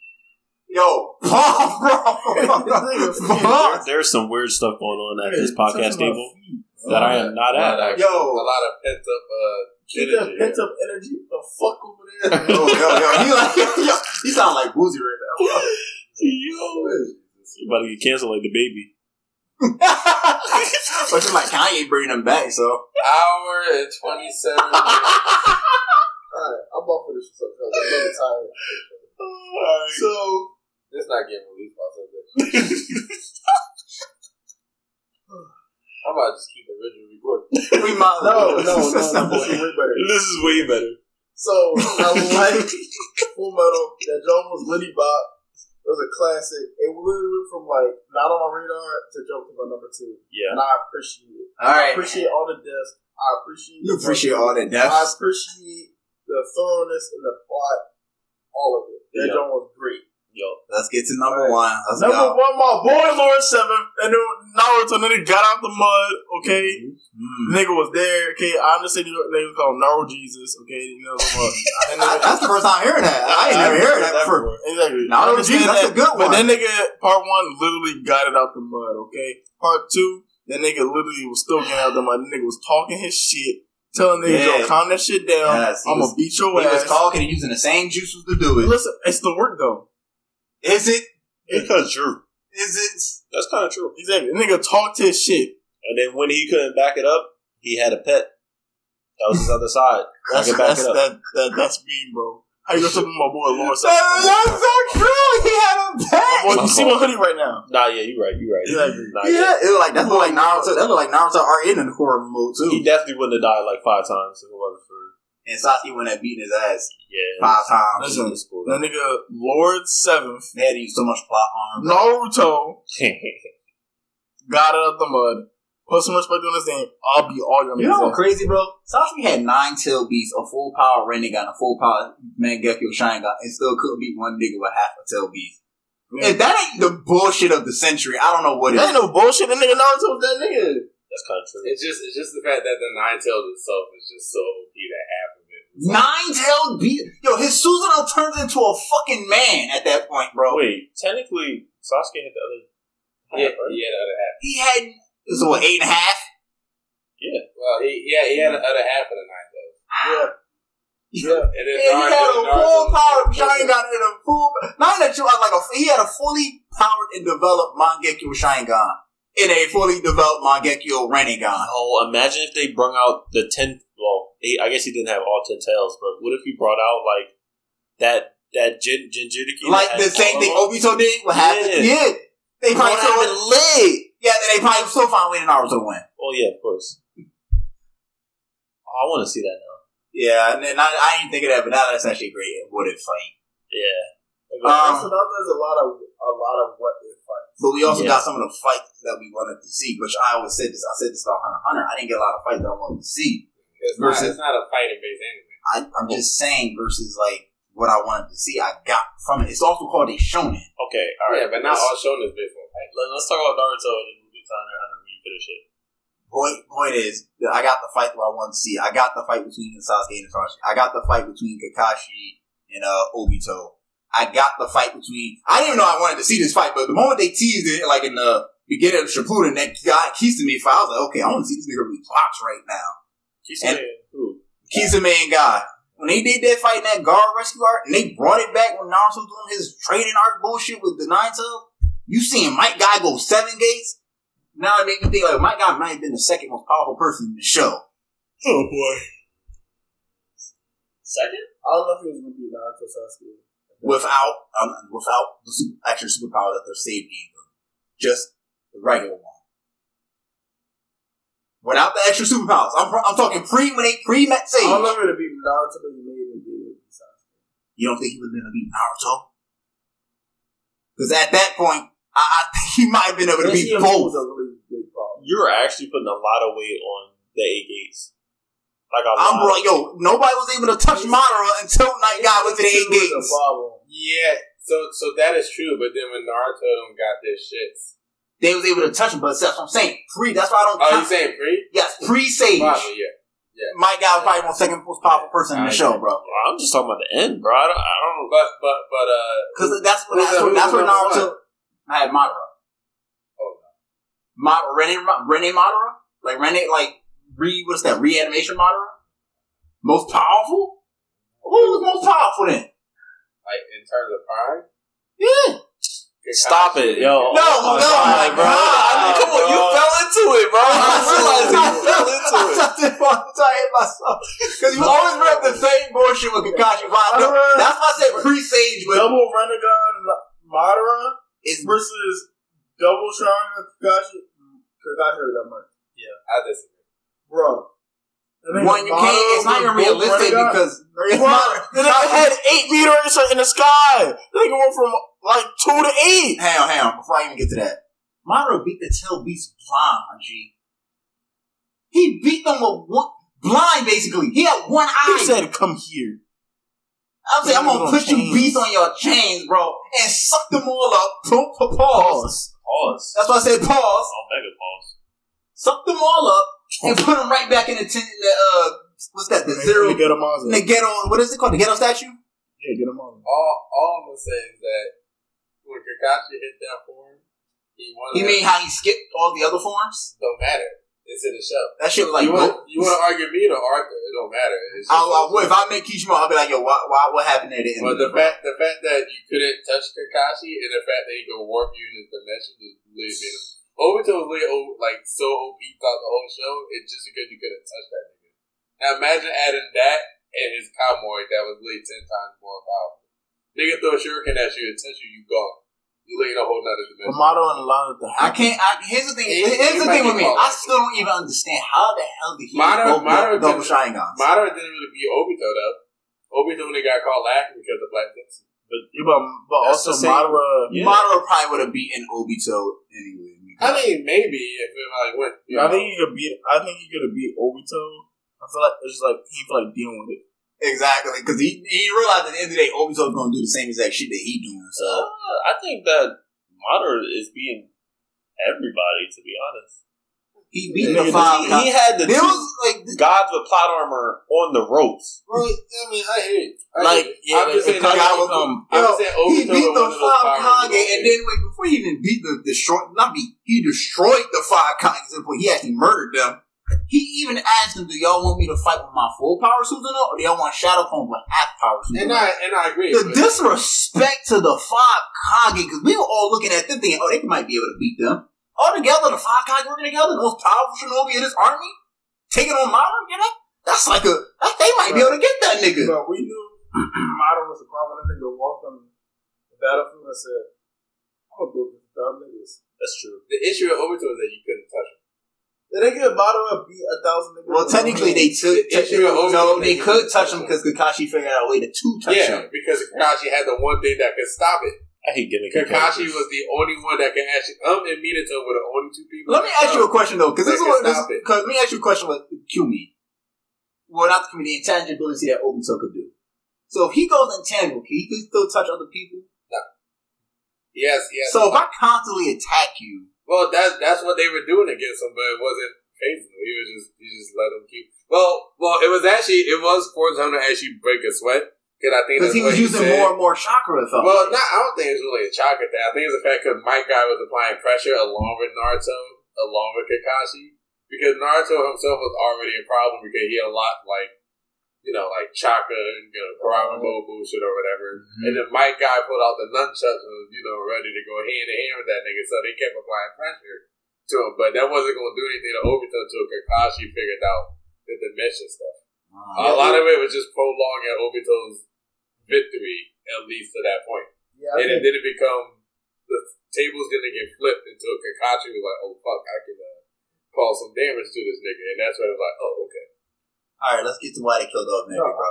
E: Yo, Paul, bro, Paul.
B: There, there's some weird stuff going on at this
D: Touching my
B: podcast table
D: feet.
B: that I am not
A: a lot
B: at.
A: of- a
E: Yo.
A: lot of pent up uh,
D: Keep
A: energy.
D: that pent up energy the fuck over there. man.
E: yo, yo, yo, he like, yo, he sound like Boozy right now.
B: You about to get canceled like the baby.
E: but you like Kanye bringing him back, so
A: Hour and twenty seven. minutes.
D: Alright, I'm off for this. I'm really tired.
A: so it's not getting released by Sunday. I'm about to just keep the original recording.
E: we might
D: No, no, no, no. Way better.
B: This is way better.
D: So I like Full Metal. That jump was Liddy Bop. It was a classic. It literally went from like not on my radar to jump to my number two,
B: Yeah.
D: and I appreciate it.
E: All
D: I
E: right,
D: appreciate all the deaths. I appreciate
E: you appreciate all that
D: I
E: death.
D: appreciate the thoroughness and the plot. All of it. That
B: Yeah.
D: jump was great.
B: Yo.
E: Let's get to number one. Let's
D: Number
E: go.
D: one, my boy Lord Seven, and then Naruto. Then he got out the mud. Okay.
E: Mm.
D: Nigga was there, okay. I understand you niggas call him Gnarl Jesus, okay. You know what? And
E: I-
D: nigga-
E: that's the first time hearing that. I ain't never heard that before.
D: Exactly. I
E: No,
D: understand
E: geez, that's a
D: that.
E: good one.
D: But that nigga, part one, literally got it out the mud, okay. Part two, that nigga literally was still getting out the mud. The nigga was talking his shit, telling niggas,
E: Yeah.
D: yo, calm that shit down.
E: Yes, he
D: I'm gonna
E: was-
D: beat your
E: he was
D: ass.
E: talking and using the same juices to do it.
D: Listen, it's the work though.
E: Is it?
B: It's kind of true.
E: Is it?
B: That's kind of true.
D: Exactly. The nigga talked his shit.
B: And then when he couldn't back it up, he had a pet. That was his other side.
D: That's,
B: I can back
D: that's,
B: it up.
D: that, that, that's mean, bro. How you gonna talk about my boy Lawrence?
E: That's so true. He had a
D: My
E: bat.
D: boy, you see my hoodie right now.
B: Nah, yeah, you're right. You're right.
D: Exactly.
B: Nah, yeah.
E: Yeah, it looked like that looked like Naruto. That looked like Naruto already in the horror mode
B: He
E: too.
B: definitely wouldn't have died like five times if it wasn't for
E: And Sasuke went at beating his ass
B: yeah.
E: five times.
D: Listen,
B: That's cool.
D: that nigga Lord Seventh
E: They had to use so much plot armor.
D: Naruto got out of the mud. Put some respect on his name. I'll be all your
E: You know what's
D: niggas.
E: crazy, bro? Sasuke had nine tail beasts, a full power Rinnegan, a full power Mangekyo Sharingan, and still couldn't beat one nigga with half a tail beast.
D: Yeah.
E: If that ain't the bullshit of the century, I don't know what it
D: That
E: is.
D: ain't no bullshit. That nigga Naruto was that nigga.
B: That's kind of true.
A: It's just it's just the fact that the nine tails itself is just so OP that half of it. is like-
E: Nine tailed beast. Yo, his Susanoo turns into a fucking man at that point, bro.
B: Wait, technically, Sasuke had the other.
A: yeah, yeah, the other half.
E: He had, so what, eight and a half?
A: Well, he yeah, he had the other half of the nine tails.
D: Yeah. Yeah.
A: And then
E: Yeah, he had a full powered
A: giant
E: Sharingan and a full. Not that you are like a. He had a fully powered and developed Mangekyo Sharingan and a fully developed Mangekyo Renegon.
B: Oh, imagine if they brung out the ten. Well, he, I guess he didn't have all ten tails, but what if he brought out like that that Jin Jinjuriki?
E: like
B: that
E: the
B: had
E: same
B: all
E: thing
B: of them?
E: Obito did. What happened?
B: Yeah.
E: Yeah, they
B: What
E: probably still
B: happened?
E: lit. Yeah, they probably still find a way to Naruto win.
B: Oh yeah, of course. Oh, I want to see that now.
E: Yeah, and then I, I didn't think of that, but now that's actually great. What if fight?
B: Yeah.
E: Um,
D: So that was a lot of a lot of what if fights.
E: But we also
B: Yeah.
E: got some of the fights that we wanted to see, which I always said this. I said this about Hunter x Hunter. I didn't get a lot of fights that I wanted to see.
A: It's not,
E: versus-
A: it's not a fighting based anime.
E: I, I'm just saying versus like what I wanted to see, I got from it. It's also called a shonen.
B: okay. All right.
A: yeah, but not
B: let's,
A: all shown is based on fighting.
B: let- Let's talk about Naruto and then we'll get time there and refinish it.
E: Point point is, that I got the fight that I wanted to see. I got the fight between Sasuke and Itachi. I got the fight between Kakashi and uh, Obito. I got the fight between. I didn't even know I wanted to see this fight, but the moment they teased it, like in the beginning of Shippuden, that guy Kisame fight, I was like, okay, I want to see this nigga really box right now.
B: Keep
E: And-
B: saying who?
E: Kisame and guy. When they did that fight in that guard rescue art, and they brought it back when Naruto was doing his trading art bullshit with the nine tail, you seeing Mike Guy go seven gates? Now it made me think like Mike Guy might have been the second most powerful person in the show.
D: Oh boy.
B: Second?
D: I don't know if he was gonna be Naruto Sasuke.
E: without um, without the super, extra superpower that they're saving you, just the regular one. Without the extra superpowers, I'm, I'm talking pre when they pre met
D: I don't know
E: Sage.
D: if it would be Naruto, but he may even be with Sasuke.
E: You don't think he was gonna beat Naruto? Because at that point, I, I think he might have been able to
D: This
E: beat
D: year
E: both.
D: was a really big problem.
B: You're actually putting a lot of weight on the eight gates. Like a
E: I'm
B: lot.
E: bro, yo, nobody was able to touch Madara until Night Guy went to the eight
D: This was a
E: gates.
D: problem.
A: Yeah, so so that is true. But then when Naruto done got their shits,
E: They was able to touch him, but that's what I'm saying. Pre, that's why I don't.
A: oh, you
E: count-
A: saying free?
E: yes, pre Sage.
A: Probably, yeah.
E: Mike Guy was probably one of the second most powerful person in
A: I
E: the show,
A: agree.
E: bro.
B: I'm just talking about the end, bro. I don't. I don't
A: But but but uh,
E: Because that's what
A: Who's
E: that's,
A: the-
E: what,
A: who's
E: that's
A: the
E: where
A: number
E: Naruto. I had Madara.
A: Oh.
E: Ma, Rene, Ma- Rene Madara? Like Rene, like re what's that? Reanimation Madara? Most powerful? Who was most powerful then?
A: like in terms of prime,
E: Yeah.
B: Stop it, yo.
E: No, no, Oh my
B: God, bro.
E: God.
B: Come on, you fell into it, bro. I realized that you fell into
E: I
B: it.
E: just didn't want to tell you myself. Because you always rap the same bullshit with Kakashi. Why- no,
B: Uh-huh.
E: That's why I said pre-sage with
D: double Renegon Madara
E: is
D: versus double Sharingan Kakashi. Kakashi already got murdered.
A: I disagree.
D: Bro.
E: one you can't. It's not even realistic because it's
D: Bro,
E: not.
D: the nigga had eight meteors in the sky. The nigga went from like two to eight.
E: Hang on, hang on. Before I even get to that, Madara beat the tail beast blind, my G. He beat them with one blind, basically. He had one eye.
D: He said, "Come here."
E: I'm saying, I'm gonna
D: on
E: put you
D: chains.
E: beasts on your chains, bro, and suck them all up. Pa- pa- Pause.
B: Pause.
E: That's why I said pause.
B: Oh, mega pause.
E: Suck them all up and put them right back in the ten. In the, uh, what's that? The zero.
D: Get him
E: In the ghetto. What is it called? The ghetto statue.
D: Yeah, get him on.
A: All all I'm gonna say is that when Kakashi hit that form, he won.
E: You mean how he skipped all the other forms?
A: don't matter. It's in the show.
E: That shit was like.
A: you want
E: go-
A: you want to argue me or Arthur? It don't matter. It's just-
E: I, I would- if I met Kishimo, I'd be like, yo, why, why, what happened there? at end
A: But the
E: of bro?
A: fact the fact that you couldn't touch Kakashi and the fact that he could warp you in his dimension is literally Obito was really, oh, like so OP throughout the whole show. It's just because you couldn't touch that nigga. Now Now imagine adding that and his cowboy that was late ten times more powerful. Nigga throw a shuriken at you and touch you, you gone. You lay in a whole nother dimension.
D: Amato and Lana to
E: I
D: happen.
E: can't. I, here's the thing.
A: He-
E: here's
A: he
E: the
A: might
E: thing
A: be
E: with me.
A: called.
E: I still don't even understand how the hell did he
A: Modern-
E: invoke
A: modern
E: double
A: difference.
E: Sharingans?
A: Madara didn't really beat Obito though. Obito only got caught lacking because of Black Dixie.
D: Yeah, but, but
B: That's the
D: also
B: same.
D: Madara.
B: Yeah.
E: Madara probably would have beaten Obito anyway.
A: I mean, maybe if it like went. You
D: I
A: know,
D: think he could beat. I think he could have beat Obito. I feel like it's just like he feel like dealing with it.
E: exactly because he he realized at the end of the day Obito's gonna do the same exact shit that he doing. So
B: Uh, I think that Moderate is being everybody, to be honest.
E: he beat
B: Nigga,
E: the five.
B: he, he had the
E: there
B: two
E: was like
B: gods with plot armor on the ropes.
A: Well, I mean, I hear you. I hear
D: Like
A: you.
D: yeah,
A: I'm just
D: like,
A: saying,
D: if Kage
A: that was,
D: would come.
A: I'm
E: Yo,
A: just saying,
E: he
A: Obito
E: beat
A: was
E: the
A: one of those
E: five
A: Power
E: Kage,
A: Rangers
E: and then wait before he even beat the destroy, not beat, he destroyed the five Kages. At the point he actually murdered them. He even asked them, "Do y'all want me to fight with my full power Susanoo, or do y'all want Shadow Clone with half power
A: and
E: Susanoo?"
A: I and I agree.
E: the
A: But,
E: disrespect to the five Kage, because we were all looking at them thinking, "Oh, they might be able to beat them." All together, the five Kage working together, the most powerful Shinobi in his army, taking on Madara. You know, that's like a that, they might be able to get that nigga.
D: But we knew Madara was a problem. That nigga walked on the battlefield and said, "I'm gonna go with dumb niggas."
B: That's true.
A: the issue with Obito is that you couldn't touch him.
D: Did they get Madara beat a thousand niggas?
E: Well, technically, they took.
A: If
E: Te-
A: you're old,
E: no,
A: they
E: they could
A: can touch
E: touch
A: him.
E: him because Kakashi figured out a way to two touch
A: yeah,
E: him.
A: because Kakashi had the one thing that could stop it.
B: I hate gimmick.
A: Kakashi
B: characters.
A: was the only one that can actually um and Minato were the only two people.
E: Let me ask you a question though, because this is
A: They
E: what
A: can
E: this.
A: stop it.
E: Because let me ask you a question with Kumi. Well, not the Kumi, the intangibility that Obito could do. So if he goes intangible, can he still touch other people?
A: Yes, yes.
E: So if I constantly attack you,
A: well, that's that's what they were doing against him, but it wasn't crazy. He was just he just let him keep. Well, well, it was actually it was forced him to actually break a sweat because I think
E: because
A: that's
E: he
A: what
E: was using
A: said.
E: more and more chakra, if I'm
A: Well, not, I don't think it's really a chakra thing. I think it's the fact that my guy was applying pressure along with Naruto, along with Kakashi, because Naruto himself was already a problem because he had a lot like, you know, like chakra, you know, karama bullshit or whatever. And then my guy pulled out the nunchucks and was, you know, ready to go hand in hand with that nigga. So they kept applying pressure to him, but that wasn't going to do anything to Obito until Kakashi figured out the dimension stuff. A
E: Uh,
A: lot of it was just prolonging Obito's victory, at least to that point.
D: Yeah, I
A: And it
D: think,
A: didn't become the tables didn't get flipped until Kakashi was like, "Oh fuck, I can uh, cause some damage to this nigga," and that's when I was like, "Oh okay."
E: All right, let's get to why they killed Dog Navy, bro.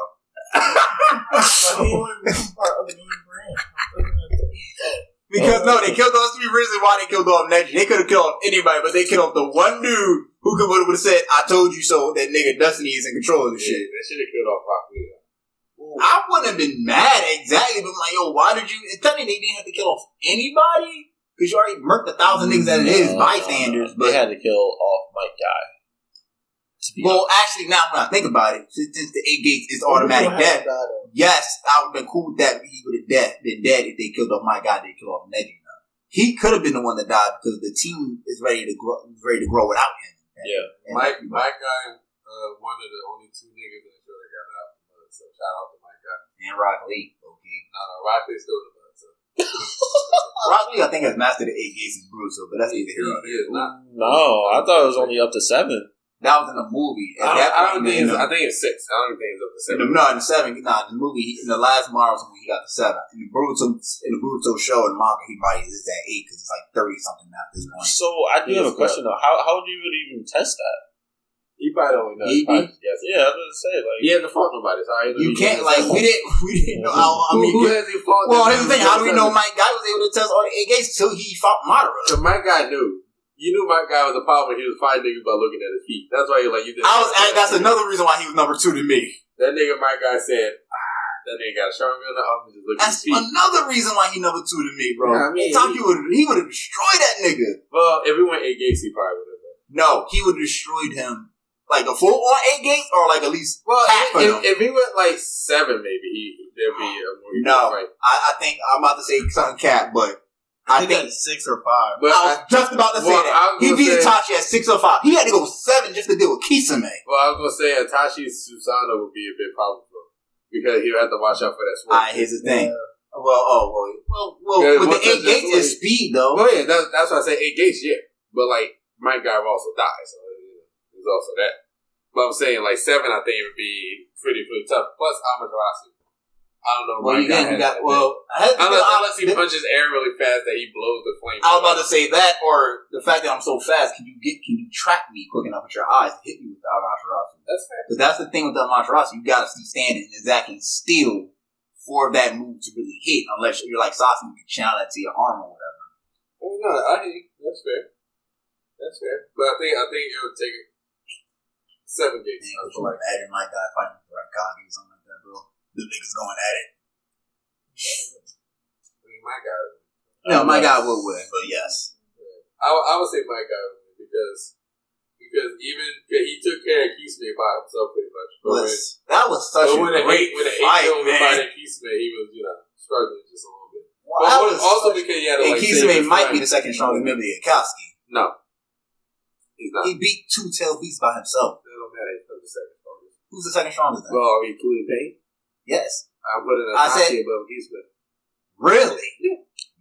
D: but he wouldn't be part of the main brand. I'm telling you.
E: Because no, they killed those three reasons why they killed off Neji. They could have killed off anybody, but they killed off the one dude who could would have said, "I told you so." That nigga Destiny is in control of the
A: Yeah,
E: shit.
A: they should have killed off Rock Lee.
E: I wouldn't have been mad exactly, but I'm like, yo, why did you? It's Technically, they didn't have to kill off anybody because you already murked a thousand niggas that it is
B: No,
E: bystanders.
B: no, no.
E: But
B: Uh, they had to kill off Mike Guy. To be
E: well, actually, now when I think about it, since since the eight gates is automatic
D: Obito had
E: death,
D: died on.
E: yes, I would have been cool with that. He would have death been dead if they killed off my guy. They killed off Neji. now. He could have been the one that died because the team is ready to grow, is ready to grow without him.
B: Yeah.
E: And-
A: My my guy, uh, one of the only two niggas in the show that got out. So shout out to my guy.
E: and Rock Lee. Okay.
A: No, no, Rock Lee's still in the mud. So
E: Rock Lee, I think, has mastered the eight gates in Brutal, but that's neither here nor
A: he
E: there.
A: is not.
B: no, I thought it was only up to seven.
E: That was in the movie.
A: I
E: At that
A: don't, I don't
E: point,
A: think.
E: in
A: It's,
E: the-
A: I think it's six. I don't think it's up to
E: in
A: seven.
E: the, no, in the seven, nah, in the movie, he, in the last Marvel when he got the seven. In the Brutal, in the Brutal show and manga, he probably is at eight because it's like thirty something now at this point.
B: So I do
A: Yes,
B: have a question though. How how do you would even test that?
A: He probably only knows.
E: He-
A: He probably just guessing.
B: Yeah, I was gonna say like
A: He hasn't fought nobody. So I
E: You can't like we didn't we didn't know. How, I mean,
A: who, who
E: good-
A: has he fought?
E: well,
A: that
E: here's the
A: knows
E: thing: how do we
A: seven?
E: know Mike Guy was able to test all the eight gates till he fought
A: So
E: Madara?
A: my guy knew. You knew my guy was a problem. He was fighting niggas by looking at his feet. That's why you like you didn't.
E: I was that's another reason why he was number two to me.
A: That nigga, my guy said, ah, that nigga got a sharp gun in the arm and just look at his
E: That's
A: feet.
E: another reason why he number two to me, bro.
A: Yeah, I mean,
E: Taki
A: he-
E: would he would have destroyed that nigga.
A: Well, if we went eight gates, he probably would have. been.
E: No, he would have destroyed him. Like a full on eight gates, or like at least
A: Well,
E: Half of
A: if,
E: them.
A: if, if he went like seven, maybe he there'd be a more equal
E: No.
A: fight.
E: I, I think I'm about to say something cat, but I
D: He
E: think
D: got six or five.
A: But
E: I
A: I,
E: was just about to say
A: Well, I
E: that
A: was
E: he
A: gonna
E: beat
A: say-
E: Itachi at six or five. He had to go seven just to deal with Kisame.
A: well, I was gonna say Atashi Susano would be a big problem for him because he would have to watch out for that sword.
E: All right, here's the thing. Well, oh well, well, well.
A: Yeah,
E: with
A: once
E: the eight
A: that's
E: gates is
A: just-
E: speed though.
A: well, yeah, that's that's why I say eight gates, yeah. But like my guy will also die, so there's also that. But I'm saying like seven, I think it would be pretty pretty tough. Plus Amaterasu. I don't know.
E: Well,
A: why Oh
E: you
A: God
E: got, you
A: had
E: got
A: that there.
E: well. I, had to
A: unless,
E: I-
A: unless he punches air really fast that he blows the flame.
E: I was about to say that, or the fact that I'm so fast. Can you get? Can you track me quick enough with your eyes to hit me with the Amaterasu?
A: That's fair.
E: Because that's the thing with the Amaterasu. You got to be standing and that can steal for that move to really hit, unless you're like Sasaki, you can channel that to your arm or whatever.
A: I mean, no, I hear you. That's fair. That's fair. But I think I think it would take seven gigs.
E: Man, I feel like imagine my guy fighting with Rakagi or something like that, bro. The niggas going at it.
A: I mean, my guy. Oh,
E: No, my guy will win, but yes.
A: I, would- I would say my guy would win because because even 'cause he took care of Kisame by himself pretty much. But when,
E: Was, that was
A: but
E: such a
A: when an eight
E: great
A: when an eight
E: fight,
A: year old was
E: man.
A: fighting Kisame, he was you know struggling just a little bit.
E: Wow,
A: But
E: that
A: what-
E: was
A: also
E: such-
A: because he had to
E: and
A: like save
E: Kisame
A: his
E: might
A: friend.
E: be the second strongest member of Akatsuki.
A: No, he's not.
E: He beat two tail beasts by himself.
A: It don't matter. He's not the second strongest.
E: Who's the second strongest then?
A: Well, are you including Pain?
E: yes.
A: I'm putting
E: I said-
A: Itachi above Kisame.
E: Really?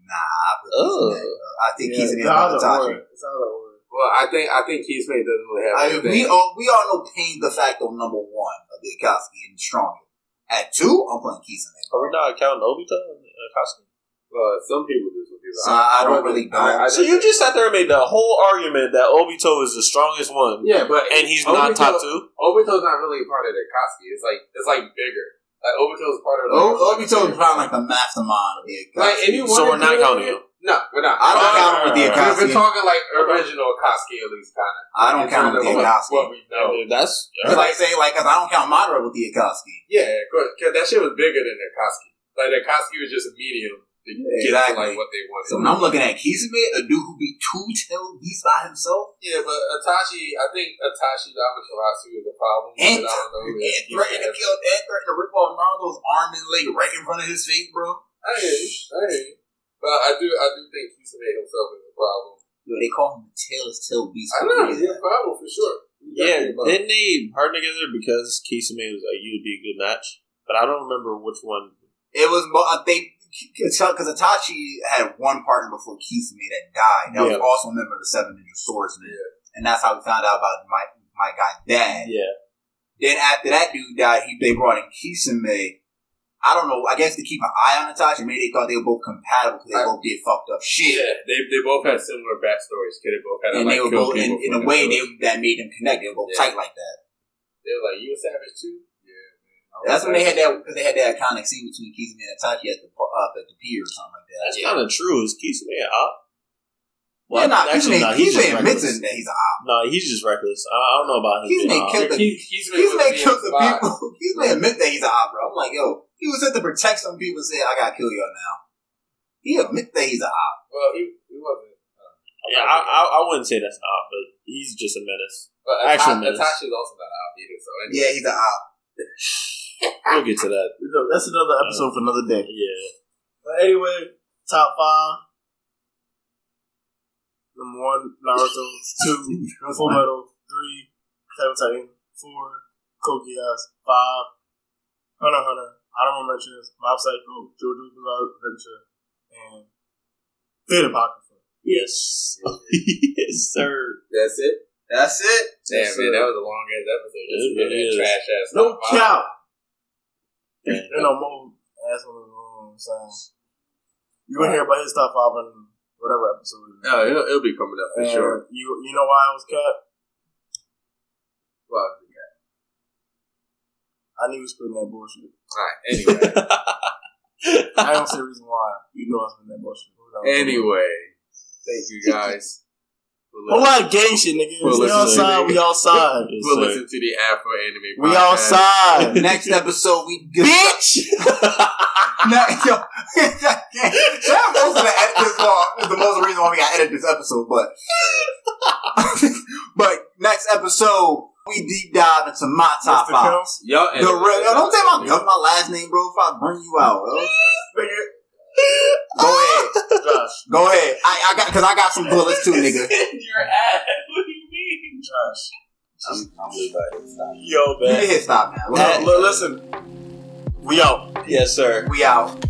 E: Nah, I, put
B: Oh.
E: Kisame, uh, I think
D: Yeah,
E: Kisame
D: it's
E: about
D: out of
E: Itachi.
D: order. It's out of order.
A: Well, I think I think Kisame doesn't really have
E: I mean,
A: anything.
E: we all we all know Pain the facto number one of the Akatsuki and strongest. At two, I'm playing Kisame.
B: Are we not counting Obito and Akatsuki?
A: uh, some people do. Some people.
E: So I, I don't really know.
B: So you just sat there and made the whole argument that Obito is the strongest one,
A: yeah, but
B: and he's not
A: Obito-
B: top two.
A: Obito's not really a part of the Koski. It's like it's like bigger. Like Obito's part of.
E: O- Obito is Oh, probably like the mastermind of the Akatsuki.
A: Like if you wanna
B: So we're
A: do
B: not
A: it-
B: counting him.
A: No, we're not.
E: I don't
A: We're
E: count him with the
A: not- We're
E: Akatsuki.
A: talking like original Koski at least, kind of.
E: I don't count him with the
A: What
E: Akatsuki.
A: we know.
B: Oh, That's
E: It's like saying like, cause I don't count Madara with the Akatsuki.
A: Yeah, because that shit was bigger than the Koski. Like the Koski was just a medium to get to,
E: Exactly.
A: like what they wanted.
E: So when I'm looking at Kisame, a dude who beat two tail beasts by himself,
A: Yeah, but Atashi, I think Atashi's Amaterasu is a problem.
E: And-
A: but I don't know.
E: and
A: if he
E: threatened to
A: has-
E: kill, and threatened to rip off Naruto's arm and leg right in front of his face, bro.
A: I hear you. I hear you. But I do, I do think Kisame himself is a problem.
E: Yo, they call him the tailless tail beast.
A: I
E: for
A: know,
E: reason.
A: he's a problem for sure. He's
B: yeah.
A: definitely a problem.
B: Didn't they partner together because Kisame was like, "You'd be a good match," but I don't remember which one.
E: It was mo- uh, they because Itachi had one partner before Kisame that died. That
B: Yeah.
E: was also a member of the Seven Ninja Swordsmen, and that's how we found out about my my guy dad.
B: Yeah,
E: Then after that dude died, he they brought in Kisame. I don't know. I guess to keep an eye on Itachi, maybe they thought they were both compatible because they
A: I-
E: both did fucked up shit,
A: Yeah, they they both had similar backstories. Kid, they both had to,
E: and
A: like
E: they were
A: kill
E: both in,
A: people
E: in
A: for
E: a way they,
A: themselves.
E: that made them connect. They were both
A: Yeah.
E: tight like that.
A: they were like, "You a savage too?" Yeah, man. I was
E: That's when
A: like-
E: they had that because they had that iconic scene between Kisame and Itachi at the uh, at the pier or something like that.
B: that's kind of true. Is Kisame an op?
E: Well,
B: Yeah,
E: not
B: actually,
E: Kisame,
B: nah, he's just
E: Kisame
B: reckless.
E: admitting that he's a
B: No, he's just reckless. I, I don't know about him.
E: Kisame
B: being an op.
E: killed the-
A: He- he's been
E: He's
A: with
E: man
A: me
E: killed
A: in
E: the
A: spot.
E: people. He's man admit that he's an op, bro. I'm like, yo, he was in to protect some people and say, I gotta kill y'all now. He admit that he's an op.
A: Well, he, he wasn't. uh,
B: Yeah, I, I, I wouldn't say that's an op, but he's just a menace.
A: But Ata-
B: Actual menace.
A: Atashi's also not out either. So anyway.
E: Yeah, he's an op.
B: We'll get to that.
D: You know, That's another episode for another day.
B: Yeah,
D: But anyway, top five. Number one, Naruto. Two, Full Metal. Three, Seven Titan. Four, Kokias. Five, Hunter x Hunter. Honorable mentions: Mob Psycho, JoJo's Bizarre Adventure, and Fate Apocrypha.
B: yes, yes, sir.
A: That's it.
E: That's it.
A: Damn,
E: That's
A: man,
E: it.
A: that was the longest episode. Just
B: It
A: for
B: really
A: that
B: is.
A: trash ass.
D: No
A: top five.
D: cap.
B: Yeah.
D: You know, Mo ass one of So you gonna hear about his top five in whatever episode. we do.
A: No, it'll, it'll be coming up for
D: And
A: sure.
D: You you know why I was cap?
A: Well, yeah.
D: I knew he was spitting that bullshit.
A: all right. Anyway,
D: I don't see a reason why. You know it's been that bullshit.
A: anyway, thank you guys. for
D: Whole
A: listening-
D: lot of gang shit, nigga.
A: Well,
D: we
A: listen,
D: outside,
A: nigga.
D: we outside.
B: Yes,
A: for
B: sir.
A: listening to the Afro Anime.
D: We
A: Podcast.
D: outside.
E: Next episode, we bitch. now, yo, that was gonna edit this long. It's the most reason why we gotta edit this episode, but but next episode, we deep dive into my top
D: Mr.
E: five.
D: Counts.
A: Y'all
E: The real, yo, don't take my my last name, bro. If I bring you out, bro. go ahead,
D: Josh.
E: go ahead. I, I got because I got some bullets too, nigga.
A: your ass. What do you mean?
D: Josh.
B: Yo,
E: You can
B: man.
E: hit stop now. Go
D: Now,
E: ahead.
D: li- listen. We out.
B: Yes, sir.
E: we out.